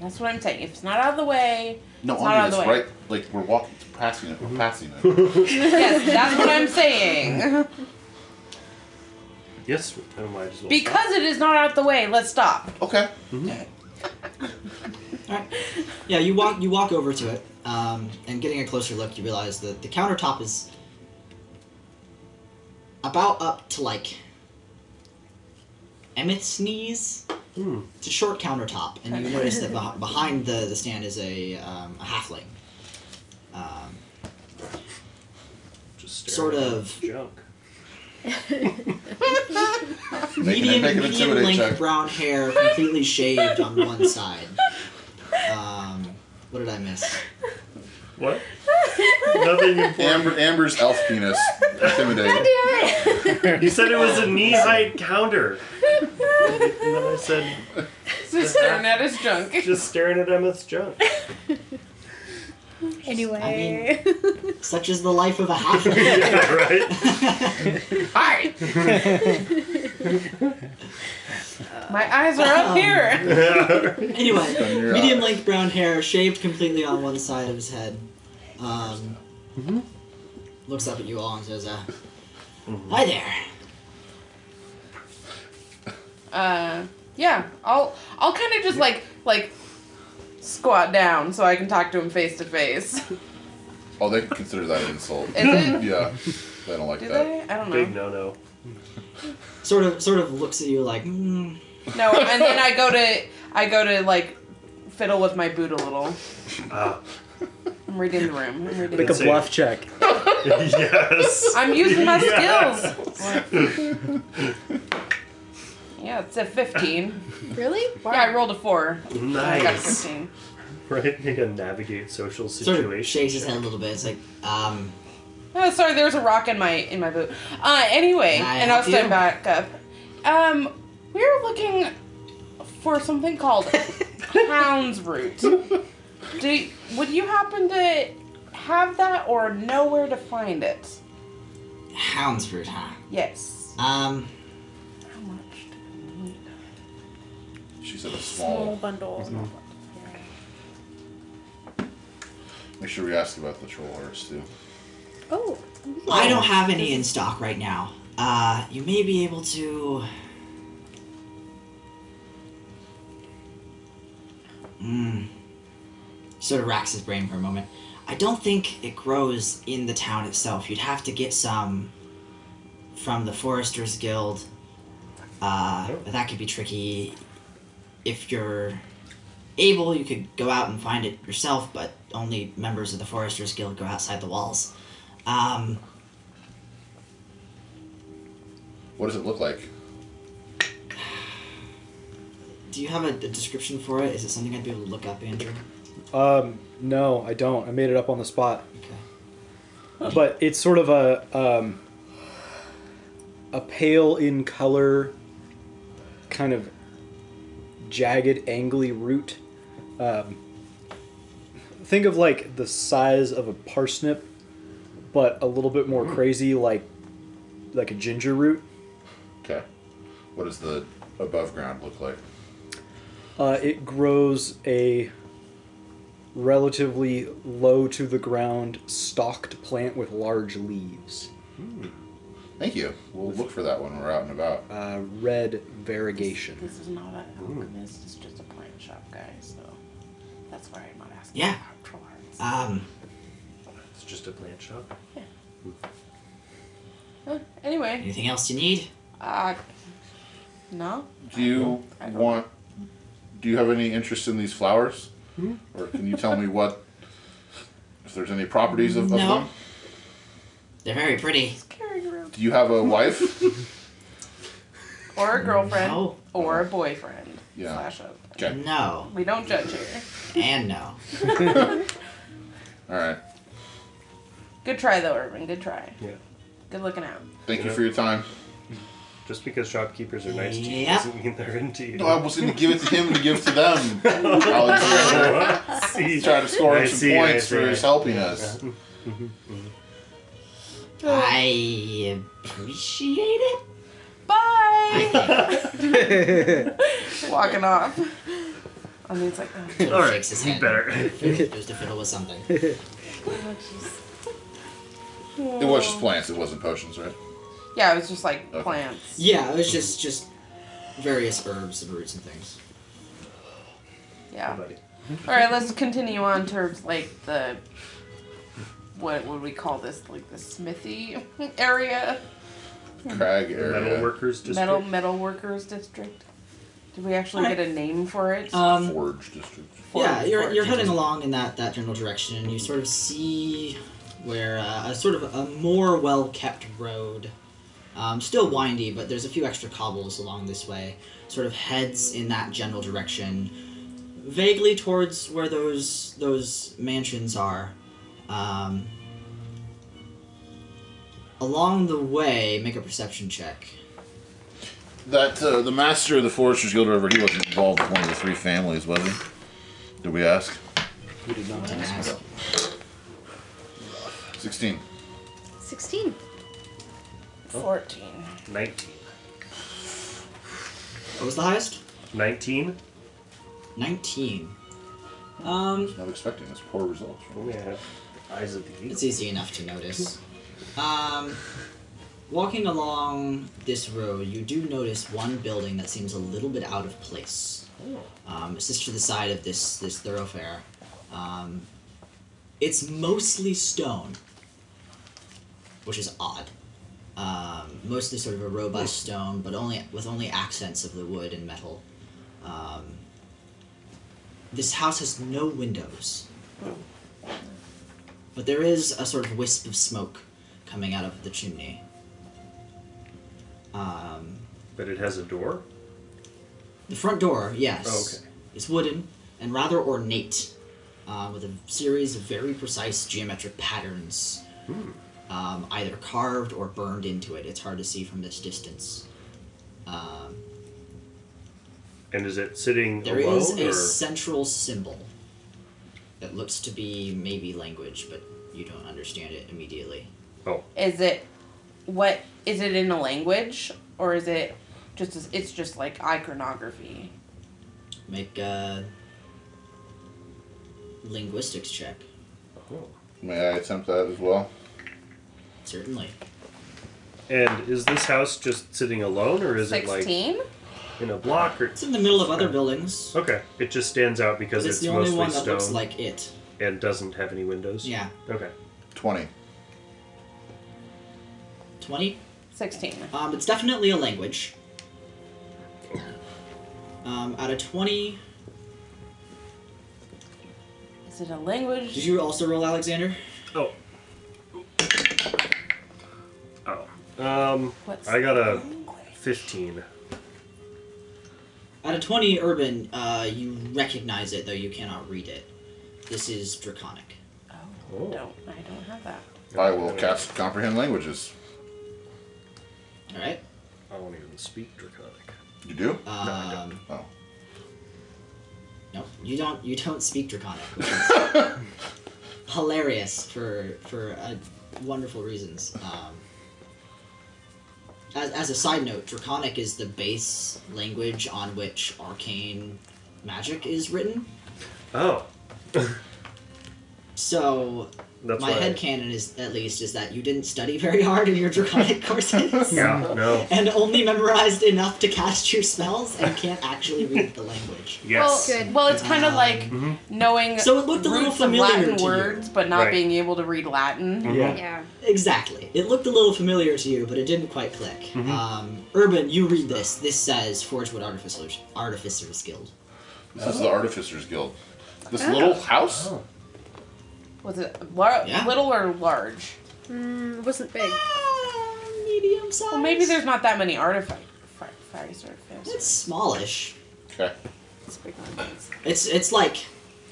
Speaker 3: That's what I'm saying. If it's not out of the way,
Speaker 5: No,
Speaker 3: It's not
Speaker 5: I
Speaker 3: out
Speaker 5: mean
Speaker 3: of
Speaker 5: it's
Speaker 3: the way.
Speaker 5: right. Like we're walking, passing it.
Speaker 8: Mm-hmm.
Speaker 5: We're passing it.
Speaker 3: yes, that's what I'm saying.
Speaker 4: Yes, and why just
Speaker 3: Because it is not out of the way, let's stop.
Speaker 5: Okay.
Speaker 8: Alright. Yeah, you walk you walk over to it, um, and getting a closer look, you realize that the countertop is about up to like Emmeth's knees.
Speaker 4: Hmm.
Speaker 8: It's a short countertop, and you notice that beh- behind the, the stand is a um, a halfling. Um,
Speaker 4: just staring
Speaker 8: Sort
Speaker 4: at
Speaker 8: of-
Speaker 4: junk.
Speaker 5: Make an,
Speaker 8: medium
Speaker 5: make an
Speaker 8: medium
Speaker 5: intimidate
Speaker 8: length
Speaker 5: check.
Speaker 8: brown hair, completely shaved on one side. Um, what did I miss?
Speaker 4: What? Nothing important.
Speaker 5: Amber, Amber's elf penis. Intimidate.
Speaker 4: You said it was a knee height counter. and then I said,
Speaker 3: So staring at his junk.
Speaker 4: just staring at Emmett's junk.
Speaker 6: Anyway.
Speaker 8: Such is the life of a halfling.
Speaker 4: yeah, right?
Speaker 3: Alright. My eyes are up
Speaker 5: Um,
Speaker 3: here.
Speaker 5: From
Speaker 8: Anyway,
Speaker 5: your
Speaker 8: medium
Speaker 5: eyes.
Speaker 8: length brown hair, shaved completely on one side of his head. Um, Looks up at you all and says, uh, Hi there.
Speaker 3: Uh, yeah, I'll I'll kind of just like like squat down so I can talk to him face to face. Is
Speaker 5: Oh, they consider that an insult.
Speaker 3: it?
Speaker 5: Yeah, they don't like
Speaker 3: Do
Speaker 5: that.
Speaker 3: they? I don't
Speaker 4: Uh, Big
Speaker 3: know.
Speaker 4: no no.
Speaker 8: Sort of sort of looks at you like, mm,
Speaker 3: No, and then I go to I go to like fiddle with my boot a little.
Speaker 4: Ah.
Speaker 3: I'm reading the room. I'm reading.
Speaker 2: Make a
Speaker 4: That's it.
Speaker 2: bluff check.
Speaker 4: yes.
Speaker 3: I'm using my
Speaker 4: Yeah.
Speaker 3: skills. Yeah, it's a 15.
Speaker 6: really?
Speaker 3: Yeah, I rolled a four. I got a
Speaker 4: Nice.
Speaker 3: 15.
Speaker 4: Right? You can navigate social
Speaker 8: sort of shakes
Speaker 4: situations.
Speaker 8: his head a little bit. It's like, um,
Speaker 3: Oh, sorry, there was a rock in my in my boot. Uh, anyway,
Speaker 8: Can I
Speaker 3: and I'll
Speaker 8: help you?
Speaker 3: stand back up. Um, we're looking for something called Hound's Root. Do would you happen to have that or know where to find it?
Speaker 8: Houndsford, huh?
Speaker 3: Yes.
Speaker 8: Um,
Speaker 3: How much? do we need?
Speaker 5: She said a
Speaker 6: Small
Speaker 5: small.
Speaker 6: bundle.
Speaker 5: Make sure we ask about the troll horse too.
Speaker 6: Oh.
Speaker 8: I don't have any in stock right now. Uh, you may be able to. Mm. Sort of racks his brain for a moment. I don't think it grows in the town itself. You'd have to get some from the Foresters Guild. Uh, but that could be tricky. If you're able, you could go out and find it yourself, but only members of the Foresters Guild go outside the walls. Um,
Speaker 5: What does it look like?
Speaker 8: Do you have a, a description for it? Is it something I'd be able to look up, Andrew?
Speaker 2: Um, no, I don't. I made it up on the spot.
Speaker 8: Okay.
Speaker 2: But it's sort of a um, a pale in color, kind of jagged, angly root. Um, think of like the size of a parsnip, but a little bit more crazy, like like a ginger root.
Speaker 5: Okay. What does the above ground look like?
Speaker 2: Uh, it grows a relatively low to the ground stalked plant with large leaves.
Speaker 5: Thank you. We'll look for that when we're out and about.
Speaker 2: Uh, red variegation.
Speaker 3: This is not an alchemist, it's just a plant shop guy, so that's why I'm not asking
Speaker 8: Yeah.
Speaker 3: about troll hearts.
Speaker 8: Um,
Speaker 4: It's just a plant shop.
Speaker 3: Uh, anyway,
Speaker 8: anything else you need?
Speaker 3: uh, no?
Speaker 5: Do you
Speaker 3: I don't-
Speaker 5: want? Do you have any interest in these flowers, or can you tell me what? If there's any properties of, of
Speaker 8: No.
Speaker 5: them,
Speaker 8: They're very pretty.
Speaker 3: Carrying around.
Speaker 5: do you have a wife?
Speaker 3: Or a girlfriend.
Speaker 8: No.
Speaker 3: Or a boyfriend.
Speaker 5: Yeah.
Speaker 3: Slash husband.
Speaker 5: Okay.
Speaker 8: No.
Speaker 3: We don't judge here.
Speaker 8: And no.
Speaker 5: All right.
Speaker 3: Good try though, Irvin. Good try.
Speaker 4: Yeah.
Speaker 3: Good looking out.
Speaker 5: Thank you for your time.
Speaker 4: Just because shopkeepers are nice to you
Speaker 8: Yep.
Speaker 4: doesn't mean they're into you.
Speaker 5: No, I was going to give it to him to give to them. Alexander.
Speaker 4: see.
Speaker 5: He's trying to score
Speaker 4: I
Speaker 5: him some
Speaker 4: see, I
Speaker 5: points
Speaker 4: see,
Speaker 5: for
Speaker 4: I
Speaker 5: his
Speaker 4: see.
Speaker 5: helping us.
Speaker 8: I appreciate it.
Speaker 3: Bye.
Speaker 8: I
Speaker 3: Walking off. And he's like, oh,
Speaker 8: think
Speaker 4: All right,
Speaker 8: shakes his
Speaker 4: you
Speaker 8: head.
Speaker 4: better.
Speaker 8: Goes to fiddle with something.
Speaker 6: Oh, jeez.
Speaker 5: It was just plants. It wasn't potions, right?
Speaker 3: yeah, it was just like
Speaker 5: Okay.
Speaker 3: plants.
Speaker 8: Yeah, it was just just various herbs and roots and things.
Speaker 3: Yeah.
Speaker 4: Buddy.
Speaker 3: All right, let's continue on towards like the what would we call this? Like the smithy area,
Speaker 5: Crag
Speaker 4: Metal
Speaker 5: area.
Speaker 4: workers just
Speaker 3: metal metal workers district. Did we actually get a name for it?
Speaker 5: Uh,
Speaker 8: Um,
Speaker 5: Forge district.
Speaker 8: yeah, you're,
Speaker 3: forward.
Speaker 8: you're heading along in that, that general direction, and you sort of see where uh, a sort of a more well kept road, um, still windy, but there's a few extra cobbles along this way, sort of heads in that general direction, vaguely towards where those those mansions are. Um, along the way, make a perception check.
Speaker 5: That uh, the master of the Foresters Guild over he wasn't involved with one of the three families, was he? Did we ask?
Speaker 2: We did not
Speaker 8: Didn't
Speaker 2: ask.
Speaker 8: ask.
Speaker 5: Sixteen.
Speaker 6: 16.
Speaker 3: Fourteen.
Speaker 4: 19.
Speaker 8: What was the highest?
Speaker 4: 19?
Speaker 8: 19. Um,
Speaker 5: Not expecting this poor results.
Speaker 4: Oh, yeah. Eyes of the eagle.
Speaker 8: it's easy enough to notice. Um, walking along this road, you do notice one building that seems a little bit out of place. Um, it's just to the side of this this thoroughfare. Um, it's mostly stone, which is odd. Um, mostly sort of a robust stone, but only with only accents of the wood and metal. Um, this house has no windows. But there is a sort of wisp of smoke coming out of the chimney. Um,
Speaker 4: But it has a door?
Speaker 8: the front door, yes.
Speaker 4: Oh, Okay.
Speaker 8: It's wooden and rather ornate, uh, with a series of very precise geometric patterns,
Speaker 4: Hmm.
Speaker 8: um, either carved or burned into it. It's hard to see from this distance. Um,
Speaker 4: And is it sitting
Speaker 8: There
Speaker 4: alone?
Speaker 8: is a
Speaker 4: or?
Speaker 8: central symbol that looks to be maybe language, but you don't understand it immediately.
Speaker 4: Oh,
Speaker 3: Is it what? Is it in a language or is it just? It's just like iconography.
Speaker 8: Make a linguistics check,
Speaker 4: Oh.
Speaker 5: May I attempt that as well?
Speaker 8: certainly.
Speaker 4: And is this house just sitting alone, or is it
Speaker 3: Sixteen.
Speaker 4: like in a block? Or
Speaker 8: It's in the middle of other buildings.
Speaker 4: okay, it just stands out
Speaker 8: but
Speaker 4: because
Speaker 8: it's
Speaker 4: it's,
Speaker 8: the only
Speaker 4: mostly
Speaker 8: one that
Speaker 4: stone
Speaker 8: looks like it.
Speaker 4: and doesn't have any windows.
Speaker 8: Yeah,
Speaker 4: Okay.
Speaker 5: Twenty.
Speaker 8: twenty.
Speaker 3: Sixteen.
Speaker 8: Um, it's definitely a language. Um, out of twenty,
Speaker 3: Is it a language?
Speaker 8: did you also roll Alexander?
Speaker 4: Oh. Oh. Um,
Speaker 3: What's
Speaker 4: I got a
Speaker 3: language?
Speaker 4: fifteen.
Speaker 8: Out of 20 urban, uh, you recognize it, though you cannot read it. This is Draconic.
Speaker 3: Oh,
Speaker 4: Oh.
Speaker 3: don't. I don't have that.
Speaker 5: I will cast comprehend languages.
Speaker 8: Alright?
Speaker 4: I won't even speak draconic.
Speaker 5: You do?
Speaker 8: Um,
Speaker 4: I don't.
Speaker 5: Oh.
Speaker 8: No, you don't. You don't speak Draconic. which is hilarious for for uh, wonderful reasons. Um, as, as a side note, Draconic is the base language on which arcane magic is written.
Speaker 4: Oh.
Speaker 8: So
Speaker 4: That's
Speaker 8: my
Speaker 4: why.
Speaker 8: head headcanon is at least is that you didn't study very hard in your draconic courses.
Speaker 4: yeah, no.
Speaker 8: And only memorized enough to cast your spells and can't actually read the language.
Speaker 4: Yes.
Speaker 3: Well, good. well it's kind of like
Speaker 4: Mhm.
Speaker 3: knowing
Speaker 8: So it looked a little
Speaker 3: roots
Speaker 8: familiar
Speaker 3: of
Speaker 8: to
Speaker 3: Latin
Speaker 8: you.
Speaker 3: words, but not
Speaker 4: Right.
Speaker 3: being able to read Latin.
Speaker 2: Yeah.
Speaker 6: Yeah.
Speaker 8: Exactly. It looked a little familiar to you, but it didn't quite click. Um, Urban, you read this. This says Forgewood Artificers, Artificers Guild.
Speaker 5: This
Speaker 8: oh.
Speaker 5: is the Artificers Guild. This little house?
Speaker 4: Oh.
Speaker 3: Was it lar-
Speaker 8: Yeah.
Speaker 3: little or large?
Speaker 6: Mm, it wasn't big.
Speaker 8: medium size.
Speaker 3: Well, maybe there's not that many artifacts. Fires or
Speaker 8: It's smallish.
Speaker 5: Okay.
Speaker 3: That's big on these.
Speaker 8: It's it's like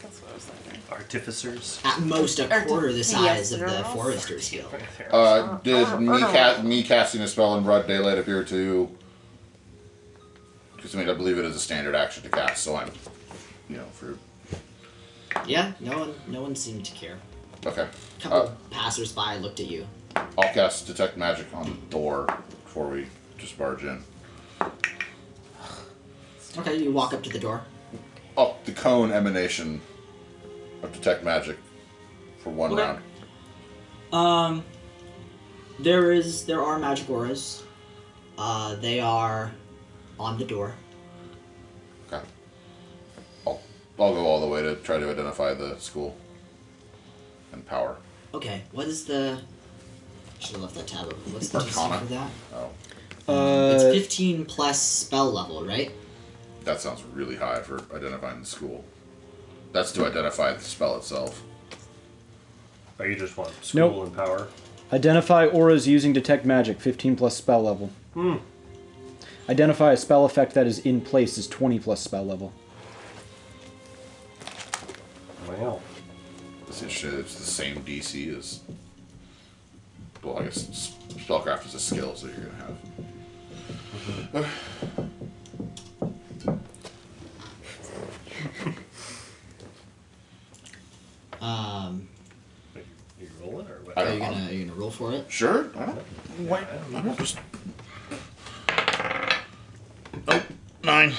Speaker 3: That's what I was thinking.
Speaker 4: Artificers.
Speaker 8: at most a
Speaker 3: Or
Speaker 8: quarter the
Speaker 3: yes,
Speaker 8: size of
Speaker 3: they're
Speaker 8: the
Speaker 3: all
Speaker 8: Forester's Guild.
Speaker 5: Uh, did
Speaker 3: uh,
Speaker 5: me,
Speaker 3: uh.
Speaker 5: ca- me casting a spell in broad daylight appear to. Because I mean, I believe it is a standard action to cast, so I'm. You know, for.
Speaker 8: Yeah, no one no one seemed to care.
Speaker 5: Okay.
Speaker 8: A couple
Speaker 5: Uh,
Speaker 8: passersby looked at you.
Speaker 5: I'll cast Detect Magic on the door before we just barge in.
Speaker 8: Okay, you walk up to the door.
Speaker 5: Up the cone emanation of Detect Magic for one
Speaker 8: Okay.
Speaker 5: round.
Speaker 8: Um, there is there are magic auras. Uh, they are on the door.
Speaker 5: Okay. I'll, I'll go all the way to try to identify the school and power.
Speaker 8: Okay, what is the? Should have left that tab open. What's the DC
Speaker 5: Arcana.
Speaker 8: for that?
Speaker 5: Oh,
Speaker 8: it's
Speaker 2: Uh,
Speaker 8: 15 plus spell level, right?
Speaker 5: that sounds really high for identifying the school. That's to identify the spell itself.
Speaker 4: Or Oh, you just want school
Speaker 1: Nope.
Speaker 4: and power.
Speaker 1: Identify auras using detect magic, 15 plus spell level.
Speaker 4: Hmm.
Speaker 1: Identify a spell effect that is in place is 20 plus spell level.
Speaker 4: Wow.
Speaker 5: It's interesting, it's the same DC as. Well, I guess s- spellcraft is a skill, so you're gonna have.
Speaker 8: Um,
Speaker 4: Wait, You roll it or what?
Speaker 5: I
Speaker 8: are
Speaker 5: don't
Speaker 8: you
Speaker 5: know.
Speaker 8: gonna are you gonna roll for it?
Speaker 5: Sure. I don't. Why? I don't just. Oh, nine.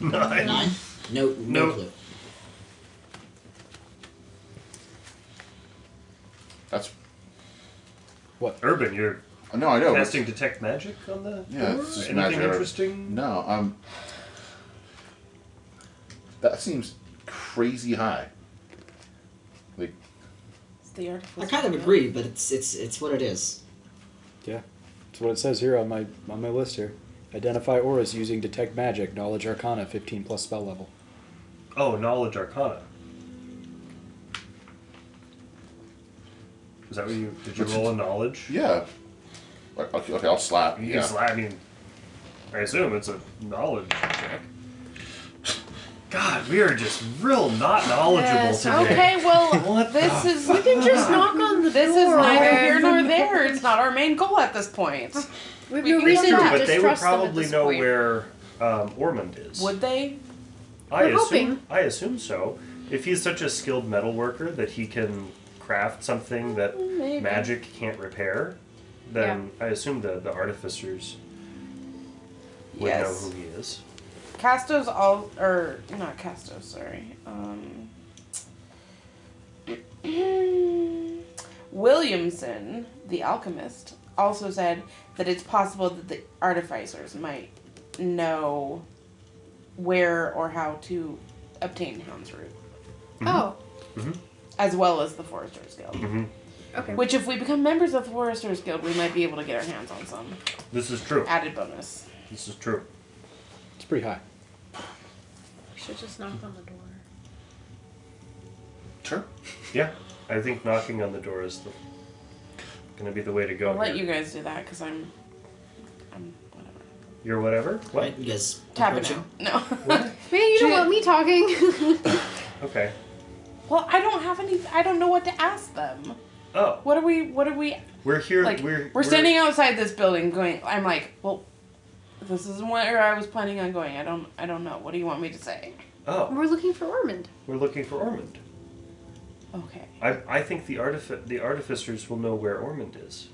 Speaker 4: Nine.
Speaker 8: Nine. No, no,
Speaker 4: No.
Speaker 8: clue.
Speaker 5: That's
Speaker 4: Urban, you're
Speaker 5: no, I know. but-
Speaker 4: casting detect magic on the
Speaker 5: Yeah,
Speaker 4: door?
Speaker 5: it's just
Speaker 4: Anything
Speaker 5: magic.
Speaker 4: interesting?
Speaker 5: No, um, that seems crazy high. Like,
Speaker 3: It's the artificial.
Speaker 8: I kind of agree, but it's it's it's what it is.
Speaker 2: yeah. That's what it says here on my on my list here. Identify auras using detect magic, knowledge arcana, 15 plus spell level.
Speaker 4: Oh, knowledge arcana. Is that what you did? You roll a knowledge?
Speaker 5: yeah. Like, Okay, okay, I'll slap.
Speaker 4: You
Speaker 5: yeah.
Speaker 4: can slap. I mean, I assume it's a knowledge check. God, we are just real not knowledgeable
Speaker 6: Yes,
Speaker 4: today.
Speaker 3: Okay, well,
Speaker 4: What
Speaker 3: this
Speaker 4: the-
Speaker 3: is
Speaker 6: You can just knock on the
Speaker 3: this is
Speaker 6: door.
Speaker 3: neither here nor there. It's not our main goal at this point.
Speaker 6: We have
Speaker 3: We
Speaker 6: no
Speaker 3: can
Speaker 6: reason
Speaker 3: come
Speaker 6: to
Speaker 3: back.
Speaker 4: but they would
Speaker 6: distrust them at
Speaker 4: probably
Speaker 6: this
Speaker 4: know
Speaker 6: point.
Speaker 4: where um, Ormond is.
Speaker 3: Would they?
Speaker 4: I
Speaker 6: We're
Speaker 4: assume,
Speaker 6: hoping.
Speaker 4: I assume so. If he's such a skilled metal worker that he can craft something that
Speaker 3: Mm, Maybe.
Speaker 4: magic can't repair, then I assume the, the artificers would
Speaker 3: Yes.
Speaker 4: know who he is.
Speaker 3: Castos all or not Castos, sorry. Um Williamson, the alchemist, also said that it's possible that the artificers might know where or how to obtain Hound's Root,
Speaker 6: Oh,
Speaker 3: as well as the Foresters Guild.
Speaker 4: Mm-hmm.
Speaker 6: okay.
Speaker 3: Which, if we become members of the Foresters Guild, we might be able to get our hands on some
Speaker 4: This is true.
Speaker 3: added bonus.
Speaker 4: This is true.
Speaker 2: It's pretty high.
Speaker 6: We should just knock on the door.
Speaker 5: Sure.
Speaker 4: Yeah, I think knocking on the door is the, gonna be the way to go.
Speaker 3: I'll let you
Speaker 4: here.
Speaker 3: guys do that because I'm, I'm whatever.
Speaker 4: You're whatever. What?
Speaker 8: Right? You guys
Speaker 3: Tapping
Speaker 8: approaching?
Speaker 3: out. No.
Speaker 6: Man, you don't
Speaker 3: Shit.
Speaker 6: want me talking.
Speaker 4: Okay.
Speaker 3: Well, I don't have any. I don't know what to ask them.
Speaker 4: Oh,
Speaker 3: What are we? What are we?
Speaker 4: we're here.
Speaker 3: Like,
Speaker 4: we're
Speaker 3: we're, standing outside this building, going. I'm like, well, this isn't where I was planning on going. I don't. I don't know. What do you want me to say?
Speaker 4: Oh,
Speaker 6: We're looking for Ormond.
Speaker 4: we're looking for Ormond.
Speaker 3: Okay.
Speaker 4: I, I think the artifi- the artificers will know where Ormond is,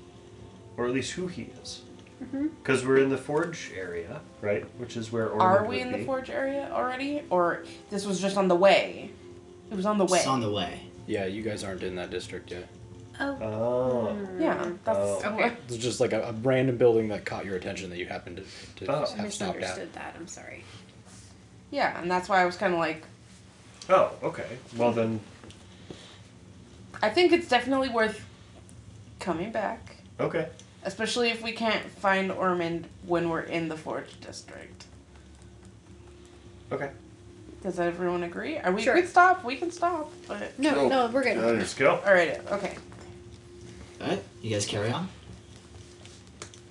Speaker 4: or at least who he is, because we're in the forge area, right? Which is where Ormond.
Speaker 3: are we
Speaker 4: would
Speaker 3: in the
Speaker 4: be.
Speaker 3: forge area already, or this was just on the way? It was on the way.
Speaker 8: It's on the way.
Speaker 2: Yeah, you guys aren't in that district yet.
Speaker 4: Oh.
Speaker 3: Yeah, that's
Speaker 4: Oh.
Speaker 6: Okay.
Speaker 2: It's just like a, a random building that caught your attention that you happened to, to
Speaker 4: Oh.
Speaker 2: just
Speaker 6: I
Speaker 2: have stopped at.
Speaker 6: misunderstood that. I'm sorry.
Speaker 3: yeah, and that's why I was kind of like,
Speaker 4: Oh, okay. Well then,
Speaker 3: I think it's definitely worth coming back,
Speaker 4: okay.
Speaker 3: especially if we can't find Ormond when we're in the Forge District.
Speaker 4: Okay.
Speaker 3: Does everyone agree? Are we?
Speaker 6: Sure.
Speaker 3: We can stop. We can stop. But
Speaker 6: No,
Speaker 5: Go.
Speaker 6: no, we're good.
Speaker 5: Get out of here.
Speaker 4: Let's go.
Speaker 3: all right. Okay.
Speaker 8: Alright, you guys carry on.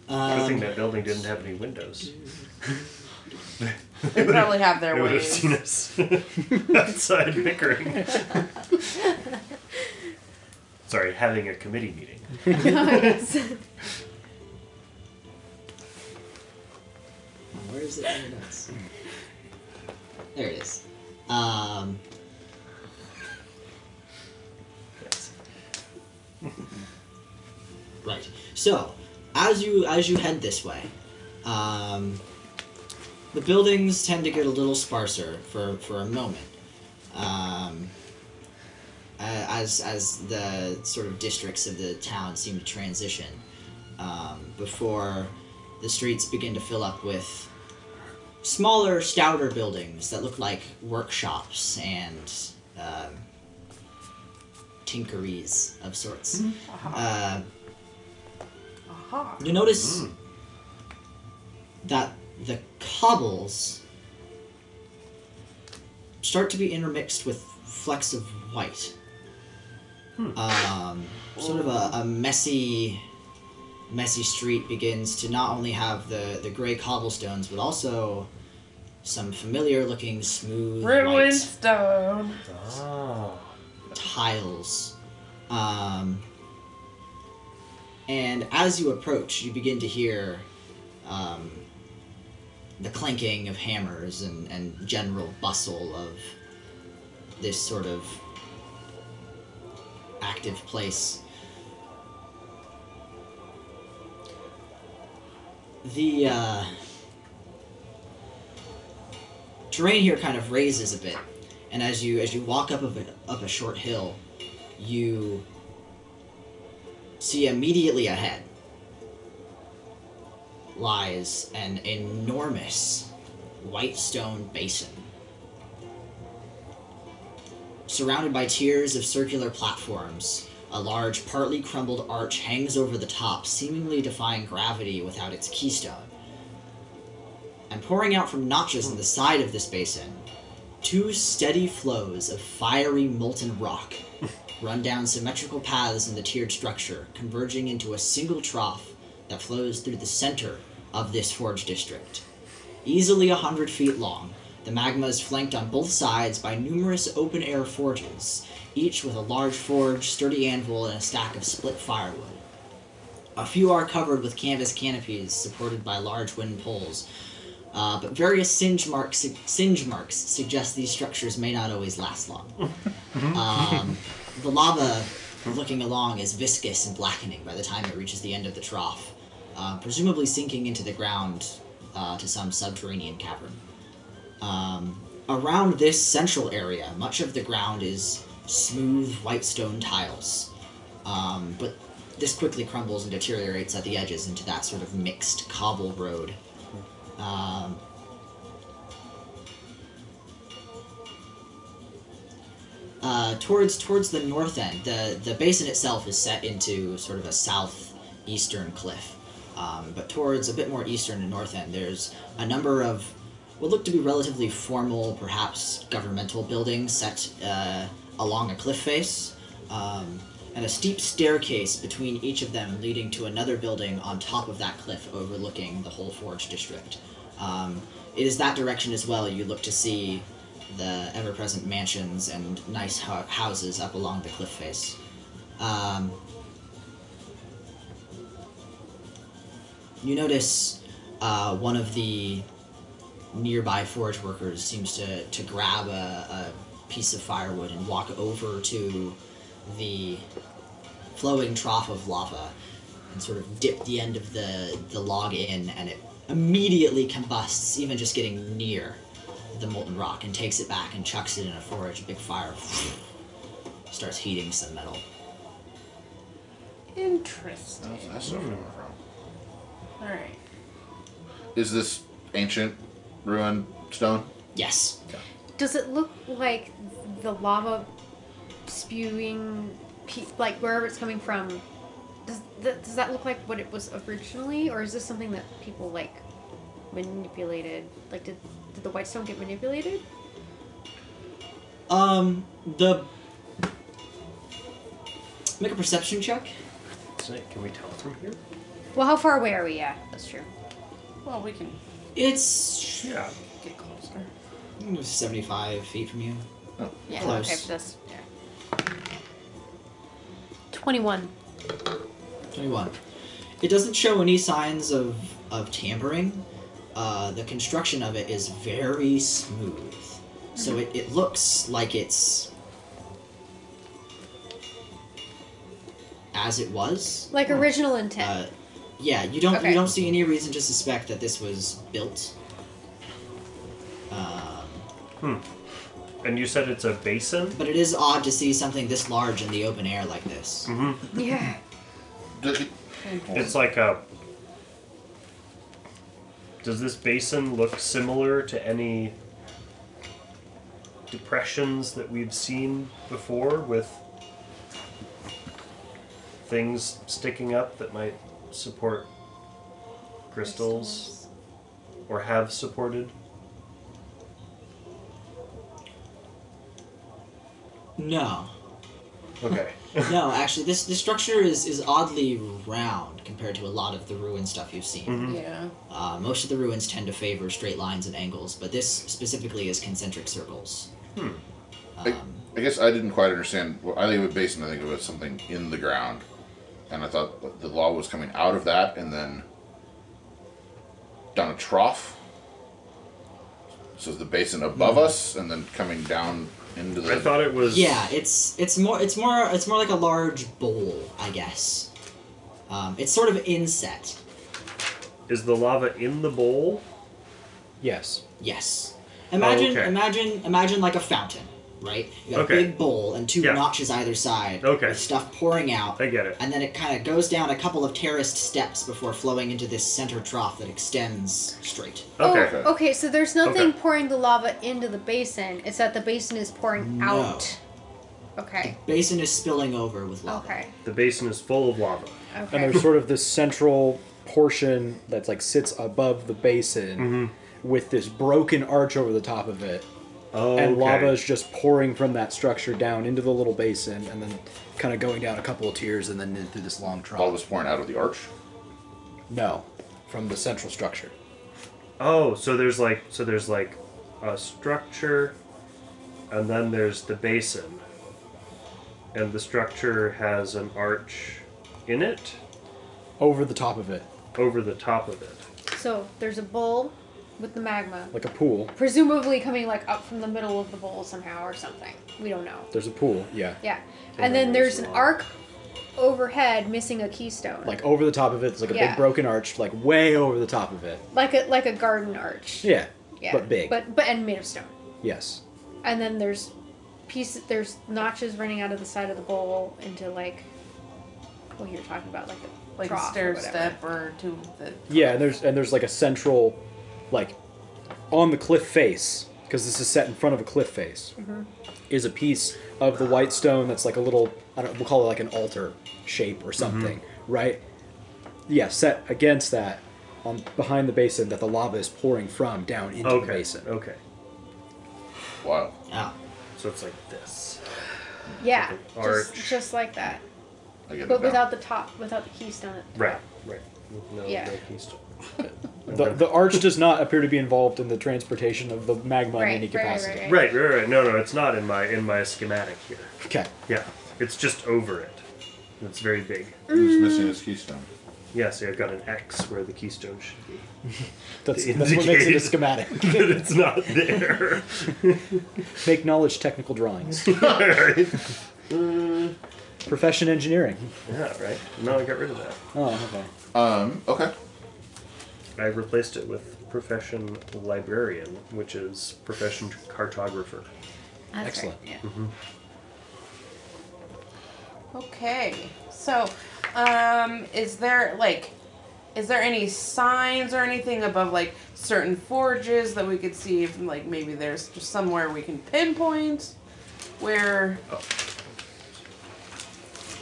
Speaker 4: Good thing
Speaker 8: Um,
Speaker 4: that building didn't have any windows.
Speaker 3: They probably have
Speaker 4: They
Speaker 3: their
Speaker 4: would have
Speaker 3: ways.
Speaker 4: seen us outside bickering. Sorry, having a committee meeting.
Speaker 8: where is it? in your notes? There it is. Um,
Speaker 4: Yes.
Speaker 8: Right. So, as you as you head this way, um, the buildings tend to get a little sparser for for a moment, um, a- as as the sort of districts of the town seem to transition, um, before the streets begin to fill up with smaller, stouter buildings that look like workshops and. Um, tinkeries of sorts. Uh,
Speaker 3: Aha.
Speaker 8: you notice that the cobbles start to be intermixed with flecks of white. Um, sort of a, a messy, messy street begins to not only have the, the gray cobblestones, but also some familiar looking smooth
Speaker 3: Riddling
Speaker 8: white
Speaker 3: stone.
Speaker 4: Oh.
Speaker 8: tiles. Um, and as you approach, you begin to hear um, the clanking of hammers and, and general bustle of this sort of active place. The uh, terrain here kind of raises a bit and as you as you walk up of a, up a short hill, you see immediately ahead lies an enormous white stone basin surrounded by tiers of circular platforms. A large, partly crumbled arch hangs over the top, seemingly defying gravity without its keystone. And pouring out from notches in the side of this basin Two steady flows of fiery molten rock run down symmetrical paths in the tiered structure, converging into a single trough that flows through the center of this forge district. Easily a hundred feet long, the magma is flanked on both sides by numerous open air forges, each with a large forge, sturdy anvil, and a stack of split firewood. A few are covered with canvas canopies supported by large wind poles, uh, but various singe marks, singe marks suggest these structures may not always last long. um, the lava looking along is viscous and blackening by the time it reaches the end of the trough, uh, presumably sinking into the ground uh, to some subterranean cavern. Um, around this central area, much of the ground is smooth white stone tiles, um, but this quickly crumbles and deteriorates at the edges into that sort of mixed cobble road. Um, uh, towards towards the north end, the the basin itself is set into sort of a southeastern cliff, um, but towards a bit more eastern and north end, there's a number of what look to be relatively formal, perhaps governmental buildings set uh, along a cliff face. Um, and a steep staircase between each of them leading to another building on top of that cliff overlooking the whole forge district. Um, it is that direction as well you look to see the ever present mansions and nice ho- houses up along the cliff face. Um, you notice uh, one of the nearby forge workers seems to, to grab a, a piece of firewood and walk over to the flowing trough of lava and sort of dip the end of the, the log in and it immediately combusts even just getting near the molten rock and takes it back and chucks it in a forge a big fire starts heating some metal.
Speaker 3: Interesting.
Speaker 5: That's, that's where we're from.
Speaker 3: All right.
Speaker 5: Is this ancient ruined stone?
Speaker 8: Yes.
Speaker 6: Does it look like the lava spewing, pe- like wherever it's coming from? Does that, does that look like what it was originally, or is this something that people like manipulated? Like, did did the white stone get manipulated?
Speaker 8: Um, the make a perception check.
Speaker 4: So, can we tell from here?
Speaker 6: Well, how far away are we? Yeah, that's true.
Speaker 3: Well, we can
Speaker 8: It's
Speaker 4: Yeah.
Speaker 3: get closer.
Speaker 8: seventy-five feet from you.
Speaker 6: Yeah,
Speaker 8: Close.
Speaker 6: okay, that's yeah. Twenty-one.
Speaker 8: Twenty-one. It doesn't show any signs of of tampering. Uh, the construction of it is very smooth, so it, it looks like it's as it was.
Speaker 6: Like original
Speaker 8: Uh,
Speaker 6: intent.
Speaker 8: yeah, you don't
Speaker 6: Okay.
Speaker 8: you don't see any reason to suspect that this was built. Um,
Speaker 4: And you said it's a basin?
Speaker 8: But it is odd to see something this large in the open air like this.
Speaker 6: yeah.
Speaker 5: Does it-
Speaker 4: It's like a. Does this basin look similar to any depressions that we've seen before with things sticking up that might support crystals or have supported?
Speaker 8: No,
Speaker 4: Okay.
Speaker 8: no, actually, this this structure is is oddly round compared to a lot of the ruin stuff you've seen.
Speaker 6: Hmm.
Speaker 3: Yeah.
Speaker 8: Uh, most of the ruins tend to favor straight lines and angles, but this specifically is concentric circles.
Speaker 5: I, I guess I didn't quite understand. Well, I think of a basin. I think of it was something in the ground, and I thought the law was coming out of that and then down a trough. So it's the basin above us and then coming down into the.
Speaker 4: Hmm. I thought it was.
Speaker 8: Yeah, it's it's more it's more it's more like a large bowl, I guess. Um, it's sort of inset.
Speaker 4: Is the lava in the bowl?
Speaker 2: Yes.
Speaker 8: Yes. Imagine
Speaker 4: okay.
Speaker 8: imagine imagine like a fountain, right? You got
Speaker 4: Okay.
Speaker 8: a big bowl and two
Speaker 4: Yeah.
Speaker 8: notches either side
Speaker 4: Okay.
Speaker 8: with stuff pouring out.
Speaker 4: I get it.
Speaker 8: and then it kind of goes down a couple of terraced steps before flowing into this center trough that extends straight.
Speaker 4: Okay.
Speaker 6: Oh, okay. So there's nothing
Speaker 4: Okay.
Speaker 6: pouring the lava into the basin. It's that the basin is pouring
Speaker 8: No.
Speaker 6: out. Okay.
Speaker 8: Basin is spilling over with lava.
Speaker 6: Okay.
Speaker 4: The basin is full of lava.
Speaker 6: Okay.
Speaker 2: And there's sort of this central portion that's like sits above the basin with this broken arch over the top of it.
Speaker 4: Oh,
Speaker 2: And lava is just pouring from that structure down into the little basin and then kind of going down a couple of tiers and then in through this long trough.
Speaker 5: Law was pouring out of the arch.
Speaker 2: No, from the central structure.
Speaker 4: Oh, so there's like so there's like a structure and then there's the basin. And the structure has an arch in it
Speaker 2: Over the top of it,
Speaker 4: over the top of it.
Speaker 6: So there's a bowl with the magma,
Speaker 2: like a pool.
Speaker 6: presumably coming like up from the middle of the bowl somehow or something. We don't know.
Speaker 2: There's a pool, yeah.
Speaker 6: Yeah.
Speaker 4: Don't
Speaker 6: And then
Speaker 4: know what's
Speaker 6: there's an
Speaker 4: wrong.
Speaker 6: arc overhead missing a keystone.
Speaker 2: Like over the top of it, it's like a
Speaker 6: Yeah.
Speaker 2: big broken arch, like way over the top of it.
Speaker 6: like a like a garden arch.
Speaker 2: Yeah.
Speaker 6: Yeah.
Speaker 2: But big.
Speaker 6: But but and made of stone.
Speaker 2: yes.
Speaker 6: And then there's pieces there's notches running out of the side of the bowl into like what you're talking about, like the
Speaker 3: Like a
Speaker 6: trough or
Speaker 3: stair
Speaker 6: whatever.
Speaker 3: step or two. That
Speaker 2: Yeah, and there's and there's like a central, like, on the cliff face because this is set in front of a cliff face,
Speaker 6: Mm-hmm.
Speaker 2: is a piece of the white stone that's like a little I don't we'll call it like an altar shape or something,
Speaker 6: Mm-hmm.
Speaker 2: right? Yeah, set against that, on behind the basin that the lava is pouring from down into the
Speaker 4: Okay.
Speaker 2: basin.
Speaker 4: Okay.
Speaker 5: Wow.
Speaker 8: Oh.
Speaker 4: So it's like this.
Speaker 6: Yeah.
Speaker 4: Like an arch.
Speaker 6: Just just like that.
Speaker 5: I get
Speaker 6: But
Speaker 5: it now.
Speaker 6: without the top without the keystone at the
Speaker 4: Right.
Speaker 6: top.
Speaker 4: Right. No,
Speaker 6: Yeah.
Speaker 4: no keystone.
Speaker 2: The, the arch does not appear to be involved in the transportation of the magma in
Speaker 6: Right,
Speaker 2: any
Speaker 6: right, right,
Speaker 2: capacity.
Speaker 6: right.
Speaker 4: Right, right, right. No, no, it's not in my in my schematic here.
Speaker 2: Okay.
Speaker 4: Yeah. It's just over it. It's very big.
Speaker 5: Who's missing his keystone?
Speaker 4: Yeah, so I've got an X where the keystone should be.
Speaker 2: That's,
Speaker 4: To
Speaker 2: that's what makes it a
Speaker 4: indicate.
Speaker 2: schematic.
Speaker 4: But it's not there.
Speaker 2: Make knowledge technical drawings. Uh,
Speaker 4: All right.
Speaker 2: Profession engineering.
Speaker 4: Yeah, right. No, I got rid of that.
Speaker 2: Oh, okay.
Speaker 5: Um. Okay.
Speaker 4: I replaced it with profession librarian, which is profession cartographer.
Speaker 6: That's
Speaker 4: Mm.
Speaker 2: Excellent.
Speaker 6: Right. Yeah.
Speaker 3: Okay. So, um, is there like, is there any signs or anything above like certain forges that we could see if like maybe there's just somewhere we can pinpoint where
Speaker 8: Oh.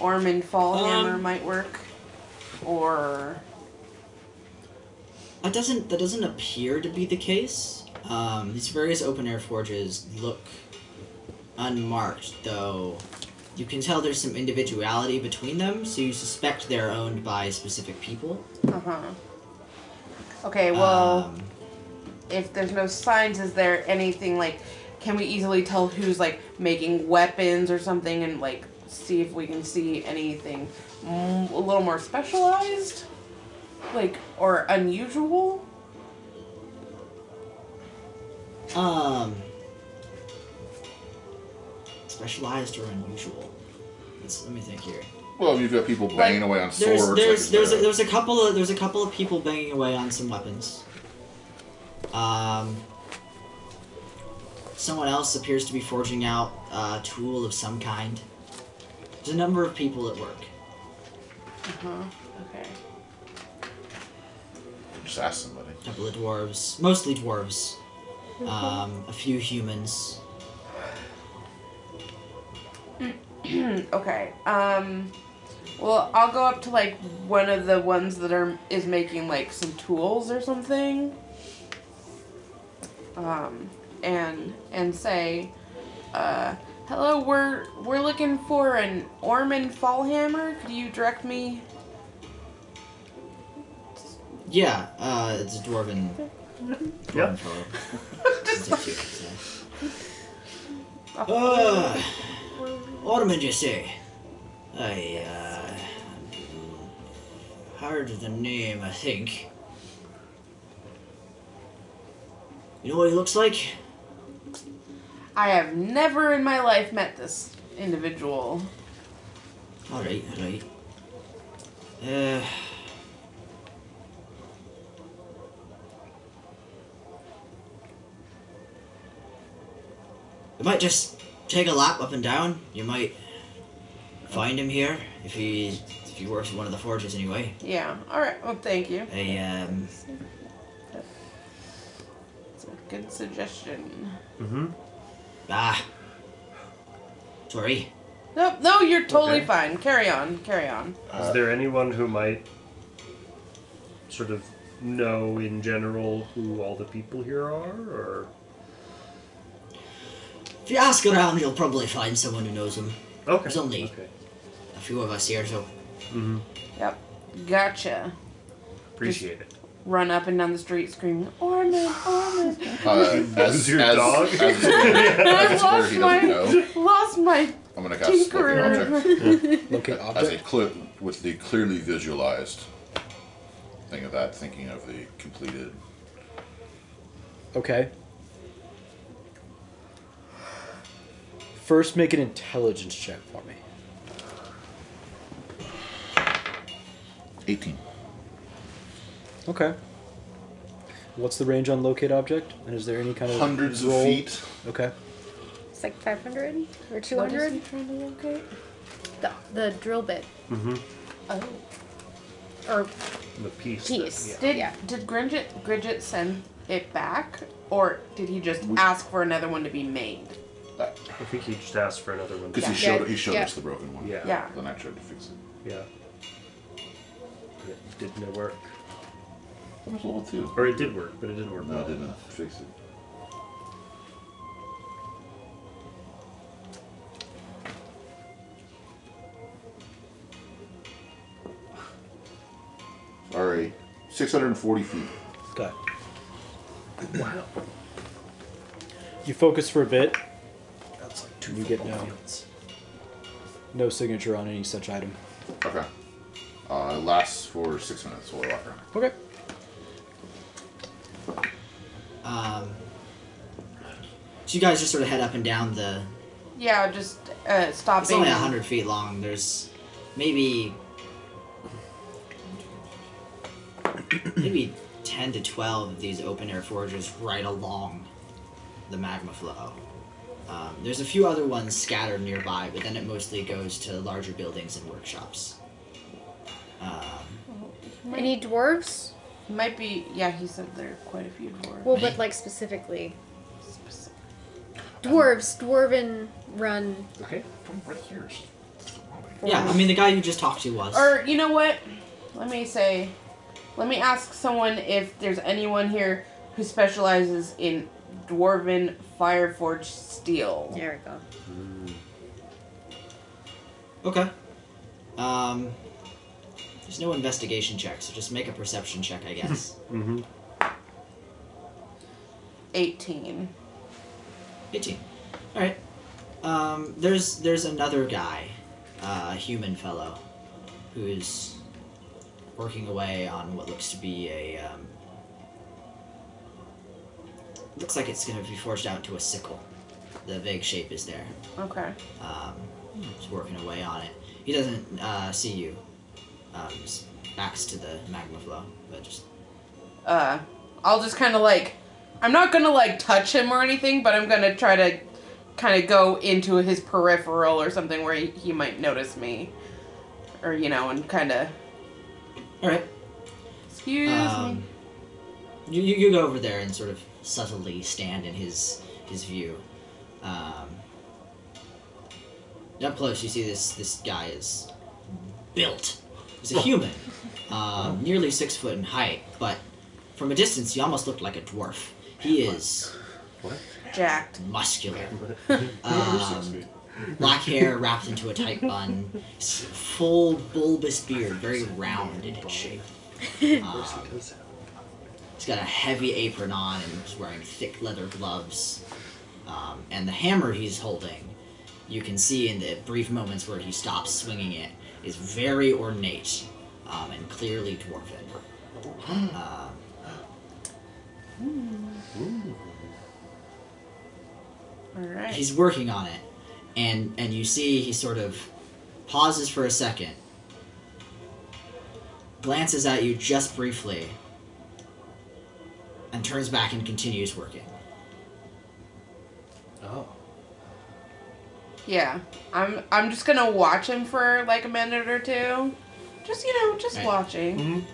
Speaker 3: Ormond Fallhammer
Speaker 8: Um,
Speaker 3: might work, or
Speaker 8: That doesn't that doesn't appear to be the case. Um, these various open air forges look unmarked, though you can tell there's some individuality between them, so you suspect they're owned by specific people.
Speaker 3: uh huh. Okay. Well.
Speaker 8: um,
Speaker 3: if there's no signs, is there anything like can we easily tell who's like making weapons or something and like see if we can see anything mm, a little more specialized? Like, or unusual?
Speaker 8: um, specialized or unusual. Let's, let me think here.
Speaker 5: Well, if you've got people banging away on
Speaker 8: There's
Speaker 5: swords. like
Speaker 8: there's
Speaker 5: it's
Speaker 8: there's a,
Speaker 5: there.
Speaker 8: there's a couple of there's a couple of people banging away on some weapons. Um, someone else appears to be forging out a tool of some kind. There's a number of people at work.
Speaker 3: Uh huh. Okay.
Speaker 5: Just ask somebody.
Speaker 8: A couple of dwarves, mostly dwarves. Um, a few humans.
Speaker 3: okay. Um well, I'll go up to like one of the ones that are is making like some tools or something. Um and and say uh hello, we're we're looking for an Orman Fallhammer. Could you direct me?
Speaker 8: Yeah, uh, it's a dwarven. dwarven
Speaker 4: Yep.
Speaker 8: fellow.
Speaker 3: Just
Speaker 8: It's a few, so. Uh, Ormond, you say? I, uh, heard the name, I think. You know what he looks like?
Speaker 3: I have never in my life met this individual.
Speaker 8: Alright, alright. Uh, you might just take a lap up and down. You might find him here if he if he works at one of the forges anyway.
Speaker 3: Yeah. All right. Well, thank you.
Speaker 8: I um
Speaker 3: It's a good suggestion.
Speaker 4: Mm-hmm.
Speaker 8: ah sorry.
Speaker 3: Nope. No, you're totally
Speaker 4: Okay.
Speaker 3: fine. Carry on. Carry on.
Speaker 5: Uh,
Speaker 4: Is there anyone who might sort of know in general who all the people here are, or
Speaker 8: If you ask around, you'll probably find someone who knows him.
Speaker 4: okay,
Speaker 8: There's only-
Speaker 4: okay,
Speaker 8: A few of us here, so
Speaker 4: mm-hmm.
Speaker 3: Yep. Gotcha.
Speaker 4: appreciate it.
Speaker 3: run up and down the street screaming, Ormond, Ormond,
Speaker 5: Uh, as,
Speaker 4: Is your
Speaker 5: as,
Speaker 4: dog?
Speaker 5: As, it's clear- as it's clear he doesn't know,
Speaker 3: lost my
Speaker 5: I'm gonna cast looking object
Speaker 3: tinkerer.
Speaker 2: Looking
Speaker 5: as a
Speaker 2: object.
Speaker 5: clip with the clearly visualized thing of that, thinking of the completed.
Speaker 2: Okay. First, make an intelligence check for me.
Speaker 5: 18.
Speaker 2: Okay. What's the range on locate object? And is there any kind of
Speaker 5: Hundreds of
Speaker 2: roll?
Speaker 5: feet.
Speaker 2: Okay.
Speaker 6: It's like 500 or
Speaker 3: What is he
Speaker 6: 200.
Speaker 3: trying to locate?
Speaker 6: The, the drill bit
Speaker 4: Mm-hmm.
Speaker 3: Oh.
Speaker 6: or
Speaker 4: The piece.
Speaker 6: piece.
Speaker 4: Yeah.
Speaker 3: Did,
Speaker 6: Yeah.
Speaker 3: did Gridget, Gridget send it back? Or did he just
Speaker 5: We-
Speaker 3: ask for another one to be made?
Speaker 4: I think he just asked for another one.
Speaker 5: Because he
Speaker 6: Yeah.
Speaker 5: showed, he showed
Speaker 6: Yeah.
Speaker 5: us the broken one.
Speaker 4: Yeah.
Speaker 3: Yeah.
Speaker 5: Then I tried to fix it.
Speaker 4: Yeah. But It didn't work.
Speaker 5: That was level 2.
Speaker 4: Or it did work, but it didn't work
Speaker 5: No,
Speaker 4: well.
Speaker 5: I didn't fix it. Sorry. 640 feet.
Speaker 2: Okay. Wow. You focus for a bit.
Speaker 4: That's like
Speaker 2: You get no, no signature on any such item.
Speaker 5: Okay. Uh, it lasts for six minutes while I walk around.
Speaker 2: Okay.
Speaker 8: Um So you guys just sort of head up and down the
Speaker 3: Yeah, just uh, stopping.
Speaker 8: It's only 100 feet long. There's maybe. maybe 10 to 12 of these open air forges right along the magma flow. Um, there's a few other ones scattered nearby, but then it mostly goes to larger buildings and workshops. Um,
Speaker 6: Any dwarves?
Speaker 3: Might be. Yeah, he said there are quite a few dwarves.
Speaker 6: Well, but like specifically dwarves, dwarven run.
Speaker 5: Okay, from right here.
Speaker 8: yeah, I mean, the guy you just talked to was.
Speaker 3: Or you know what? Let me say, let me ask someone if there's anyone here who specializes in dwarven fireforged steel.
Speaker 6: There we go.
Speaker 8: Okay. Um, there's no investigation check, so just make a perception check, I guess.
Speaker 4: Mm-hmm.
Speaker 3: Eighteen.
Speaker 8: 18. All right. Um, there's there's another guy, uh, human fellow, who's working away on what looks to be a. Um, looks like it's going to be forged out into a sickle. The vague shape is there.
Speaker 3: Okay.
Speaker 8: Um, he's working away on it. He doesn't uh, see you. Um, his back's to the magma flow, but just
Speaker 3: Uh, I'll just kind of like, I'm not gonna like touch him or anything, but I'm gonna try to kind of go into his peripheral or something where he, he might notice me, or you know, and kind of
Speaker 8: all right.
Speaker 3: excuse me.
Speaker 8: Um, you, you, you go over there and sort of subtly stand in his his view. Um, up close, you see this this guy is built. He's a human, um, nearly six foot in height, but from a distance, he almost looked like a dwarf. He is
Speaker 3: Jacked.
Speaker 8: muscular, um, black hair wrapped into a tight bun, s- full bulbous beard, very round in its shape. Um, He's got a heavy apron on and he's wearing thick leather gloves. Um, and the hammer he's holding, you can see in the brief moments where he stops swinging it, is very ornate um, and clearly dwarven. Um,
Speaker 3: All right.
Speaker 8: he's working on it, and and you see he sort of pauses for a second, glances at you just briefly, and turns back and continues working.
Speaker 4: Oh.
Speaker 3: Yeah, I'm. I'm just gonna watch him for like a minute or two. Just you know, just
Speaker 8: Right.
Speaker 3: watching.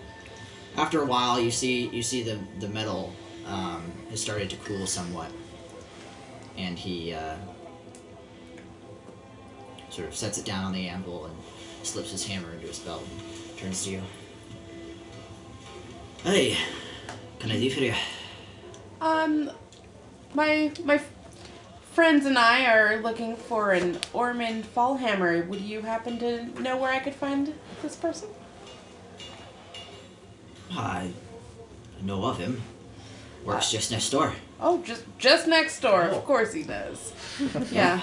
Speaker 8: after a while you see you see the the metal um, has started to cool somewhat and he uh, sort of sets it down on the anvil and slips his hammer into his belt and turns to you hey can i leave here
Speaker 3: Um, my my f- friends and I are looking for an Ormond Fallhammer. Would you happen to know where I could find this person?
Speaker 8: i know of him works just next door
Speaker 3: Oh, just just next door. Of course he does. yeah.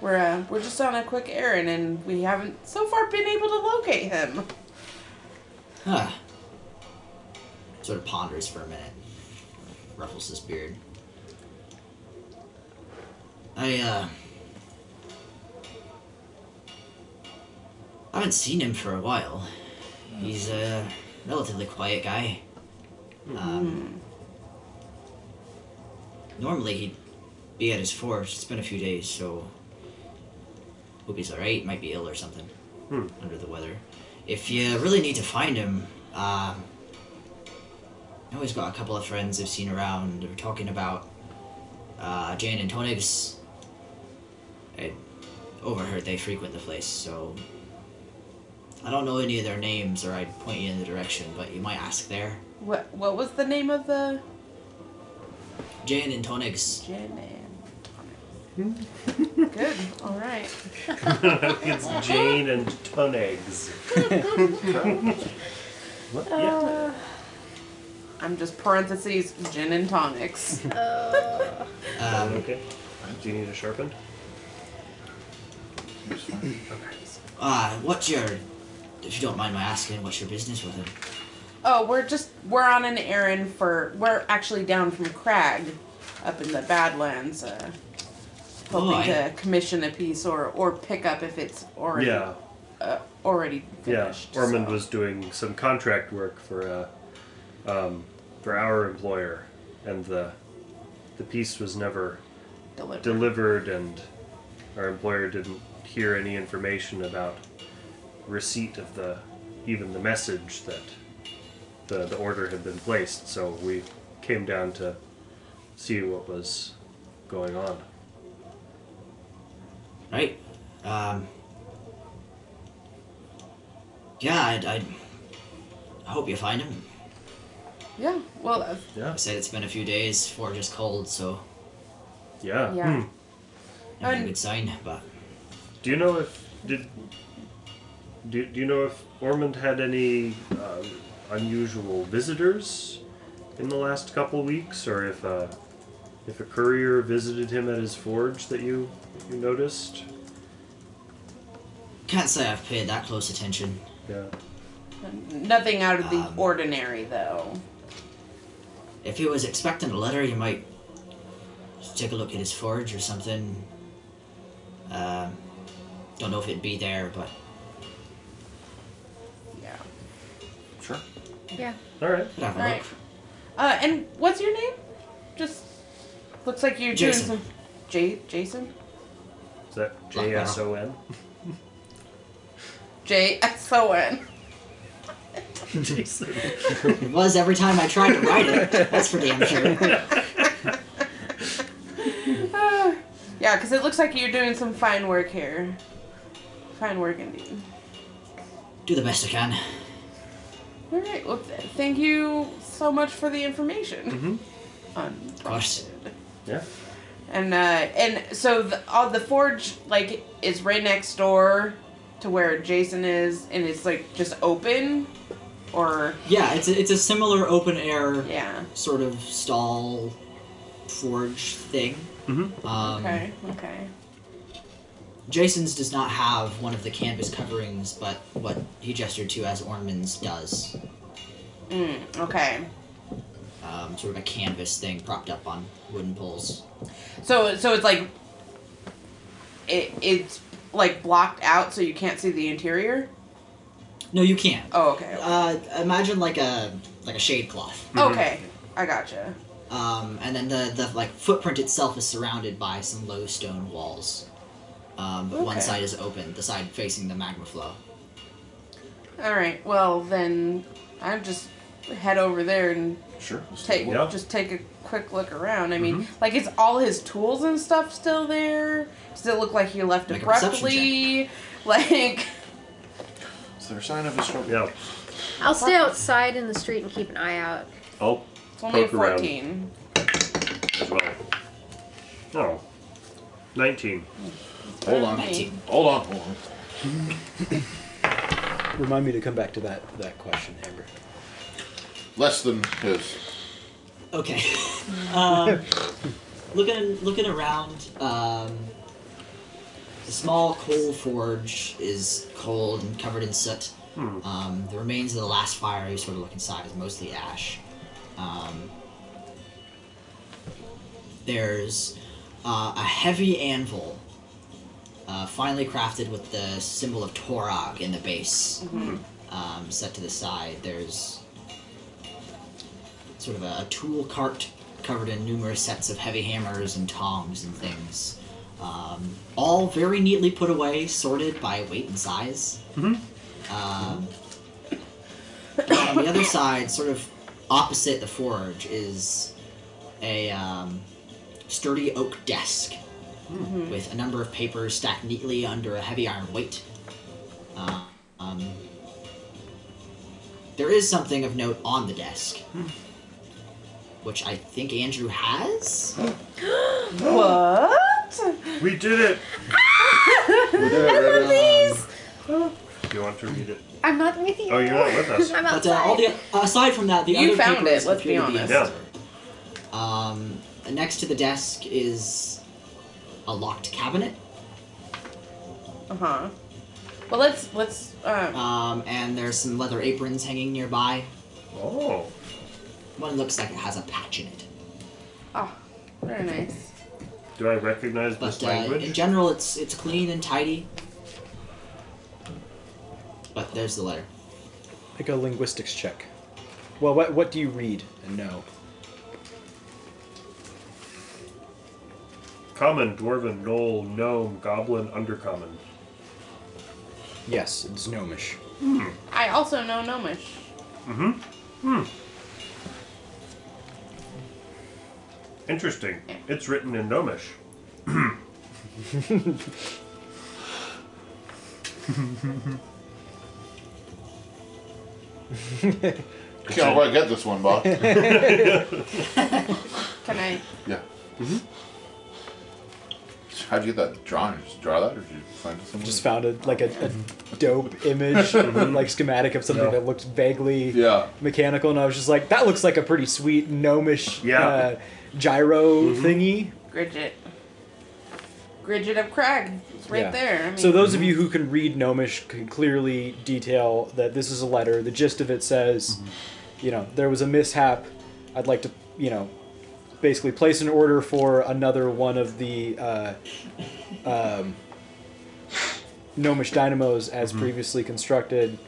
Speaker 3: We're uh, we're just on a quick errand and we haven't so far been able to locate him.
Speaker 8: huh sort of ponders for a minute ruffles his beard I, uh. I haven't seen him for a while. He's a relatively quiet guy. Um, normally he'd be at his forge. It's been a few days, so. Hope he's alright. Might be ill or something.
Speaker 4: Hmm.
Speaker 8: Under the weather. If you really need to find him, um. I know he's got a couple of friends I've seen around. They're talking about uh, Jane and Tonigs. I overheard they frequent the place, so I don't know any of their names, or I'd point you in the direction, but you might ask there.
Speaker 3: What what was the name of the
Speaker 8: Jane and Tonigs.
Speaker 3: gin and Good. All right.
Speaker 4: it's Jane and Tunegs. what? Yeah.
Speaker 3: I'm just parentheses gin and tonics.
Speaker 8: Um,
Speaker 4: Okay. Do you need a sharpened?
Speaker 8: uh, what's your, if you don't mind my asking, what's your business with him?
Speaker 3: Oh, we're just we're on an errand for we're actually down from Crag, up in the Badlands, uh, hoping
Speaker 8: Oh, I-
Speaker 3: to commission a piece or or pick up if it's already
Speaker 4: Yeah.
Speaker 3: uh, already
Speaker 4: Yeah.
Speaker 3: finished.
Speaker 4: Ormond
Speaker 3: so.
Speaker 4: was doing some contract work for uh, um, for our employer, and the the piece was never
Speaker 3: delivered.
Speaker 4: delivered and our employer didn't hear any information about receipt of the even the message that the, the order had been placed so we came down to see what was going on
Speaker 8: right? Um, yeah, I, I, I hope you find him.
Speaker 3: yeah. Well, uh,
Speaker 4: yeah
Speaker 8: I said it's been a few days, four just cold, so
Speaker 4: yeah,
Speaker 3: Yeah.
Speaker 4: Hmm.
Speaker 8: not a
Speaker 3: And-
Speaker 8: good sign. But
Speaker 4: do you know if did do, do you know if ormond had any um, unusual visitors in the last couple weeks or if uh, if a courier visited him at his forge that you that you noticed
Speaker 8: can't say I've paid that close attention.
Speaker 4: yeah
Speaker 3: nothing out of the
Speaker 8: Um,
Speaker 3: ordinary though.
Speaker 8: If he was expecting a letter, you might just take a look at his forge or something. Um, don't know if it'd be there, but
Speaker 3: Yeah.
Speaker 5: Sure.
Speaker 6: Yeah.
Speaker 4: all right
Speaker 8: could have a
Speaker 3: All right.
Speaker 8: look.
Speaker 3: Uh, and what's your name? Just looks like you're
Speaker 8: Jason.
Speaker 3: doing some. J- Jason.
Speaker 4: Is that
Speaker 8: Black
Speaker 4: J
Speaker 8: Widow.
Speaker 4: S O N?
Speaker 3: J S O N.
Speaker 4: Jason.
Speaker 8: It was every time I tried to write it. That's for damn sure.
Speaker 3: Yeah, because it looks like you're doing some fine work here. Fine work indeed.
Speaker 8: Do the best I can.
Speaker 3: All right. Well, th- thank you so much for the information. Mm-hmm.
Speaker 8: Of course.
Speaker 4: Yeah.
Speaker 3: And uh, and so the, all the forge like is right next door to where Jason is, and it's like just open, or
Speaker 8: Yeah, it's a, it's a similar open air
Speaker 3: yeah.
Speaker 8: sort of stall forge thing. Mm-hmm. Um,
Speaker 3: Okay. Okay.
Speaker 8: Jason's does not have one of the canvas coverings, but what he gestured to as Ormond's does.
Speaker 3: Mm, okay.
Speaker 8: Um, sort of a canvas thing propped up on wooden poles.
Speaker 3: So so it's like it it's like blocked out, so you can't see the interior.
Speaker 8: No, you can't.
Speaker 3: Oh, okay.
Speaker 8: Uh, imagine like a like a shade cloth,
Speaker 3: Okay. I gotcha.
Speaker 8: um, and then the, the like footprint itself is surrounded by some low stone walls. Um, but one
Speaker 3: Okay.
Speaker 8: side is open, the side facing the magma flow.
Speaker 3: All right. Well, then I just head over there and
Speaker 5: Sure. Let's
Speaker 3: take
Speaker 5: take a
Speaker 4: Yeah. Mm-hmm.
Speaker 5: look.
Speaker 3: just take a quick look around. I mean, like is all his tools and stuff still there? Does it look like he left
Speaker 8: Make a perception
Speaker 3: abruptly? Like
Speaker 5: Is there a sign of a struggle?
Speaker 4: Yeah.
Speaker 6: I'll stay outside in the street and keep an eye out.
Speaker 4: I'll
Speaker 3: it's only a
Speaker 4: poke around
Speaker 3: fourteen.
Speaker 4: Oh, as well. Oh. 19.
Speaker 5: Hold on.
Speaker 3: Okay.
Speaker 5: Hold on. Hold on.
Speaker 2: Remind me to come back to that that question, Amber.
Speaker 5: Less than his.
Speaker 8: Okay. um, looking looking around, um, the small coal forge is cold and covered in soot. Um, the remains of the last fire you sort of look inside is mostly ash. Um, there's uh, a heavy anvil, uh, finely crafted with the symbol of Torag in the base, um, set to the side. There's sort of a, a tool cart covered in numerous sets of heavy hammers and tongs and things. Um, all very neatly put away, sorted by weight and size. Um, on the other side, sort of opposite the forge, is a um, sturdy oak desk with a number of papers stacked neatly under a heavy iron weight. Uh, um, there is something of note on the desk, which I think Andrew has.
Speaker 3: What?
Speaker 4: We did it!
Speaker 8: Um,
Speaker 4: Do you want to read it?
Speaker 6: I'm not with you.
Speaker 4: Oh, you're not with us.
Speaker 6: I'm
Speaker 8: But
Speaker 6: outside.
Speaker 8: uh, all the aside from that, the
Speaker 3: You
Speaker 8: other
Speaker 3: found
Speaker 8: papers
Speaker 3: it, let's be
Speaker 8: appear to
Speaker 3: honest.
Speaker 4: Yeah.
Speaker 8: Um, next to the desk is a locked cabinet,
Speaker 3: Uh huh. Well, let's let's. Um,
Speaker 8: um, and there's some leather aprons hanging nearby.
Speaker 4: Oh.
Speaker 8: One looks like it has a patch in it,
Speaker 3: oh, very nice.
Speaker 4: Do I recognize this
Speaker 8: but uh, in
Speaker 4: language?
Speaker 8: general, it's it's clean and tidy. But there's the letter.
Speaker 2: Make a linguistics check. Well, what what do you read and know?
Speaker 4: Common, dwarven, gnoll, gnome, goblin, undercommon.
Speaker 2: Yes, it's gnomish.
Speaker 3: I also know Gnomish.
Speaker 4: Interesting. It's written in gnomish.
Speaker 5: Can't quite get this one, Bob.
Speaker 3: Can I?
Speaker 5: Yeah. Mm-hmm. How'd you get that drawn? Did you just draw that, or did you find it somewhere?
Speaker 2: Just found a like a, a dope image, like schematic of something
Speaker 4: Mm-hmm. Yeah.
Speaker 2: that looked vaguely
Speaker 5: Yeah.
Speaker 2: mechanical, and I was just like, that looks like a pretty sweet gnomish
Speaker 4: Yeah. Mm-hmm.
Speaker 2: uh, gyro thingy.
Speaker 3: Gridget. Gridget of Crag. It's right
Speaker 2: Yeah.
Speaker 3: there. I mean,
Speaker 2: So those of you who can read Gnomish can clearly detail that this is a letter. The gist of it says, you know, there was a mishap. I'd like to, you know, basically place an order for another one of the uh, um, Gnomish dynamos as previously constructed.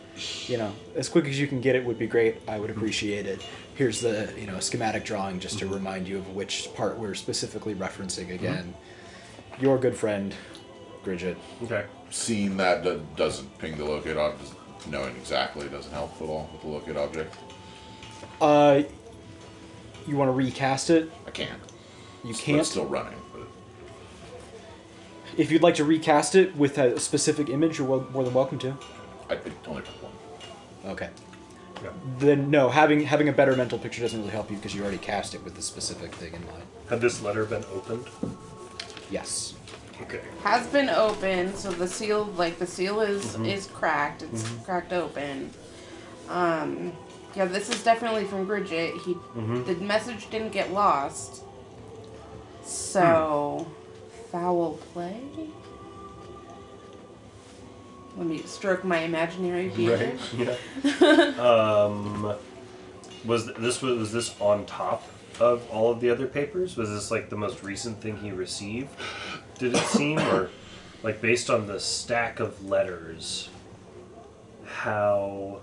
Speaker 2: You know, as quick as you can get it would be great. I would appreciate it. Here's the, you know, schematic drawing just to remind you of which part we're specifically referencing again. Your good friend, Bridget.
Speaker 4: Okay.
Speaker 5: Seeing that do- doesn't ping the locate object, knowing exactly doesn't help at all with the locate object.
Speaker 2: Uh, you want to recast it?
Speaker 5: I can't.
Speaker 2: You
Speaker 5: But
Speaker 2: can't.
Speaker 5: It's still running. But
Speaker 2: If you'd like to recast it with a specific image, you're wel- more than welcome to.
Speaker 5: I picked only picked one.
Speaker 2: Okay.
Speaker 4: Yeah.
Speaker 2: Then no, having having a better mental picture doesn't really help you because you already cast it with the specific thing in mind.
Speaker 4: Had this letter been opened?
Speaker 2: Yes.
Speaker 4: Okay.
Speaker 3: has been open, so the seal, like the seal is is cracked. It's cracked open. Um, yeah, this is definitely from Bridget. He, the message didn't get lost. So, foul play. Let me stroke my imaginary beard.
Speaker 4: Yeah. um, was th- this was, was this on top of all of the other papers? Was this like the most recent thing he received? Did it seem, or like based on the stack of letters, how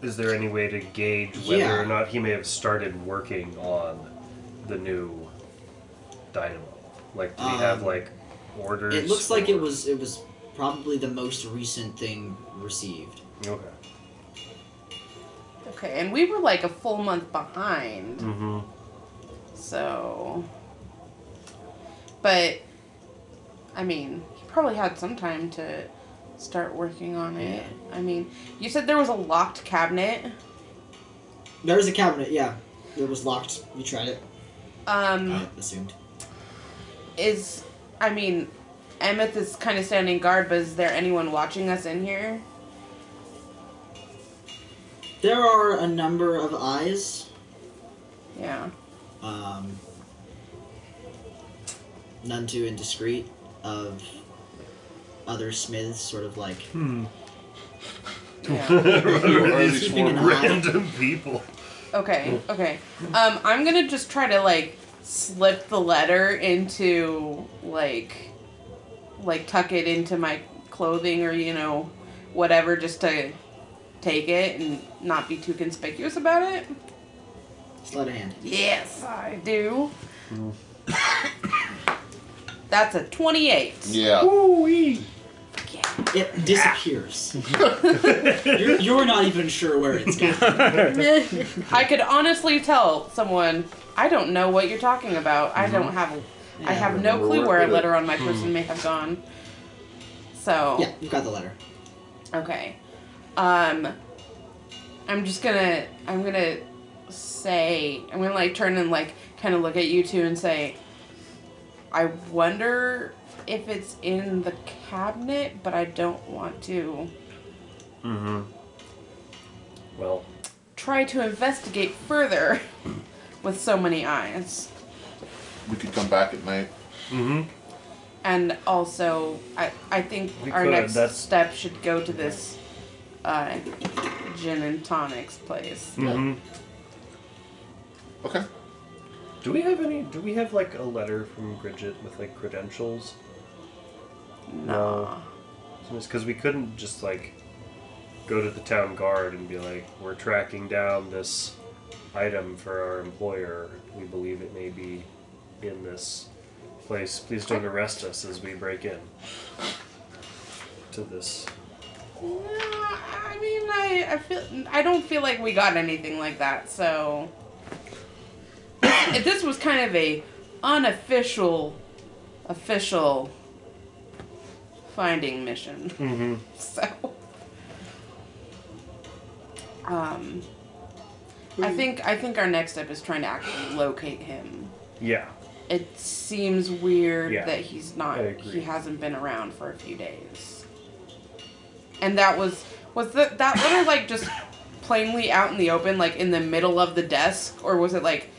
Speaker 4: is there any way to gauge whether
Speaker 8: Yeah.
Speaker 4: or not he may have started working on the new dynamo? Like, do we have
Speaker 8: Um,
Speaker 4: like orders?
Speaker 8: It looks like it
Speaker 4: or-
Speaker 8: was it was probably the most recent thing received.
Speaker 4: okay.
Speaker 3: Okay, and we were like a full month behind.
Speaker 4: Mm-hmm.
Speaker 3: So, but I mean, he probably had some time to start working on it. I mean, you said there was a locked cabinet.
Speaker 8: There was a cabinet, yeah. It was locked. You tried it.
Speaker 3: Um,
Speaker 4: Uh,
Speaker 8: I assumed.
Speaker 3: is I mean, Emmett is kind of standing guard, but is there anyone watching us in here?
Speaker 8: There are a number of eyes.
Speaker 3: Yeah.
Speaker 8: Um, none too indiscreet of other smiths, sort of like
Speaker 3: Yeah.
Speaker 5: Who are
Speaker 4: these
Speaker 5: these
Speaker 8: keeping an
Speaker 5: for?
Speaker 8: eye-
Speaker 4: random people.
Speaker 3: Okay, okay. Um, I'm gonna just try to like slip the letter into like like tuck it into my clothing or you know whatever just to take it and not be too conspicuous about it.
Speaker 8: sleight of hand.
Speaker 3: Yes, I do. That's a 28.
Speaker 5: Yeah.
Speaker 8: It disappears. you're, you're not even sure where it's gone.
Speaker 3: I could honestly tell someone, I don't know what you're talking about. I don't have a, I
Speaker 8: Mm-hmm. Yeah,
Speaker 3: have no
Speaker 5: remember
Speaker 3: clue
Speaker 5: where
Speaker 3: where a
Speaker 5: it-
Speaker 3: letter on my person may have gone. So,
Speaker 8: Hmm. Yeah, you've got the letter.
Speaker 3: okay. Um I'm just going to I'm going to say I'm going to like turn and like kind of look at you two and say I wonder if it's in the cabinet, but I don't want to
Speaker 4: Well,
Speaker 3: try to investigate further with so many eyes.
Speaker 5: We could come back at night.
Speaker 3: And also, I, I think
Speaker 4: We
Speaker 3: our
Speaker 4: could,
Speaker 3: next
Speaker 4: that's-
Speaker 3: step should go to this uh, gin and tonics place.
Speaker 4: mm-hmm.
Speaker 5: Okay.
Speaker 4: do we have any? Do we have like a letter from Bridget with like credentials? No. Because we couldn't just like go to the town guard and be like, we're tracking down this item for our employer. We believe it may be in this place. Please don't arrest us as we break in to this.
Speaker 3: No, I mean, I, I feel I don't feel like we got anything like that. So if this was kind of a unofficial, official finding mission.
Speaker 4: Mm-hmm.
Speaker 3: So, um, I think I think our next step is trying to actually locate him.
Speaker 4: Yeah.
Speaker 3: It seems weird
Speaker 4: Yeah,
Speaker 3: that he's not
Speaker 4: I agree.
Speaker 3: he hasn't been around for a few days. And that was was that that letter like just plainly out in the open like in the middle of the desk or was it like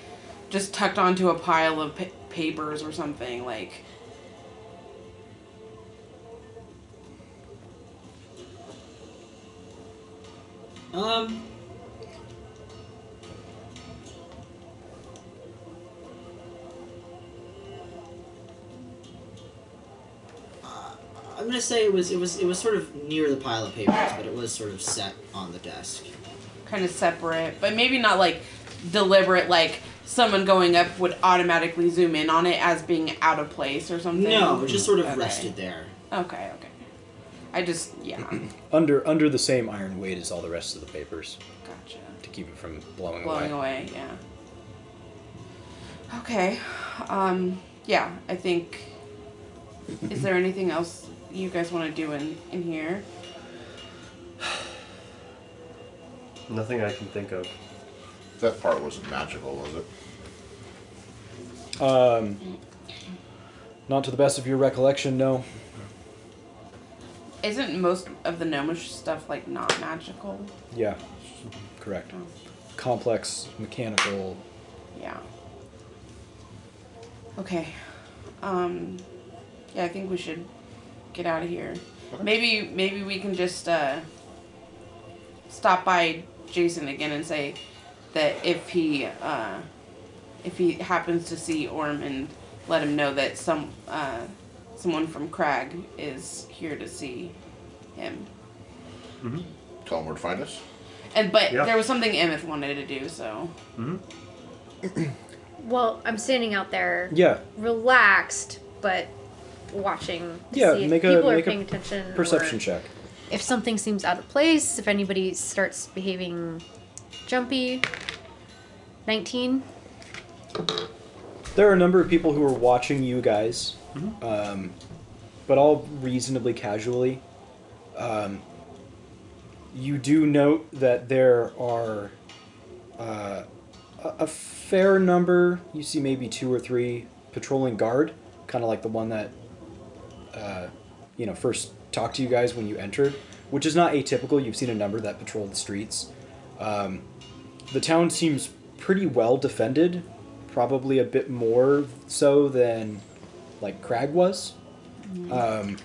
Speaker 3: just tucked onto a pile of pa- papers or something like
Speaker 8: Um. uh, I'm gonna say it was it was it was sort of near the pile of papers, but it was sort of set on the desk.
Speaker 3: kind of separate, but maybe not like deliberate like someone going up would automatically zoom in on it as being out of place or something.
Speaker 8: No, it just sort of
Speaker 3: Okay.
Speaker 8: rested there.
Speaker 3: Okay, okay. I just yeah,
Speaker 2: Under under the same iron weight as all the rest of the papers
Speaker 3: gotcha.
Speaker 2: to keep it from blowing,
Speaker 3: Blowing
Speaker 2: away.
Speaker 3: away, yeah. Okay. Um yeah, I think is there anything else you guys want to do in in here?
Speaker 4: Nothing I can think of.
Speaker 5: That part wasn't magical, was it?
Speaker 2: Um, not to the best of your recollection, no.
Speaker 3: Isn't most of the gnomish stuff like not magical?
Speaker 2: Yeah, correct.
Speaker 3: Oh.
Speaker 2: Complex mechanical.
Speaker 3: Yeah. Okay. Um yeah, I think we should get out of here. Maybe maybe we can just uh stop by Jason again and say that if he uh if he happens to see Ormond, let him know that some uh someone from Crag is here to see him.
Speaker 5: Tell them where to find us.
Speaker 3: And but
Speaker 4: Yeah.
Speaker 3: there was something Emmett wanted to do, so
Speaker 9: Well, I'm standing out there,
Speaker 2: Yeah,
Speaker 9: relaxed, but watching. To
Speaker 2: Yeah,
Speaker 9: see if
Speaker 2: make a-
Speaker 9: people
Speaker 2: make
Speaker 9: are
Speaker 2: a
Speaker 9: paying attention.
Speaker 2: perception
Speaker 9: or
Speaker 2: check.
Speaker 9: If something seems out of place, if anybody starts behaving jumpy. Nineteen.
Speaker 2: There are a number of people who are watching you guys, um, but all reasonably casually. Um, you do note that there are uh, a, a fair number, you see maybe two or three patrolling guard, kind of like the one that, uh, you know, first talked to you guys when you entered, which is not atypical. You've seen a number that patrol the streets. Um, the town seems pretty well defended, probably a bit more so than like Crag was. Um,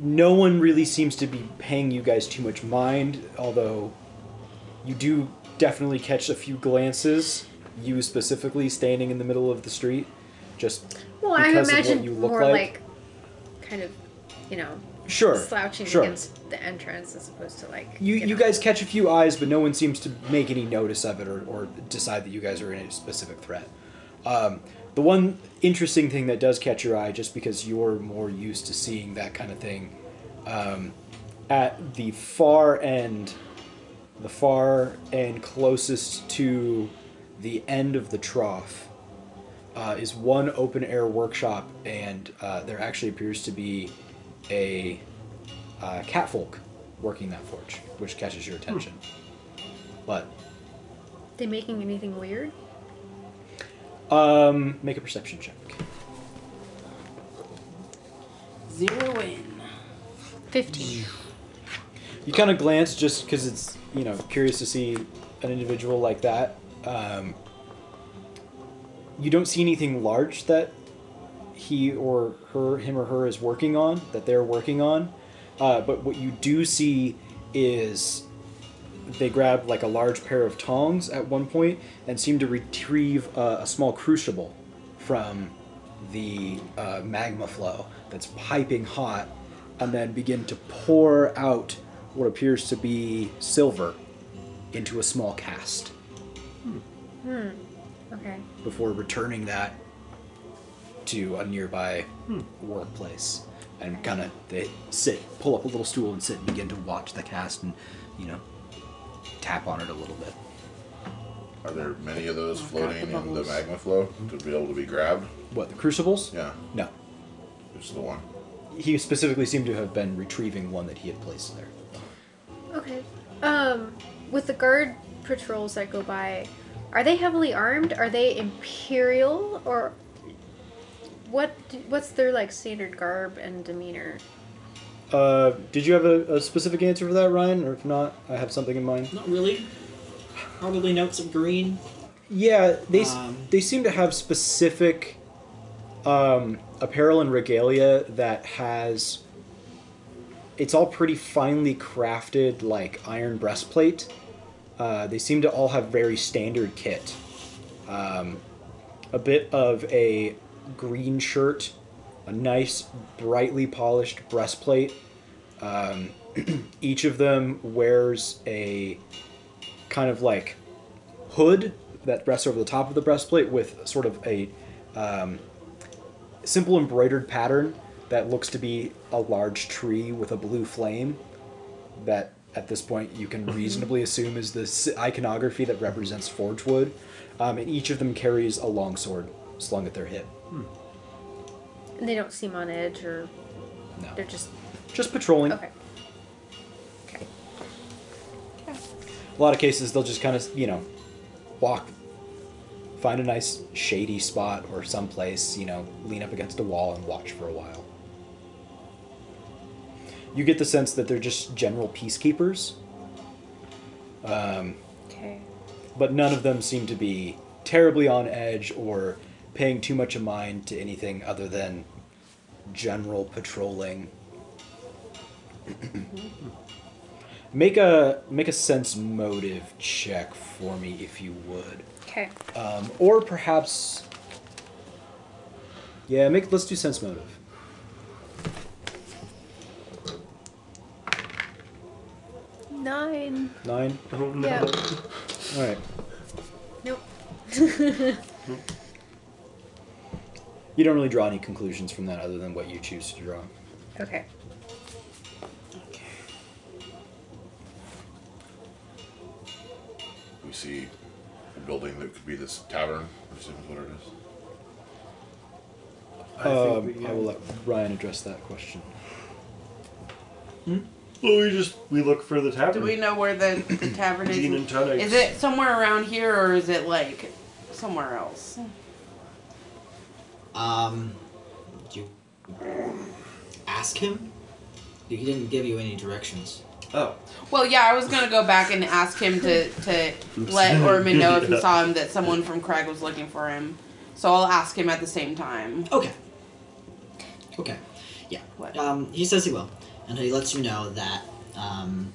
Speaker 2: no one really seems to be paying you guys too much mind, although you do definitely catch a few glances. You specifically standing in the middle of the street, just
Speaker 9: Well,
Speaker 2: Because
Speaker 9: I
Speaker 2: of what
Speaker 9: imagine
Speaker 2: you look
Speaker 9: more
Speaker 2: like?
Speaker 9: like, kind of, you know,
Speaker 2: sure,
Speaker 9: slouching
Speaker 2: sure.
Speaker 9: against the entrance as opposed to like.
Speaker 2: You, you
Speaker 9: know.
Speaker 2: guys catch a few eyes, but no one seems to make any notice of it or, or decide that you guys are in a specific threat. Um, the one interesting thing that does catch your eye, just because you're more used to seeing that kind of thing, um, at the far end, the far and closest to the end of the trough, uh, is one open air workshop, and uh, there actually appears to be a uh, catfolk working that forge, which catches your attention. But
Speaker 9: They making anything weird?
Speaker 2: um, make a perception check.
Speaker 3: zero in.
Speaker 9: Fifteen.
Speaker 2: You kind of glance just because it's you know curious to see an individual like that. Um, you don't see anything large that he or her, him or her is working on that they're working on. Uh, but what you do see is they grab like a large pair of tongs at one point and seem to retrieve uh, a small crucible from the uh, magma flow that's piping hot and then begin to pour out what appears to be silver
Speaker 1: into a small cast
Speaker 2: Mm.
Speaker 9: Okay.
Speaker 1: before returning that to a nearby workplace. And kind of they sit, pull up a little stool and sit and begin to watch the cast and, you know, tap on it a little bit.
Speaker 5: Are there many of those
Speaker 3: I've got
Speaker 5: floating
Speaker 3: the
Speaker 5: in the
Speaker 3: bubbles.
Speaker 5: magma flow to be able to be grabbed?
Speaker 1: What, the crucibles?
Speaker 5: Yeah,
Speaker 1: No.
Speaker 5: just the one.
Speaker 1: He specifically seemed to have been retrieving one that he had placed there.
Speaker 9: Okay. Um, with the guard patrols that go by, are they heavily armed? Are they imperial or what? do- What's their like standard garb and demeanor?
Speaker 2: Uh, did you have a, a specific answer for that, Ryan? Or if not, I have something in mind.
Speaker 8: Not really. Probably notes of green.
Speaker 2: Yeah, they s
Speaker 8: Um,
Speaker 2: they seem to have specific um, apparel and regalia that has. It's all pretty finely crafted, like iron breastplate. Uh, they seem to all have very standard kit. Um, a bit of a green shirt, a nice, brightly polished breastplate. Um, each of them wears a kind of like hood that rests over the top of the breastplate with sort of a um, simple embroidered pattern that looks to be a large tree with a blue flame that at this point you can
Speaker 9: Mm-hmm.
Speaker 2: reasonably assume is the s- iconography that represents forgewood um, and each of them carries a long sword slung at their hip
Speaker 9: And they don't seem on edge or
Speaker 2: no
Speaker 9: they're just
Speaker 2: just patrolling
Speaker 9: okay. Okay.
Speaker 2: a lot of cases they'll just kind of you know walk find a nice shady spot or someplace you know lean up against a wall and watch for a while you get the sense that they're just general peacekeepers um,
Speaker 9: Okay.
Speaker 2: but none of them seem to be terribly on edge or paying too much of mind to anything other than general patrolling. make a make a sense motive check for me if you would,
Speaker 9: Okay.
Speaker 2: um, or perhaps yeah. Make let's do sense motive.
Speaker 9: Nine.
Speaker 2: Nine.
Speaker 4: Oh no.
Speaker 9: Yeah.
Speaker 2: All right.
Speaker 9: Nope.
Speaker 2: You don't really draw any conclusions from that other than what you choose to draw.
Speaker 9: Okay.
Speaker 5: We see a building that could be this tavern, I assume is what it is.
Speaker 4: I
Speaker 2: Um,
Speaker 4: think we,
Speaker 2: I will let Ryan address that question.
Speaker 4: Well, we just we look for the tavern.
Speaker 3: Do we know where the, the tavern is?
Speaker 4: Gin and tonics.
Speaker 3: Is it somewhere around here or is it like somewhere else?
Speaker 8: Um, do you ask him? He didn't give you any directions.
Speaker 4: Oh,
Speaker 3: Well, yeah, I was gonna go back and ask him to to let Orman know if he saw him that someone from Craig was looking for him. So I'll ask him at the same time.
Speaker 8: Okay. Okay. Yeah.
Speaker 3: What?
Speaker 8: Um, he says he will, and he lets you know that um,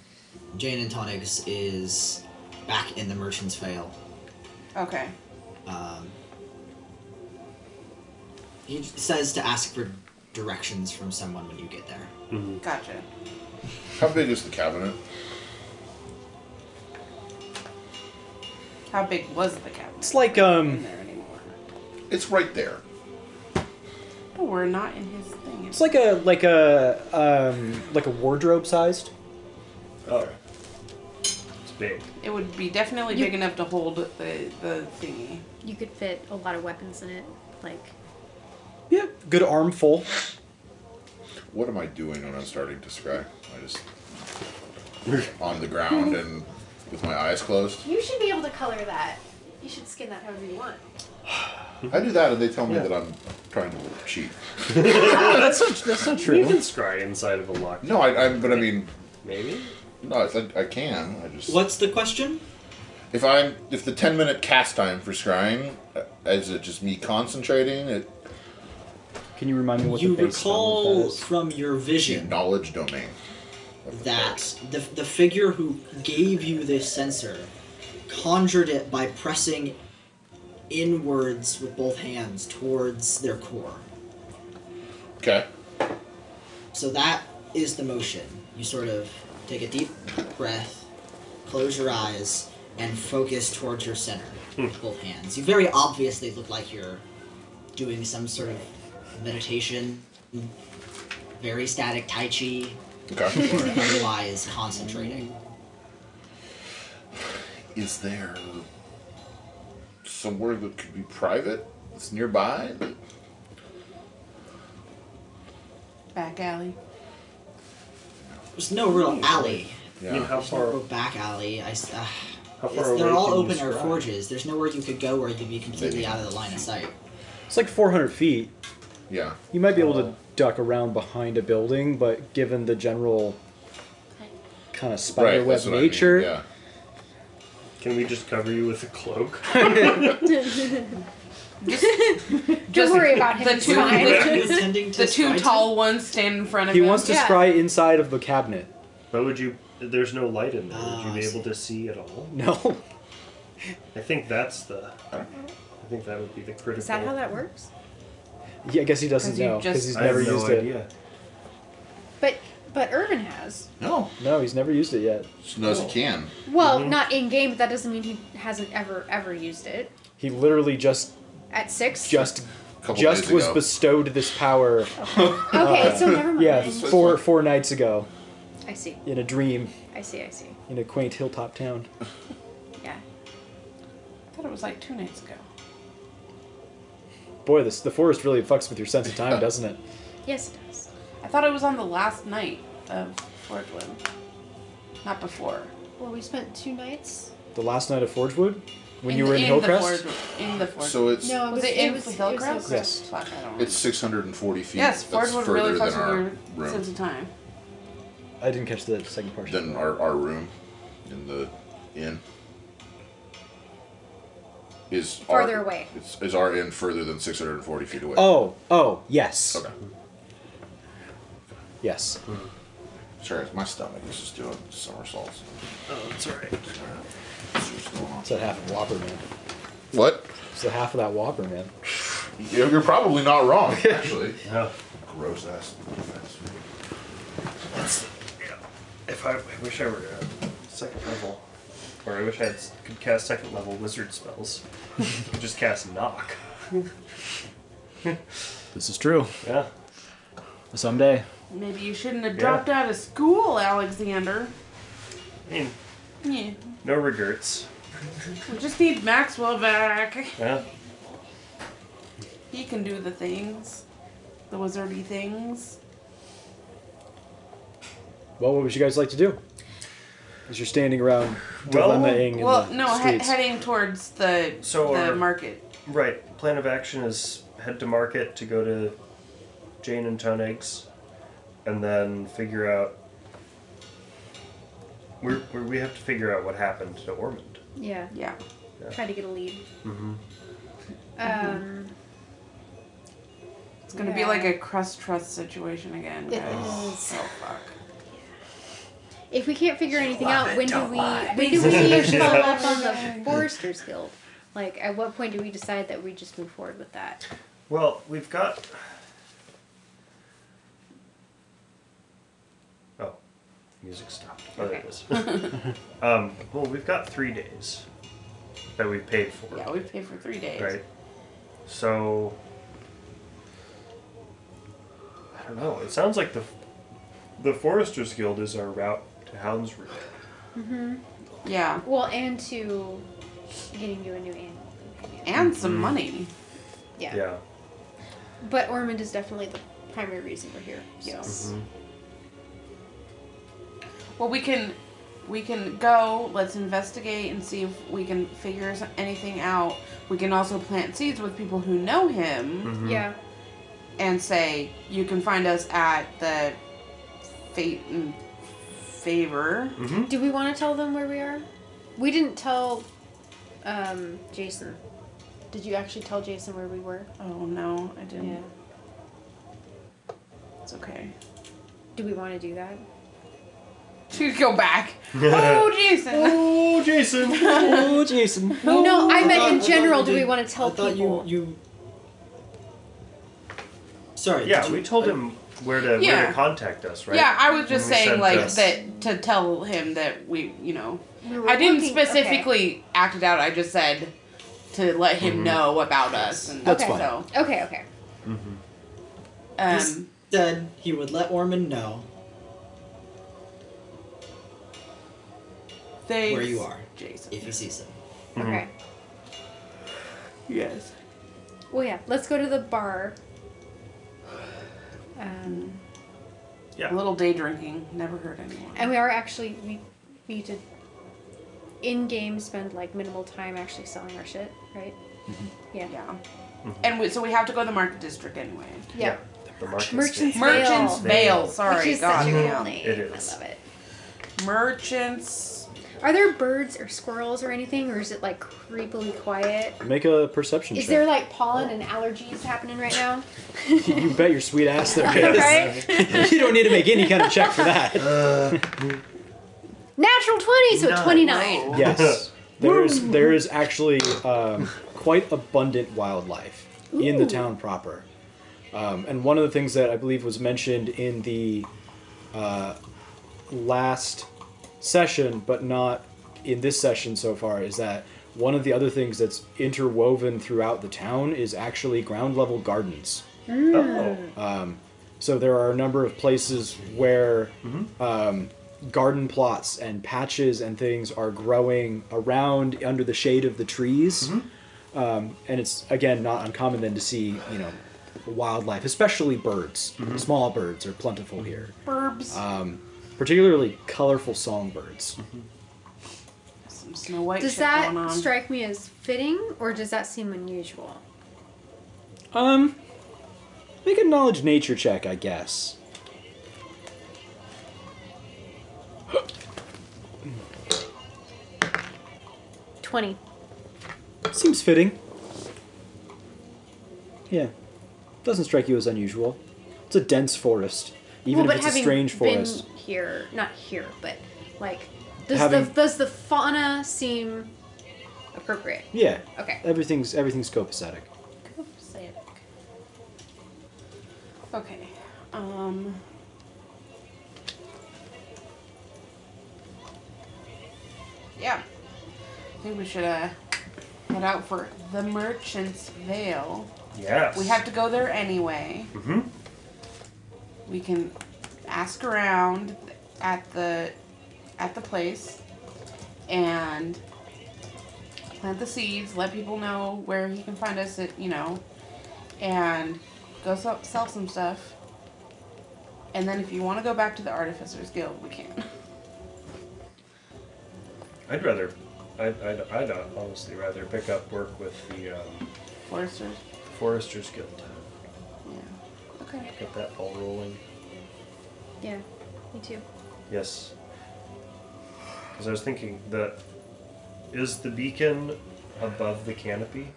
Speaker 8: Jane and Tonics is back in the Merchant's Vale.
Speaker 3: Okay.
Speaker 8: Um, he says to ask for directions from someone when you get there.
Speaker 3: Gotcha.
Speaker 5: How big is the cabinet?
Speaker 3: How big was the cabinet?
Speaker 2: It's like um,
Speaker 3: in there anymore.
Speaker 5: It's right there.
Speaker 3: But we're not in his thing.
Speaker 2: It's like a like a um, like a wardrobe sized.
Speaker 5: Okay.
Speaker 4: it's big.
Speaker 3: it would be definitely
Speaker 9: You-
Speaker 3: big enough to hold the the thingy.
Speaker 9: You could fit a lot of weapons in it, like
Speaker 2: Yeah, good armful.
Speaker 5: What am I doing when I'm starting to scry? I just on the ground and with my eyes closed.
Speaker 6: You should be able to color that. You should skin that however you want.
Speaker 5: I do that and they tell me that I'm trying to cheat.
Speaker 2: that's not, that's not
Speaker 4: You can scry inside of a lock.
Speaker 5: No, I, I but I mean,
Speaker 4: Maybe.
Speaker 5: no, it's, I, I can. I just
Speaker 8: What's the question?
Speaker 5: if I'm if the ten minute cast time for scrying uh, is it just me concentrating? It
Speaker 2: Can you remind me what
Speaker 8: you
Speaker 2: the base
Speaker 8: recall
Speaker 2: recall...
Speaker 8: from your
Speaker 5: the
Speaker 8: vision
Speaker 5: knowledge domain.
Speaker 8: that the, the figure who gave you this sensor conjured it by pressing inwards with both hands towards their core.
Speaker 5: Okay.
Speaker 8: So that is the motion. You sort of take a deep breath, close your eyes, and focus towards your center
Speaker 4: Hmm.
Speaker 8: with both hands. You very obviously look like you're doing some sort of meditation, very static Tai Chi,
Speaker 5: Okay.
Speaker 8: or otherwise concentrating.
Speaker 5: Is there somewhere that could be private? That's nearby? that-
Speaker 3: Back alley.
Speaker 8: There's no
Speaker 4: Hmm.
Speaker 8: real alley.
Speaker 4: I mean,
Speaker 5: Yeah.
Speaker 4: how
Speaker 8: There's no
Speaker 4: far?
Speaker 8: real back alley. I, s- uh,
Speaker 4: How
Speaker 8: it's,
Speaker 4: far away?
Speaker 8: they're all
Speaker 4: can you
Speaker 8: open air
Speaker 4: describe?
Speaker 8: forges. There's nowhere you could go where you'd be completely
Speaker 5: Maybe.
Speaker 8: out of the line of sight.
Speaker 2: It's like 400 feet.
Speaker 5: Yeah.
Speaker 2: You might be able to duck around behind a building, but given the general kind of
Speaker 5: Right.
Speaker 2: spider web
Speaker 5: That's what
Speaker 2: nature,
Speaker 5: I mean. Yeah.
Speaker 4: Can we just cover you with a cloak?
Speaker 6: Don't worry about him.
Speaker 3: The
Speaker 6: it's
Speaker 3: two-
Speaker 6: fine.
Speaker 3: the two-
Speaker 8: He's tending to
Speaker 3: The two
Speaker 8: spy to-
Speaker 3: tall ones stand in front of
Speaker 2: he
Speaker 3: him.
Speaker 2: wants to
Speaker 6: Yeah.
Speaker 2: scry inside of the cabinet.
Speaker 4: But would you? There's no light in there. Would you
Speaker 8: Ah,
Speaker 4: be
Speaker 8: I see.
Speaker 4: able to see at all?
Speaker 2: No.
Speaker 4: I think that's the. I think that would be the critical.
Speaker 6: Is that how that works?
Speaker 2: Yeah, I guess he doesn't
Speaker 3: 'Cause you
Speaker 2: know
Speaker 3: just-
Speaker 2: because he's
Speaker 4: I
Speaker 2: never
Speaker 4: have no
Speaker 2: used
Speaker 4: idea.
Speaker 2: it.
Speaker 6: But but Irvin has.
Speaker 5: No.
Speaker 2: No, he's never used it yet.
Speaker 5: She knows he can.
Speaker 6: Well,
Speaker 2: Mm-hmm.
Speaker 6: not in game, but that doesn't mean he hasn't ever ever used it.
Speaker 2: He literally just
Speaker 6: At six.
Speaker 2: just
Speaker 5: Couple
Speaker 2: just
Speaker 5: days
Speaker 2: was
Speaker 5: ago.
Speaker 2: bestowed this power.
Speaker 6: okay, so never mind.
Speaker 2: Yeah,
Speaker 5: This was
Speaker 2: four
Speaker 5: like-
Speaker 2: four nights ago
Speaker 6: I see.
Speaker 2: in a dream
Speaker 6: I see. I see.
Speaker 2: in a quaint hilltop town.
Speaker 6: Yeah.
Speaker 3: I thought it was like two nights ago.
Speaker 2: Boy, this the forest really fucks with your sense of time, doesn't it?
Speaker 6: Yes, it does.
Speaker 3: I thought it was on the last night of Forglim. Not before.
Speaker 6: Well, we spent two nights.
Speaker 2: The last night of Forgewood, when you were in, Hillcrest.
Speaker 3: The Ford, in the Ford.
Speaker 5: So it's
Speaker 6: No,
Speaker 3: was it in Hillcrest?
Speaker 2: Yes.
Speaker 3: Fuck, I don't
Speaker 5: it's
Speaker 3: remember.
Speaker 5: 640 feet.
Speaker 3: Yes,
Speaker 5: That's
Speaker 3: Fordwood
Speaker 5: further
Speaker 3: really
Speaker 5: than
Speaker 3: fucks
Speaker 5: our
Speaker 3: with your sense
Speaker 5: room.
Speaker 3: of time.
Speaker 2: I didn't catch the second part.
Speaker 5: Than our, our room in the inn. Is
Speaker 6: Farther
Speaker 5: our,
Speaker 6: away.
Speaker 5: Is, is our inn further than 640 feet away?
Speaker 2: Oh, oh, yes,
Speaker 5: Okay.
Speaker 2: yes.
Speaker 5: Sorry, it's my stomach is just doing somersaults.
Speaker 4: Oh, that's alright.
Speaker 2: It's that half of Whopper, man.
Speaker 5: What?
Speaker 2: It's the half of that Whopper, man.
Speaker 5: You're you're probably not wrong, actually.
Speaker 4: No.
Speaker 5: Gross ass. fast food.
Speaker 4: Yeah. If I, I wish I were uh, second level, or I wish I had, s- could cast second level wizard spells. I could just cast knock.
Speaker 1: This is true.
Speaker 4: Yeah.
Speaker 1: Someday.
Speaker 3: Maybe you shouldn't have
Speaker 4: Yeah.
Speaker 3: dropped out of school, Alexander.
Speaker 4: I mean,
Speaker 3: Yeah.
Speaker 4: no regrets.
Speaker 3: We just need Maxwell back.
Speaker 4: Yeah.
Speaker 3: He can do the things, the wizardy things.
Speaker 2: Well, what would you guys like to do? As you're standing around
Speaker 4: Well,
Speaker 2: dilemmaing in
Speaker 3: well,
Speaker 2: the
Speaker 3: no, he-
Speaker 2: streets.
Speaker 3: heading towards the
Speaker 4: So
Speaker 3: the
Speaker 4: our-
Speaker 3: market.
Speaker 4: Right. Plan of action is head to market to go to Jane and Toneggs, and then figure out. We're, we're, we have to figure out what happened to Ormond.
Speaker 6: Yeah.
Speaker 3: Yeah.
Speaker 6: Try to get a lead.
Speaker 4: Mm-hmm.
Speaker 6: Um.
Speaker 3: It's gonna be
Speaker 6: Yeah.
Speaker 3: like a crust trust situation again,
Speaker 6: It
Speaker 3: guys.
Speaker 6: is.
Speaker 3: Oh fuck.
Speaker 9: If we can't figure anything out, when do we when do we
Speaker 6: Basically,
Speaker 9: follow up on the Foresters Guild? Like, at what point do we decide that we just move forward with that?
Speaker 4: Well, we've got. Oh, music stopped. Oh, there it is. um, well, we've got three days that we paid for.
Speaker 3: Yeah, we pay for three days.
Speaker 4: Right. So. I don't know. It sounds like the the Foresters Guild is our route to Houndsroot.
Speaker 3: Yeah,
Speaker 6: Well, and to getting you a new animal. companion.
Speaker 3: and some money.
Speaker 6: Yeah.
Speaker 4: Yeah.
Speaker 6: But Ormond is definitely the primary reason we're here. So.
Speaker 3: Yes.
Speaker 8: Mm-hmm.
Speaker 3: Well, we can, we can go. Let's investigate and see if we can figure s- anything out. We can also plant seeds with people who know him
Speaker 6: Yeah.
Speaker 3: and say you can find us at the fate and favor.
Speaker 8: Mm-hmm.
Speaker 6: Do we want to tell them where we are? We didn't tell um, Jason. Did you actually tell Jason where we were?
Speaker 3: Oh no, I didn't. It's okay.
Speaker 6: Do we want to do that?
Speaker 3: To go back. oh, Jason.
Speaker 4: Oh, Jason!
Speaker 2: oh, Jason.
Speaker 6: no, I meant in
Speaker 8: thought- I
Speaker 6: general.
Speaker 8: thought
Speaker 6: Do we
Speaker 8: did-
Speaker 6: want to tell
Speaker 8: I thought
Speaker 6: people?
Speaker 8: you you. Sorry.
Speaker 4: Yeah,
Speaker 8: did you-
Speaker 4: we told
Speaker 8: I-
Speaker 4: him where to where
Speaker 3: Yeah.
Speaker 4: to contact us, right?
Speaker 3: Yeah, I was just
Speaker 4: When we
Speaker 3: saying
Speaker 4: send
Speaker 3: like
Speaker 4: this.
Speaker 3: that to tell him that we, you know,
Speaker 9: We were
Speaker 3: I didn't
Speaker 9: looking- okay.
Speaker 3: specifically act it out. I just said to let him
Speaker 8: Mm-hmm.
Speaker 3: know about us. And
Speaker 1: That's
Speaker 6: Okay.
Speaker 1: fine.
Speaker 3: So,
Speaker 6: Okay, okay.
Speaker 3: um,
Speaker 8: Instead, he would let Ormond know
Speaker 3: thanks,
Speaker 8: where you are
Speaker 3: Jason.
Speaker 8: if he sees him. Mm-hmm.
Speaker 6: Okay.
Speaker 3: Yes.
Speaker 6: Well, yeah, let's go to the bar. Um,
Speaker 4: Yeah.
Speaker 3: A little day drinking. Never hurt anyone.
Speaker 6: and we are actually, we need to, in game, spend like minimal time actually selling our shit, right?
Speaker 4: Mm-hmm.
Speaker 3: yeah.
Speaker 8: Mm-hmm.
Speaker 3: And we, so we have to go to the market district anyway.
Speaker 4: Yeah. The market
Speaker 6: Merchant's
Speaker 4: space.
Speaker 3: Merchants
Speaker 6: Merchant's
Speaker 3: Vale.
Speaker 4: Vale.
Speaker 3: Sorry,
Speaker 6: Which is
Speaker 3: God.
Speaker 6: such a cool
Speaker 3: damn.
Speaker 6: name.
Speaker 4: It
Speaker 6: I
Speaker 4: is.
Speaker 6: love it.
Speaker 3: Merchants.
Speaker 6: Are there birds or squirrels or anything, or is it like creepily quiet?
Speaker 2: Make a perception
Speaker 6: Is there
Speaker 2: check.
Speaker 6: like pollen and allergies happening right now?
Speaker 2: you bet your sweet ass there is.
Speaker 6: right?
Speaker 2: you don't need to make any kind of check for that.
Speaker 6: Natural 20, so
Speaker 4: Nine.
Speaker 6: 29.
Speaker 2: Yes. There is there is actually um, quite abundant wildlife in the town proper, um, and one of the things that I believe was mentioned in the uh, last session, but not in this session so far, is that one of the other things that's interwoven throughout the town is actually ground level gardens.
Speaker 4: Oh.
Speaker 2: So there are a number of places where um, garden plots and patches and things are growing around under the shade of the trees. Um, and it's again not uncommon then to see you know wildlife, especially birds. Small birds are plentiful here,
Speaker 3: Burbs.
Speaker 8: Uh,
Speaker 2: particularly colorful songbirds.
Speaker 3: Some Snow White
Speaker 6: Does
Speaker 3: shit going
Speaker 6: that
Speaker 3: on.
Speaker 6: strike me as fitting, or does that seem unusual?
Speaker 2: Um, make a knowledge nature check, I guess.
Speaker 6: Twenty.
Speaker 2: Seems fitting. Yeah. Doesn't strike you as unusual. It's a dense forest. Even
Speaker 6: well,
Speaker 2: if
Speaker 6: but
Speaker 2: it's a
Speaker 6: having
Speaker 2: strange
Speaker 6: been
Speaker 2: forest.
Speaker 6: here, not here, but like, does the
Speaker 2: Having-
Speaker 6: does the fauna seem appropriate?
Speaker 2: Yeah.
Speaker 6: Okay.
Speaker 2: Everything's everything's copacetic.
Speaker 3: Say it. Okay. Um. Yeah. I think we should uh, head out for the Merchant's Vale.
Speaker 4: Yes.
Speaker 3: We have to go there anyway.
Speaker 4: hmm
Speaker 3: We can ask around at the at the place and plant the seeds. Let people know where he can find us. At you know, and go sell, sell some stuff. And then if you want to go back to the Artificers Guild, we can.
Speaker 4: I'd rather. I'd, I'd, I'd honestly rather pick up work with the um,
Speaker 3: Foresters.
Speaker 4: Foresters Guild.
Speaker 3: Yeah. Okay.
Speaker 4: Get that ball rolling.
Speaker 6: Yeah, me too.
Speaker 4: Yes. Because I was thinking that is the beacon above the canopy?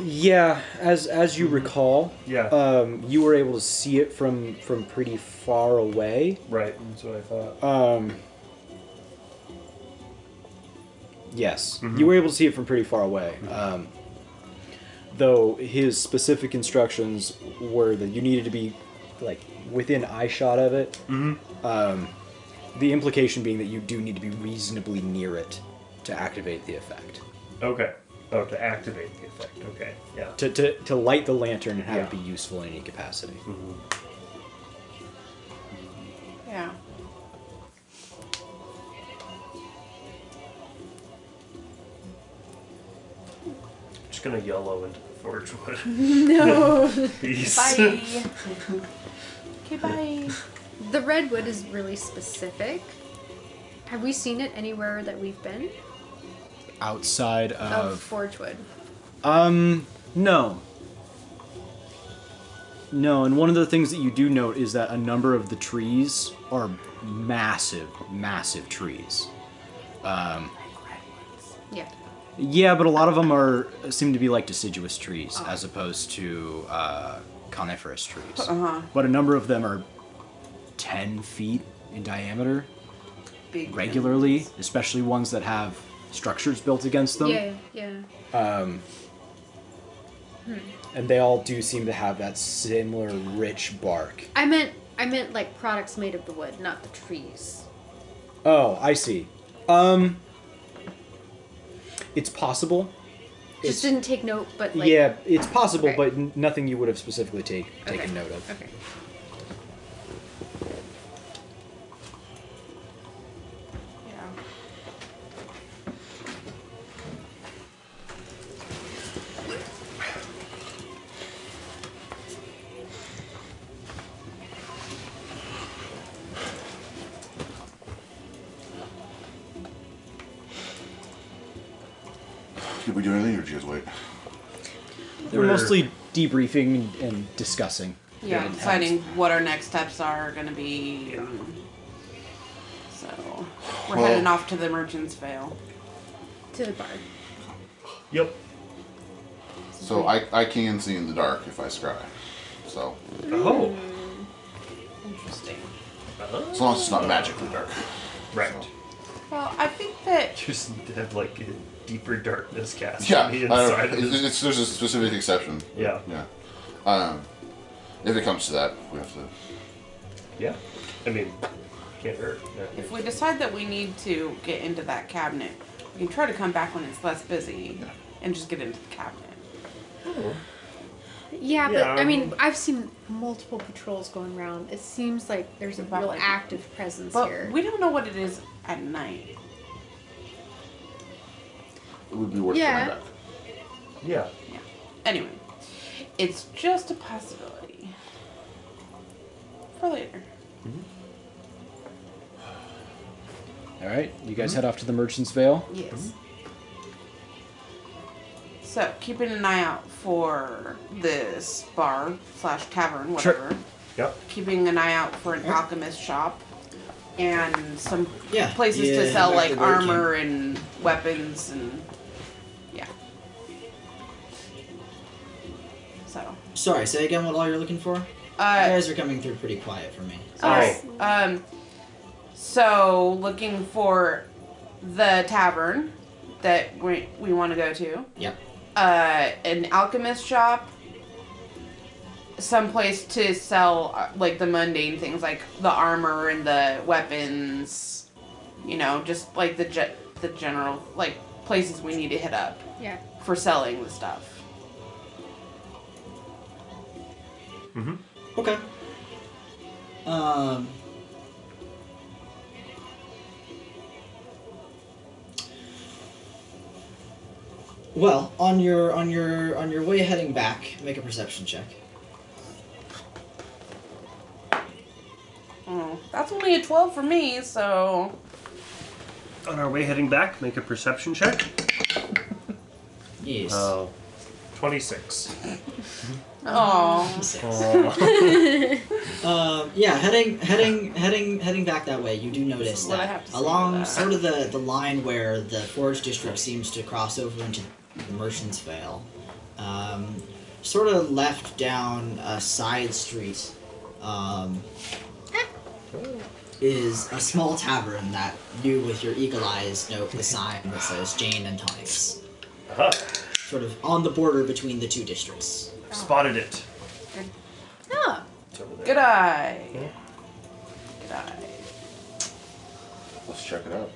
Speaker 2: Yeah, as as you recall,
Speaker 4: Yeah.
Speaker 2: um, you were able to see it from from pretty far away.
Speaker 4: right. That's what I thought.
Speaker 2: Um, yes, Mm-hmm. you were able to see it from pretty far away. Um, though his specific instructions were that you needed to be like within eyeshot of it. Um, the implication being that you do need to be reasonably near it to activate the effect.
Speaker 4: Okay. Oh, to activate the effect. Okay. Yeah.
Speaker 2: To, to, to light the lantern and have it be
Speaker 4: Yeah.
Speaker 2: useful in any capacity.
Speaker 3: Yeah.
Speaker 4: Just gonna yellow into the forge wood.
Speaker 6: No.
Speaker 4: Peace.
Speaker 3: Bye. okay. Bye.
Speaker 6: The redwood is really specific. Have we seen it anywhere that we've been?
Speaker 1: Outside
Speaker 6: of
Speaker 1: of.
Speaker 6: Forgewood.
Speaker 1: Um, no. No, and one of the things that you do note is that a number of the trees are massive, massive trees.
Speaker 6: Yeah.
Speaker 1: Yeah, but a lot of them are seem to be like deciduous trees as opposed to uh, coniferous trees.
Speaker 3: Uh-huh.
Speaker 1: But a number of them are ten feet in diameter
Speaker 3: Big
Speaker 1: regularly, especially ones that have structures built against them.
Speaker 6: Yeah, yeah.
Speaker 10: and they all do seem to have that similar rich bark.
Speaker 6: I meant I meant like products made of the wood, not the trees.
Speaker 10: Oh, I see. Um, it's possible.
Speaker 6: Just
Speaker 10: It's-
Speaker 6: didn't take note, but like
Speaker 10: yeah, it's possible,
Speaker 6: okay.
Speaker 10: but n- nothing you would have specifically take,
Speaker 6: Okay.
Speaker 10: taken note of.
Speaker 6: Okay.
Speaker 3: Yeah.
Speaker 5: Did we do anything or did you guys wait?
Speaker 2: We're, mostly debriefing and, and discussing.
Speaker 3: Yeah, deciding what our next steps are going to be. um, So we're
Speaker 5: Well-
Speaker 3: heading off to the Merchant's Vale.
Speaker 6: to the bar.
Speaker 4: Yep.
Speaker 5: So I, I can see in the dark if I scry. So
Speaker 4: Oh.
Speaker 3: Interesting.
Speaker 5: as long as it's not magically dark.
Speaker 4: Right.
Speaker 3: Well, I think that
Speaker 4: Just have like a deeper darkness cast
Speaker 5: Yeah,
Speaker 4: on
Speaker 5: I
Speaker 4: me
Speaker 5: don't,
Speaker 4: inside of
Speaker 5: it's,
Speaker 4: this.
Speaker 5: it's, there's a specific exception.
Speaker 4: Yeah.
Speaker 5: Yeah. Um, if it comes to that, we have to.
Speaker 4: Yeah. I mean, can't hurt. Yeah.
Speaker 3: if we decide that we need to get into that cabinet, we can try to come back when it's less busy
Speaker 5: Yeah.
Speaker 3: and just get into the cabinet.
Speaker 6: Yeah,
Speaker 4: Yeah,
Speaker 6: but I mean,
Speaker 4: um,
Speaker 6: I've seen multiple patrols going around. It seems like there's a real
Speaker 3: Probably.
Speaker 6: active presence
Speaker 3: But
Speaker 6: here.
Speaker 3: we don't know what it is at night.
Speaker 5: It would be worth
Speaker 6: Yeah.
Speaker 5: going back.
Speaker 4: Yeah.
Speaker 3: Yeah. Anyway, it's just a possibility for later.
Speaker 2: All right, you guys head off to the Merchant's Vale.
Speaker 3: Yes. So keeping an eye out for this bar slash tavern,
Speaker 2: Sure.
Speaker 3: whatever.
Speaker 4: Yep.
Speaker 3: Keeping an eye out for an alchemist shop and some
Speaker 8: Yeah,
Speaker 3: places to
Speaker 8: yeah,
Speaker 3: sell
Speaker 8: back to
Speaker 3: like
Speaker 8: where it came.
Speaker 3: armor and weapons and yeah. So
Speaker 8: Sorry, say again what all you're looking for? you
Speaker 3: uh,
Speaker 8: guys are coming through pretty quiet for me.
Speaker 6: Oh,
Speaker 3: Sorry.
Speaker 4: Sorry.
Speaker 3: Um, so looking for the tavern that we, we want to go to,
Speaker 8: Yep.
Speaker 3: uh, an alchemist shop, someplace to sell uh, like the mundane things like the armor and the weapons, you know, just like the ge- the general like places we need to hit up
Speaker 6: yeah.
Speaker 3: for selling the stuff.
Speaker 8: Okay. Um. Well, on your on your on your way heading back, make a perception check.
Speaker 3: Mm, that's only a twelve for me, so
Speaker 4: On our way heading back, make a perception check.
Speaker 8: Yes.
Speaker 4: Oh. 26.
Speaker 3: oh
Speaker 8: Um, yeah, heading heading heading heading back that way, you do notice
Speaker 3: is what I have
Speaker 8: that
Speaker 3: to say
Speaker 8: along
Speaker 3: about that.
Speaker 8: sort of the, the line where the Forge District seems to cross over into the Merchant's Vale, um, sort of left down a side street, um, is a small tavern that you, with your eagle eyes, note the sign that says Jane and Tonics,
Speaker 4: Aha.
Speaker 8: sort of on the border between the two districts.
Speaker 4: Spotted it.
Speaker 6: Oh,
Speaker 4: It's over there.
Speaker 3: good eye, good eye.
Speaker 5: Let's check it out.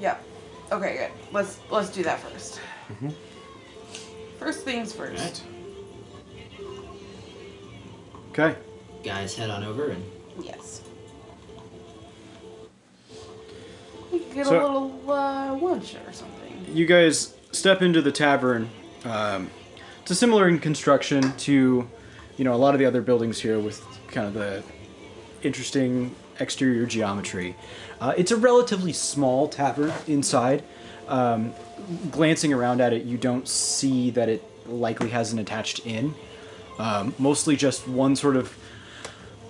Speaker 3: Yeah. Okay, good. Let's let's do that 1st First things first.
Speaker 8: Alright,
Speaker 2: Okay.
Speaker 8: guys, head on over and
Speaker 3: Yes. We could get
Speaker 2: So-
Speaker 3: a little uh, lunch or something.
Speaker 2: You guys step into the tavern. Um, it's a similar in construction to, you know, a lot of the other buildings here with kind of the interesting exterior geometry. Uh, it's a relatively small tavern inside. Um, glancing around at it, you don't see that it likely has an attached inn. Um, mostly just one sort of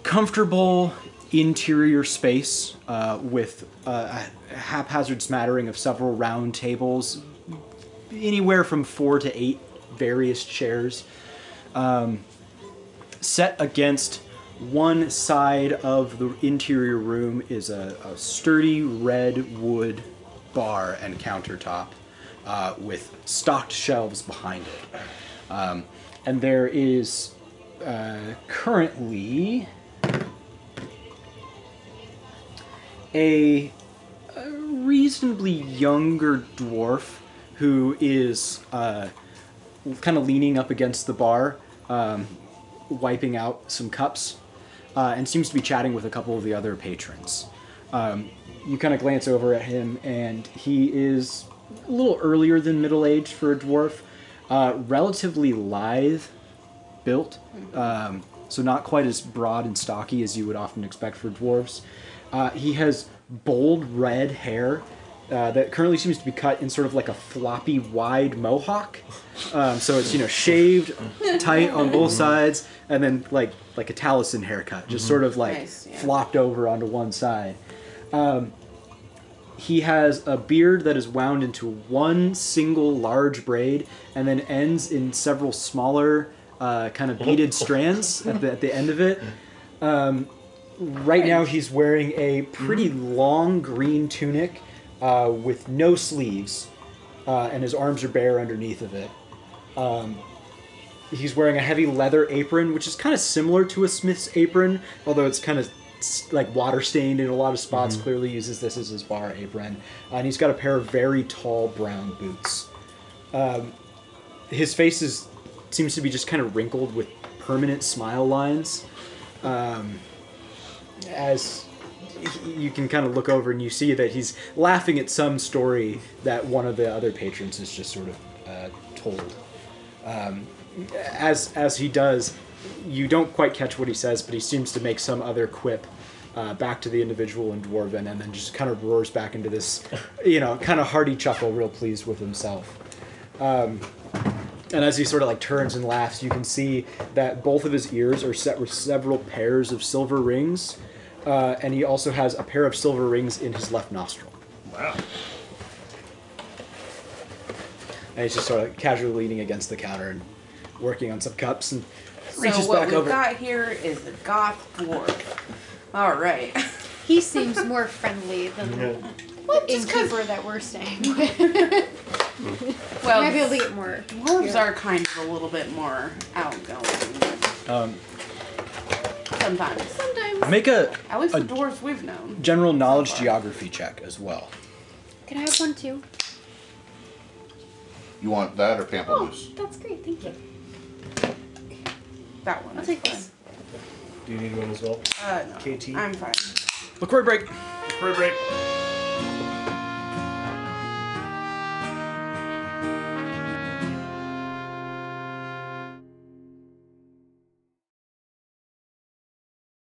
Speaker 2: comfortable interior space uh, with uh, a haphazard smattering of several round tables, anywhere from four to eight various chairs, um, set against one side of the interior room is a, a sturdy red wood bar and countertop uh, with stocked shelves behind it. Um, and there is uh, currently a, a reasonably younger dwarf who is uh, kind of leaning up against the bar, um, wiping out some cups, uh, and seems to be chatting with a couple of the other patrons. Um, you kind of glance over at him, and he is a little earlier than middle aged for a dwarf, uh, relatively lithe built, um, so not quite as broad and stocky as you would often expect for dwarves. Uh, he has bold red hair uh, that currently seems to be cut in sort of like a floppy, wide mohawk. Um, so it's you know shaved, tight on both sides, and then like like a Taliesin haircut, just sort of like
Speaker 3: Nice, yeah.
Speaker 2: flopped over onto one side. He has a beard that is wound into one single large braid and then ends in several smaller, uh, kind of beaded strands at the, at the end of it. Um, right now, he's wearing a pretty long green tunic uh, with no sleeves, uh, and his arms are bare underneath of it. Um, he's wearing a heavy leather apron, which is kind of similar to a smith's apron, although it's kind of s- like water stained in a lot of spots. Clearly, uses this as his bar apron, Uh, and he's got a pair of very tall brown boots. Um, his face is seems to be just kind of wrinkled with permanent smile lines. Um, as you can kind of look over and you see that he's laughing at some story that one of the other patrons is just sort of uh, told. Um, as as he does, you don't quite catch what he says, but he seems to make some other quip. Uh, back to the individual in dwarven, and then just kind of roars back into this, you know, kind of hearty chuckle, real pleased with himself. Um, And as he sort of like turns and laughs, you can see that both of his ears are set with several pairs of silver rings, uh, and he also has a pair of silver rings in his left nostril.
Speaker 4: Wow.
Speaker 2: And he's just sort of casually leaning against the counter and working on some cups and
Speaker 3: So
Speaker 2: reaches
Speaker 3: what
Speaker 2: back
Speaker 3: we've
Speaker 2: over.
Speaker 3: got here is a goth dwarf. All right.
Speaker 6: He seems more friendly than
Speaker 4: Yeah.
Speaker 6: the
Speaker 3: just 'cause-
Speaker 6: innkeeper that we're staying with.
Speaker 3: Well,
Speaker 6: Might be able to get more.
Speaker 3: dwarves are kind of a little bit more outgoing.
Speaker 2: Um,
Speaker 3: Sometimes.
Speaker 6: Sometimes.
Speaker 2: make a
Speaker 3: At least
Speaker 2: A-
Speaker 3: the dwarves we've known.
Speaker 2: general knowledge
Speaker 3: far.
Speaker 2: geography check as well.
Speaker 6: Can I have one too?
Speaker 5: You want that or
Speaker 6: Oh,
Speaker 5: pamplemousse?
Speaker 6: that's great. Thank you.
Speaker 3: That one.
Speaker 6: I'll
Speaker 3: is
Speaker 6: take
Speaker 3: fine.
Speaker 6: this.
Speaker 4: Do you need one as well?
Speaker 3: Uh, no,
Speaker 4: KT?
Speaker 3: I'm fine.
Speaker 2: Look, break.
Speaker 4: Break, break.